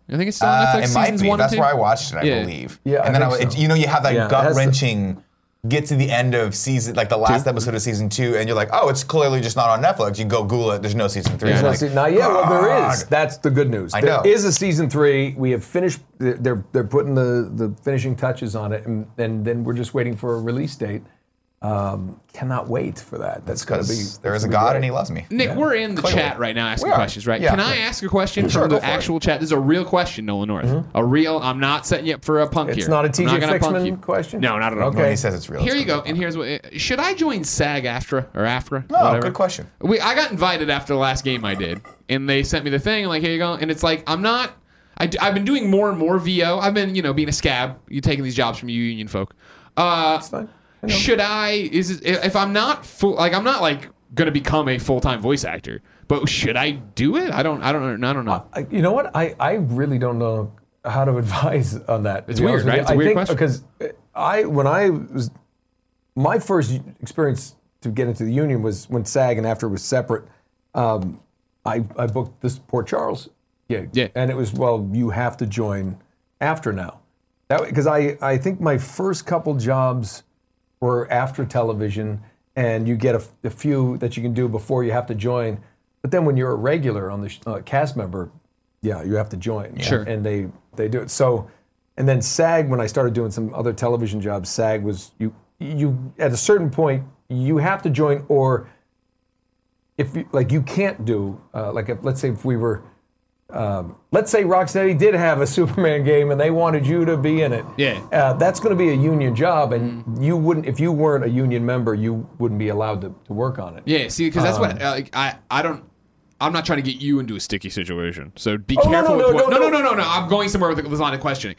Speaker 1: good.
Speaker 5: I think it's still on
Speaker 1: Uh,
Speaker 5: Netflix,
Speaker 1: It might
Speaker 5: seasons
Speaker 1: be.
Speaker 5: one and
Speaker 1: That's
Speaker 5: two?
Speaker 1: where I watched it, I
Speaker 5: Yeah.
Speaker 1: believe.
Speaker 5: Yeah, I
Speaker 1: and then
Speaker 5: think
Speaker 1: I, it-
Speaker 5: so.
Speaker 1: you know you have that
Speaker 5: Yeah, it has the-
Speaker 1: gut wrenching. Get to the end of season, like the last episode of season two, and you're like, "Oh, it's clearly just not on Netflix." You go Google it. There's no season three.
Speaker 2: There's
Speaker 1: You're
Speaker 2: no
Speaker 1: like,
Speaker 2: se- not yet. Well, there is.
Speaker 1: "God."
Speaker 2: That's the good news.
Speaker 1: I
Speaker 2: There
Speaker 1: know.
Speaker 2: is a season three. We have finished. They're they're putting the the finishing touches on it, and, and then we're just waiting for a release date. Um, cannot wait for that. That's gonna be.
Speaker 1: because there
Speaker 2: that's
Speaker 1: is a
Speaker 2: gonna be
Speaker 1: God
Speaker 2: great.
Speaker 1: and He loves me.
Speaker 5: Nick, we're in the
Speaker 1: Clearly.
Speaker 5: chat right now asking
Speaker 1: We are.
Speaker 5: questions, right?
Speaker 1: Yeah.
Speaker 5: Can I ask a question
Speaker 1: Sure,
Speaker 5: from
Speaker 1: go
Speaker 5: the
Speaker 1: for it. Mm-hmm.
Speaker 5: actual chat? This is a real question, Nolan North. A real. I'm not setting you up for a punk
Speaker 2: It's
Speaker 5: here.
Speaker 2: not a
Speaker 5: I'm
Speaker 2: T.J.
Speaker 5: gonna punk
Speaker 2: Fixman
Speaker 5: you.
Speaker 2: question?
Speaker 5: No, not at all.
Speaker 2: Okay. When he says
Speaker 1: it's real,
Speaker 5: Here
Speaker 1: it's
Speaker 5: you go. And here's what. Should I join SAG-AFTRA or AFTRA?
Speaker 1: Oh,
Speaker 5: Whatever.
Speaker 1: good question.
Speaker 5: We I got invited after the last game I did, and they sent me the thing. and like, here you go. And it's like I'm not. I, have been doing more and more VO. I've been, you know, being a scab. You taking these jobs from you union folk. Uh, should I? Is it, if I'm not full, like I'm not like gonna become a full time voice actor, but should I do it? I don't. I don't. I don't know.
Speaker 2: I- You know what? I, I really don't know how to advise on that. to
Speaker 5: It's
Speaker 2: be
Speaker 5: weird,
Speaker 2: honest with
Speaker 5: right?
Speaker 2: you.
Speaker 5: It's a
Speaker 2: I
Speaker 5: weird
Speaker 2: think
Speaker 5: question.
Speaker 2: because I when I was my first experience to get into the union was when SAG and after it was separate. Um, I I booked this Port Charles gig, yeah, and it was well you have to join after now, that because I I think my first couple jobs were after television, and you get a, a few that you can do before you have to join. But then when you're a regular on the sh- uh, cast member, yeah, you have to join.
Speaker 5: Sure.
Speaker 2: And they they do it. So, and then SAG when I started doing some other television jobs, SAG was you you at a certain point you have to join or if you, like you can't do uh, like if, let's say if we were um, let's say Rocksteady did have a Superman game and they wanted you to be in it.
Speaker 5: Yeah. Mm-hmm.
Speaker 2: Uh, that's going to be a union job, and you wouldn't if you weren't a union member, you wouldn't be allowed to, to work on it.
Speaker 5: Yeah. See, because that's
Speaker 2: Um,
Speaker 5: what uh, like, I. I don't. I'm not trying to get you into a sticky situation. So be
Speaker 2: Oh, no,
Speaker 5: careful.
Speaker 2: no,
Speaker 5: with
Speaker 2: no,
Speaker 5: what,
Speaker 2: no, no.
Speaker 5: no, no, no, no. I'm going somewhere with this line of questioning.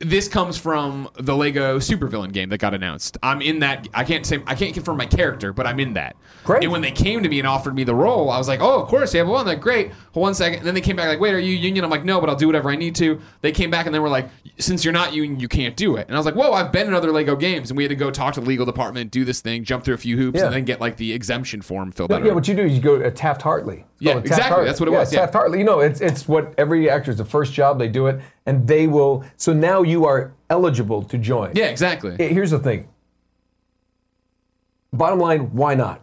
Speaker 5: This comes from the Lego supervillain game that got announced. I'm in that. I can't say I can't confirm my character, but I'm in that. Great. And when they came to me and offered me the role, I was like, "Oh, of course, yeah, well, like, great." Hold one second. And then they came back like, "Wait, are you union?" I'm like, "No, but I'll do whatever I need to." They came back and they were like, "Since you're not union, you can't do it." And I was like, "Whoa, I've been in other Lego games." And we had to go talk to the legal department, do this thing, jump through a few hoops,
Speaker 2: Yeah.
Speaker 5: and then get like the exemption form filled
Speaker 2: No,
Speaker 5: out. or
Speaker 2: yeah, what you do is you go to Taft Hartley.
Speaker 5: Yeah, exactly. That's what it was, yeah.
Speaker 2: Taft Hartley. You know, it's it's what every actor's the first job they do it, and they will. So now you are eligible to join.
Speaker 5: Yeah, exactly.
Speaker 2: Eh, Here's the thing. Bottom line, why not?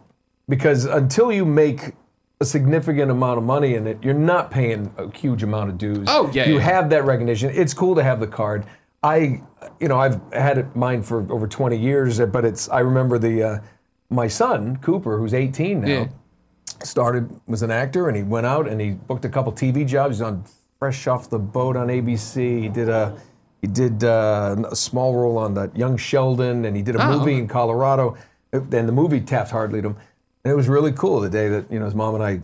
Speaker 2: Because until you make a significant amount of money in it, you're not paying a huge amount of dues.
Speaker 5: Oh, yeah,
Speaker 2: You
Speaker 5: yeah.
Speaker 2: have that recognition. It's cool to have the card. I, you know, I've had it mine for over 20 years, but it's. I remember the uh, my son Cooper, who's 18 now
Speaker 5: Yeah.
Speaker 2: started was an actor and he went out and he booked a couple TV jobs. He's on Fresh Off the Boat on ABC. He did a he did uh, a small role on that Young Sheldon and he did a
Speaker 5: Oh.
Speaker 2: movie in Colorado. and the movie Taft hardly him. And it was really cool the day that you know his mom and I,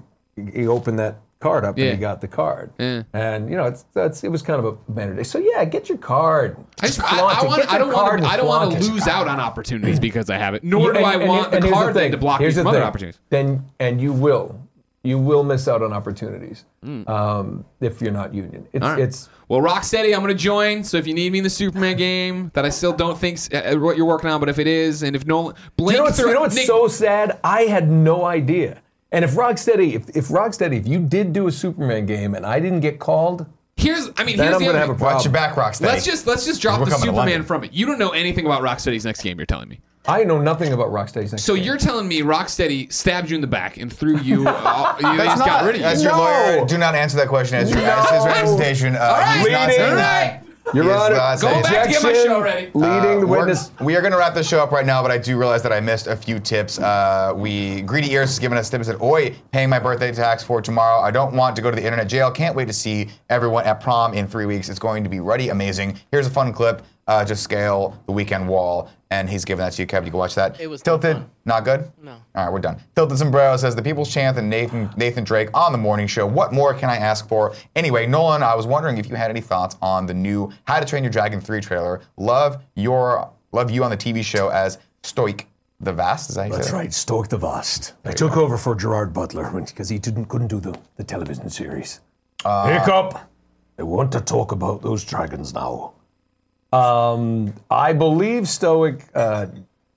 Speaker 2: he opened that card up and
Speaker 5: Yeah.
Speaker 2: he got the card.
Speaker 5: Yeah.
Speaker 2: And you know it's that's it was kind of a banner day. So yeah, get your card.
Speaker 5: I, just, I,
Speaker 2: flaunt
Speaker 5: I,
Speaker 2: it.
Speaker 5: wanna,
Speaker 2: Get
Speaker 5: I
Speaker 2: your
Speaker 5: don't
Speaker 2: card
Speaker 5: want.
Speaker 2: and
Speaker 5: I don't want to
Speaker 2: flaunt it.
Speaker 5: lose out on opportunities because I have it. Nor do
Speaker 2: Yeah,
Speaker 5: I
Speaker 2: and- and-
Speaker 5: want
Speaker 2: and
Speaker 5: the
Speaker 2: here's
Speaker 5: card then
Speaker 2: thing.
Speaker 5: to block me
Speaker 2: Here's
Speaker 5: from
Speaker 2: the
Speaker 5: other
Speaker 2: thing.
Speaker 5: opportunities.
Speaker 2: Then and you will, you will miss out on opportunities um, if you're not union. It's
Speaker 5: Hmm. All right.
Speaker 2: it's
Speaker 5: Well, Rocksteady, I'm going to join. So if you need me in the Superman game that I still don't think's uh, what you're working on, but if it is, and if Nolan,
Speaker 2: you
Speaker 5: Blink
Speaker 2: know what's,
Speaker 5: through,
Speaker 2: you know what's
Speaker 5: Nick,
Speaker 2: so sad? I had no idea. And if Rocksteady, if, if Rocksteady, if you did do a Superman game and I didn't get called,
Speaker 5: here's I mean
Speaker 2: then
Speaker 5: here's
Speaker 2: I'm
Speaker 5: the
Speaker 2: going to
Speaker 5: other
Speaker 2: have a
Speaker 5: thing.
Speaker 2: problem.
Speaker 5: Let's just let's just drop
Speaker 2: We're
Speaker 5: the
Speaker 2: coming to
Speaker 5: Superman
Speaker 2: London.
Speaker 5: from it. You don't know anything about Rocksteady's next game. You're telling me.
Speaker 2: I know nothing about Rocksteady's next
Speaker 5: So you're telling me Rocksteady stabbed you in the back and threw you. Uh, you they
Speaker 1: That's
Speaker 5: just got
Speaker 1: not-
Speaker 5: rid of you.
Speaker 1: As your lawyer, do not answer that question as your
Speaker 5: No.
Speaker 1: as his representation. Uh,
Speaker 5: All right.
Speaker 1: he's not
Speaker 5: Leading.
Speaker 1: saying
Speaker 5: All
Speaker 1: that.
Speaker 5: right.
Speaker 1: He
Speaker 5: Your
Speaker 1: is
Speaker 5: Honor,
Speaker 1: not
Speaker 5: go
Speaker 1: saying
Speaker 5: back to get my show ready. Leading the
Speaker 1: we're-
Speaker 5: witness.
Speaker 1: We are going to wrap the show up right now, but I do realize that I missed a few tips. Uh, we Greedy Ears has given us tips that, oi, paying my birthday tax for tomorrow. I don't want to go to the internet jail. Can't wait to see everyone at prom in three weeks. It's going to be ruddy amazing. Here's a fun clip. Uh, just scale the weekend wall. And he's giving that to you, Kev. You can watch that. It was tilted. Not good. No. All right, we're done. Tilted Sombrero says the People's Chant and Nathan Nathan Drake on the morning show. What more can I ask for? Anyway, Nolan, I was wondering if you had any thoughts on the new How to Train Your Dragon 3 trailer. Love your love you on the TV show as Stoik the Vast. Is that how you say
Speaker 16: That's
Speaker 1: that?
Speaker 16: right, Stoke the Vast. I took over for Gerard Butler because he didn't couldn't do the, the television series.
Speaker 2: Uh,
Speaker 16: Hiccup. I want to talk about those dragons now.
Speaker 2: Um, I believe Stoic uh,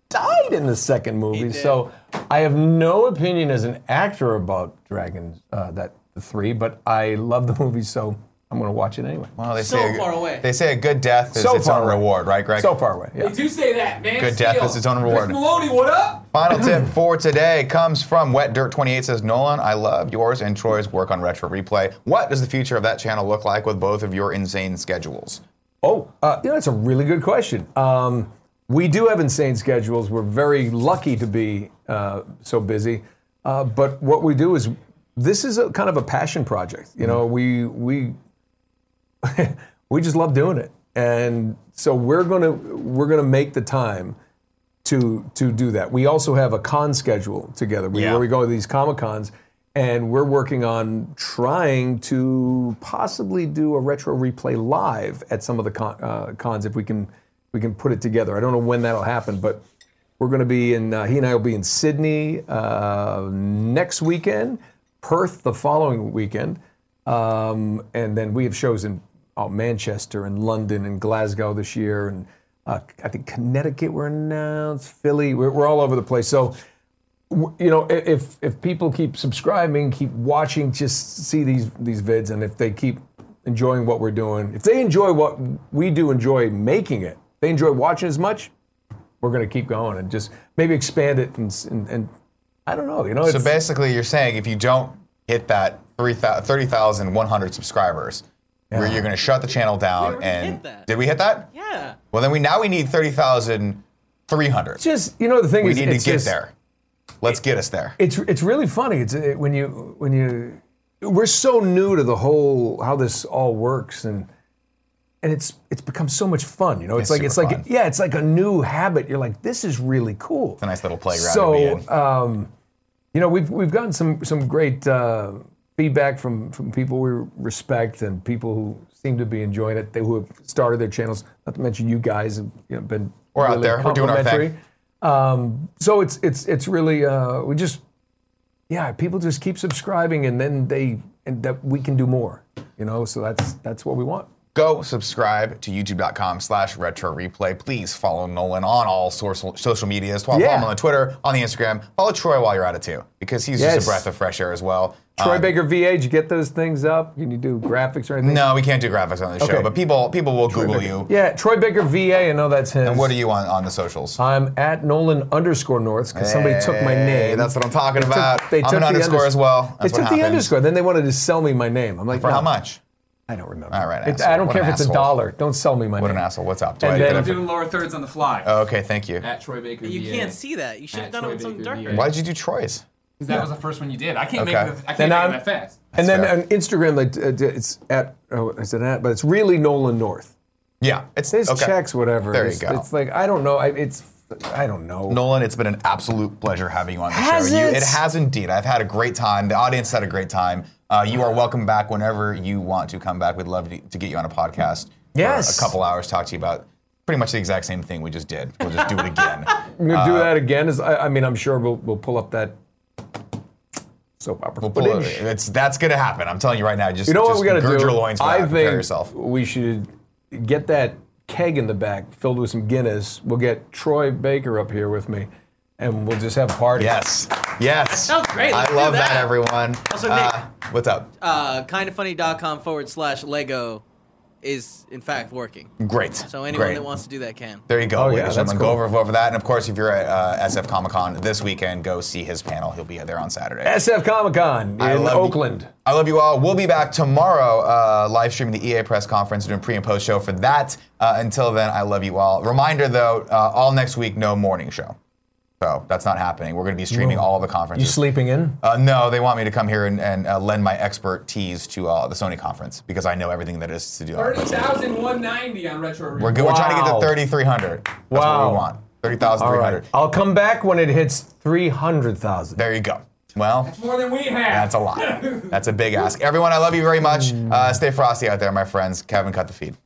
Speaker 2: died in the second movie, so I have no opinion as an actor about Dragons uh, that the three, but I love the movie, so I'm going to watch it anyway.
Speaker 1: Well, they
Speaker 3: So
Speaker 1: say a-
Speaker 3: far away.
Speaker 1: They say a good death is
Speaker 2: So
Speaker 1: its
Speaker 2: far
Speaker 1: own
Speaker 2: away.
Speaker 1: reward, right, Greg?
Speaker 2: So far away. Yeah.
Speaker 3: They do say that, man.
Speaker 1: Good death
Speaker 3: Steel.
Speaker 1: is its own reward.
Speaker 3: Chris Maloney, what up?
Speaker 1: Final tip for today comes from Wet Dirt 28 says, Nolan, I love yours and Troy's work on Retro Replay. What does the future of that channel look like with both of your insane schedules?
Speaker 2: Oh, uh, yeah, that's a really good question. Um, we do have insane schedules. We're very lucky to be uh, so busy. Uh, but what we do is this is a kind of a passion project. You know, we we we just love doing it, and so we're gonna we're gonna make the time to to do that. We also have a con schedule together we,
Speaker 1: Yeah.
Speaker 2: where we go to these comic cons, and we're working on trying to possibly do a retro replay live at some of the con, uh, cons if we can we can put it together. I don't know when that'll happen, but we're going to be in. Uh, he and I will be in Sydney uh, next weekend, Perth the following weekend, um, and then we have shows in oh, Manchester and London and Glasgow this year, and uh, I think Connecticut we're announced, Philly. We're, we're all over the place. So w- you know, i- if if people keep subscribing, keep watching, just see these these vids, and if they keep enjoying what we're doing, if they enjoy what we do, enjoy making it, they enjoy watching as much. We're going to keep going and just maybe expand it and s- and, and I don't know. You know,
Speaker 1: so
Speaker 2: it's,
Speaker 1: basically, you're saying if you don't hit that 30,100 subscribers, where you're going to shut the channel down and did we hit that?
Speaker 6: Yeah.
Speaker 1: Well, then we now we need 30,300.
Speaker 2: just you know the thing
Speaker 1: we
Speaker 2: is
Speaker 1: need to get
Speaker 2: it's just-
Speaker 1: there. Let's get us there.
Speaker 2: It's it's really funny. It's it, when you when you we're so new to the whole how this all works and and it's it's become so much fun. You know,
Speaker 1: It's
Speaker 2: it's, like it's
Speaker 1: super
Speaker 2: like yeah, it's like a new habit. You're like this is really cool.
Speaker 1: It's a nice little playground to be in.
Speaker 2: So um, you know we've we've gotten some some great uh, feedback from from people we respect and people who seem to be enjoying it. They who have started their channels. Not to mention you guys have you know, been
Speaker 1: We're out there. We're doing our thing.
Speaker 2: complimentary. Um, so it's it's it's really uh, we just yeah people just keep subscribing and then they and that we can do more you know so that's that's what we want.
Speaker 1: go subscribe to youtube.com slash retro replay please follow nolan on all social, social medias follow, follow
Speaker 2: Yeah.
Speaker 1: him on twitter on the instagram follow troy while you're at it too because he's just
Speaker 2: Yes.
Speaker 1: a breath of fresh air as well
Speaker 2: Troy
Speaker 1: Uh,
Speaker 2: Baker VA, did you get those things up? Can you do graphics or anything?
Speaker 1: Um, no we can't do graphics on the show
Speaker 2: Okay.
Speaker 1: but people people will google you
Speaker 2: Yeah, Troy Baker VA. I know that's him.
Speaker 1: and what are you on on the socials
Speaker 2: I'm at Nolan underscore North because somebody took my
Speaker 1: Hey,
Speaker 2: name.
Speaker 1: that's what I'm talking
Speaker 2: They took-
Speaker 1: about.
Speaker 2: they
Speaker 1: I'm
Speaker 2: took
Speaker 1: an
Speaker 2: the
Speaker 1: underscore
Speaker 2: unders-
Speaker 1: as well.
Speaker 2: They
Speaker 1: That's what
Speaker 2: took the
Speaker 1: happens.
Speaker 2: underscore. Then they wanted to sell me my name. I'm like,
Speaker 1: for how
Speaker 2: no.
Speaker 1: much
Speaker 2: I don't remember.
Speaker 1: all right
Speaker 2: It's-
Speaker 1: asshole.
Speaker 2: I don't
Speaker 1: What
Speaker 2: care
Speaker 1: an
Speaker 2: if it's a
Speaker 1: asshole.
Speaker 2: dollar. Don't sell me my
Speaker 1: what
Speaker 2: name.
Speaker 1: an asshole what's up
Speaker 2: And
Speaker 1: Dwight?
Speaker 2: then-
Speaker 1: Did I
Speaker 3: I'm
Speaker 1: for-
Speaker 3: doing lower thirds on the fly.
Speaker 1: Oh, okay thank you
Speaker 3: At Troy Baker.
Speaker 6: You
Speaker 3: VA.
Speaker 6: can't see that. You should have
Speaker 3: At
Speaker 6: done it
Speaker 3: Troy
Speaker 6: with something
Speaker 3: Baker,
Speaker 6: darker.
Speaker 3: yeah.
Speaker 1: why did you do troy's
Speaker 3: 'Cause that was the first one you did. I can't
Speaker 1: Okay.
Speaker 3: make it. I can't
Speaker 2: Then
Speaker 3: make
Speaker 2: I'm-
Speaker 3: it that fast.
Speaker 2: and then
Speaker 1: fair.
Speaker 2: on Instagram, they, uh, d- it's at, oh, I said at, but it's really Nolan North.
Speaker 1: yeah it's
Speaker 2: It's
Speaker 1: okay.
Speaker 2: checks, whatever.
Speaker 1: There you
Speaker 2: it's,
Speaker 1: go.
Speaker 2: It's like, I don't know. I, it's I don't know.
Speaker 1: Nolan, it's been an absolute pleasure having you on the
Speaker 2: Has
Speaker 1: show. You-
Speaker 2: it?
Speaker 1: it has indeed. I've had a great time. The audience had a great time. Uh, you are welcome back whenever you want to come back. We'd love to, to get you on a podcast. for
Speaker 2: Yes.
Speaker 1: A couple hours, talk to you about pretty much the exact same thing we just did. We'll just do it again.
Speaker 2: I'm gonna
Speaker 1: uh,
Speaker 2: do that again. Is I, I mean, I'm sure we'll we'll pull up that soap opera
Speaker 1: We'll pull it.
Speaker 2: footage.
Speaker 1: It's, that's going to happen. I'm telling you right now. Just,
Speaker 2: you know what
Speaker 1: just
Speaker 2: we gotta
Speaker 1: gird
Speaker 2: do?
Speaker 1: your loins for that
Speaker 2: I
Speaker 1: and
Speaker 2: think
Speaker 1: prepare yourself.
Speaker 2: we should get that keg in the back filled with some Guinness. We'll get Troy Baker up here with me, and we'll just have a party.
Speaker 1: Yes, yes. That
Speaker 6: sounds great. Let's
Speaker 1: I
Speaker 6: do
Speaker 1: love that,
Speaker 6: that.
Speaker 1: everyone.
Speaker 6: Also, Nick-
Speaker 1: what's up?
Speaker 6: Uh, kindoffunny.com forward slash Lego is in fact working.
Speaker 1: Great.
Speaker 6: So anyone
Speaker 1: Great.
Speaker 6: that wants to do that can.
Speaker 1: There you go.
Speaker 2: Oh,
Speaker 1: ladies
Speaker 2: yeah,
Speaker 1: and
Speaker 2: that's
Speaker 1: gentlemen.
Speaker 2: cool.
Speaker 1: Go over, vote for that. And of course, if you're at uh, SF Comic Con this weekend, go see his panel. He'll be there on Saturday.
Speaker 2: SF Comic Con in
Speaker 1: I love you-
Speaker 2: Oakland.
Speaker 1: I love you all. We'll be back tomorrow, uh, live streaming the EA press conference, doing pre and post show for that. Uh, until then, I love you all. Reminder though, uh, all next week, no morning show. So that's not happening. We're going to be streaming all the
Speaker 2: You
Speaker 1: conferences.
Speaker 2: sleeping in?
Speaker 1: Uh, no, they want me to come here and, and uh, lend my expertise to uh, the Sony conference because I know everything that is to do. on it.
Speaker 3: 30,190 on retro.
Speaker 1: We're, good. we're trying to get
Speaker 2: Wow.
Speaker 1: to 3,300. That's what
Speaker 2: Wow.
Speaker 1: we want.
Speaker 2: All
Speaker 1: 30,300.
Speaker 2: right. I'll come back when it hits 300,000.
Speaker 1: There you go. Well,
Speaker 3: More than we have.
Speaker 1: that's a lot. That's a big ask. Everyone, I love you very much. Uh, stay frosty out there, my friends. Kevin, cut the feed.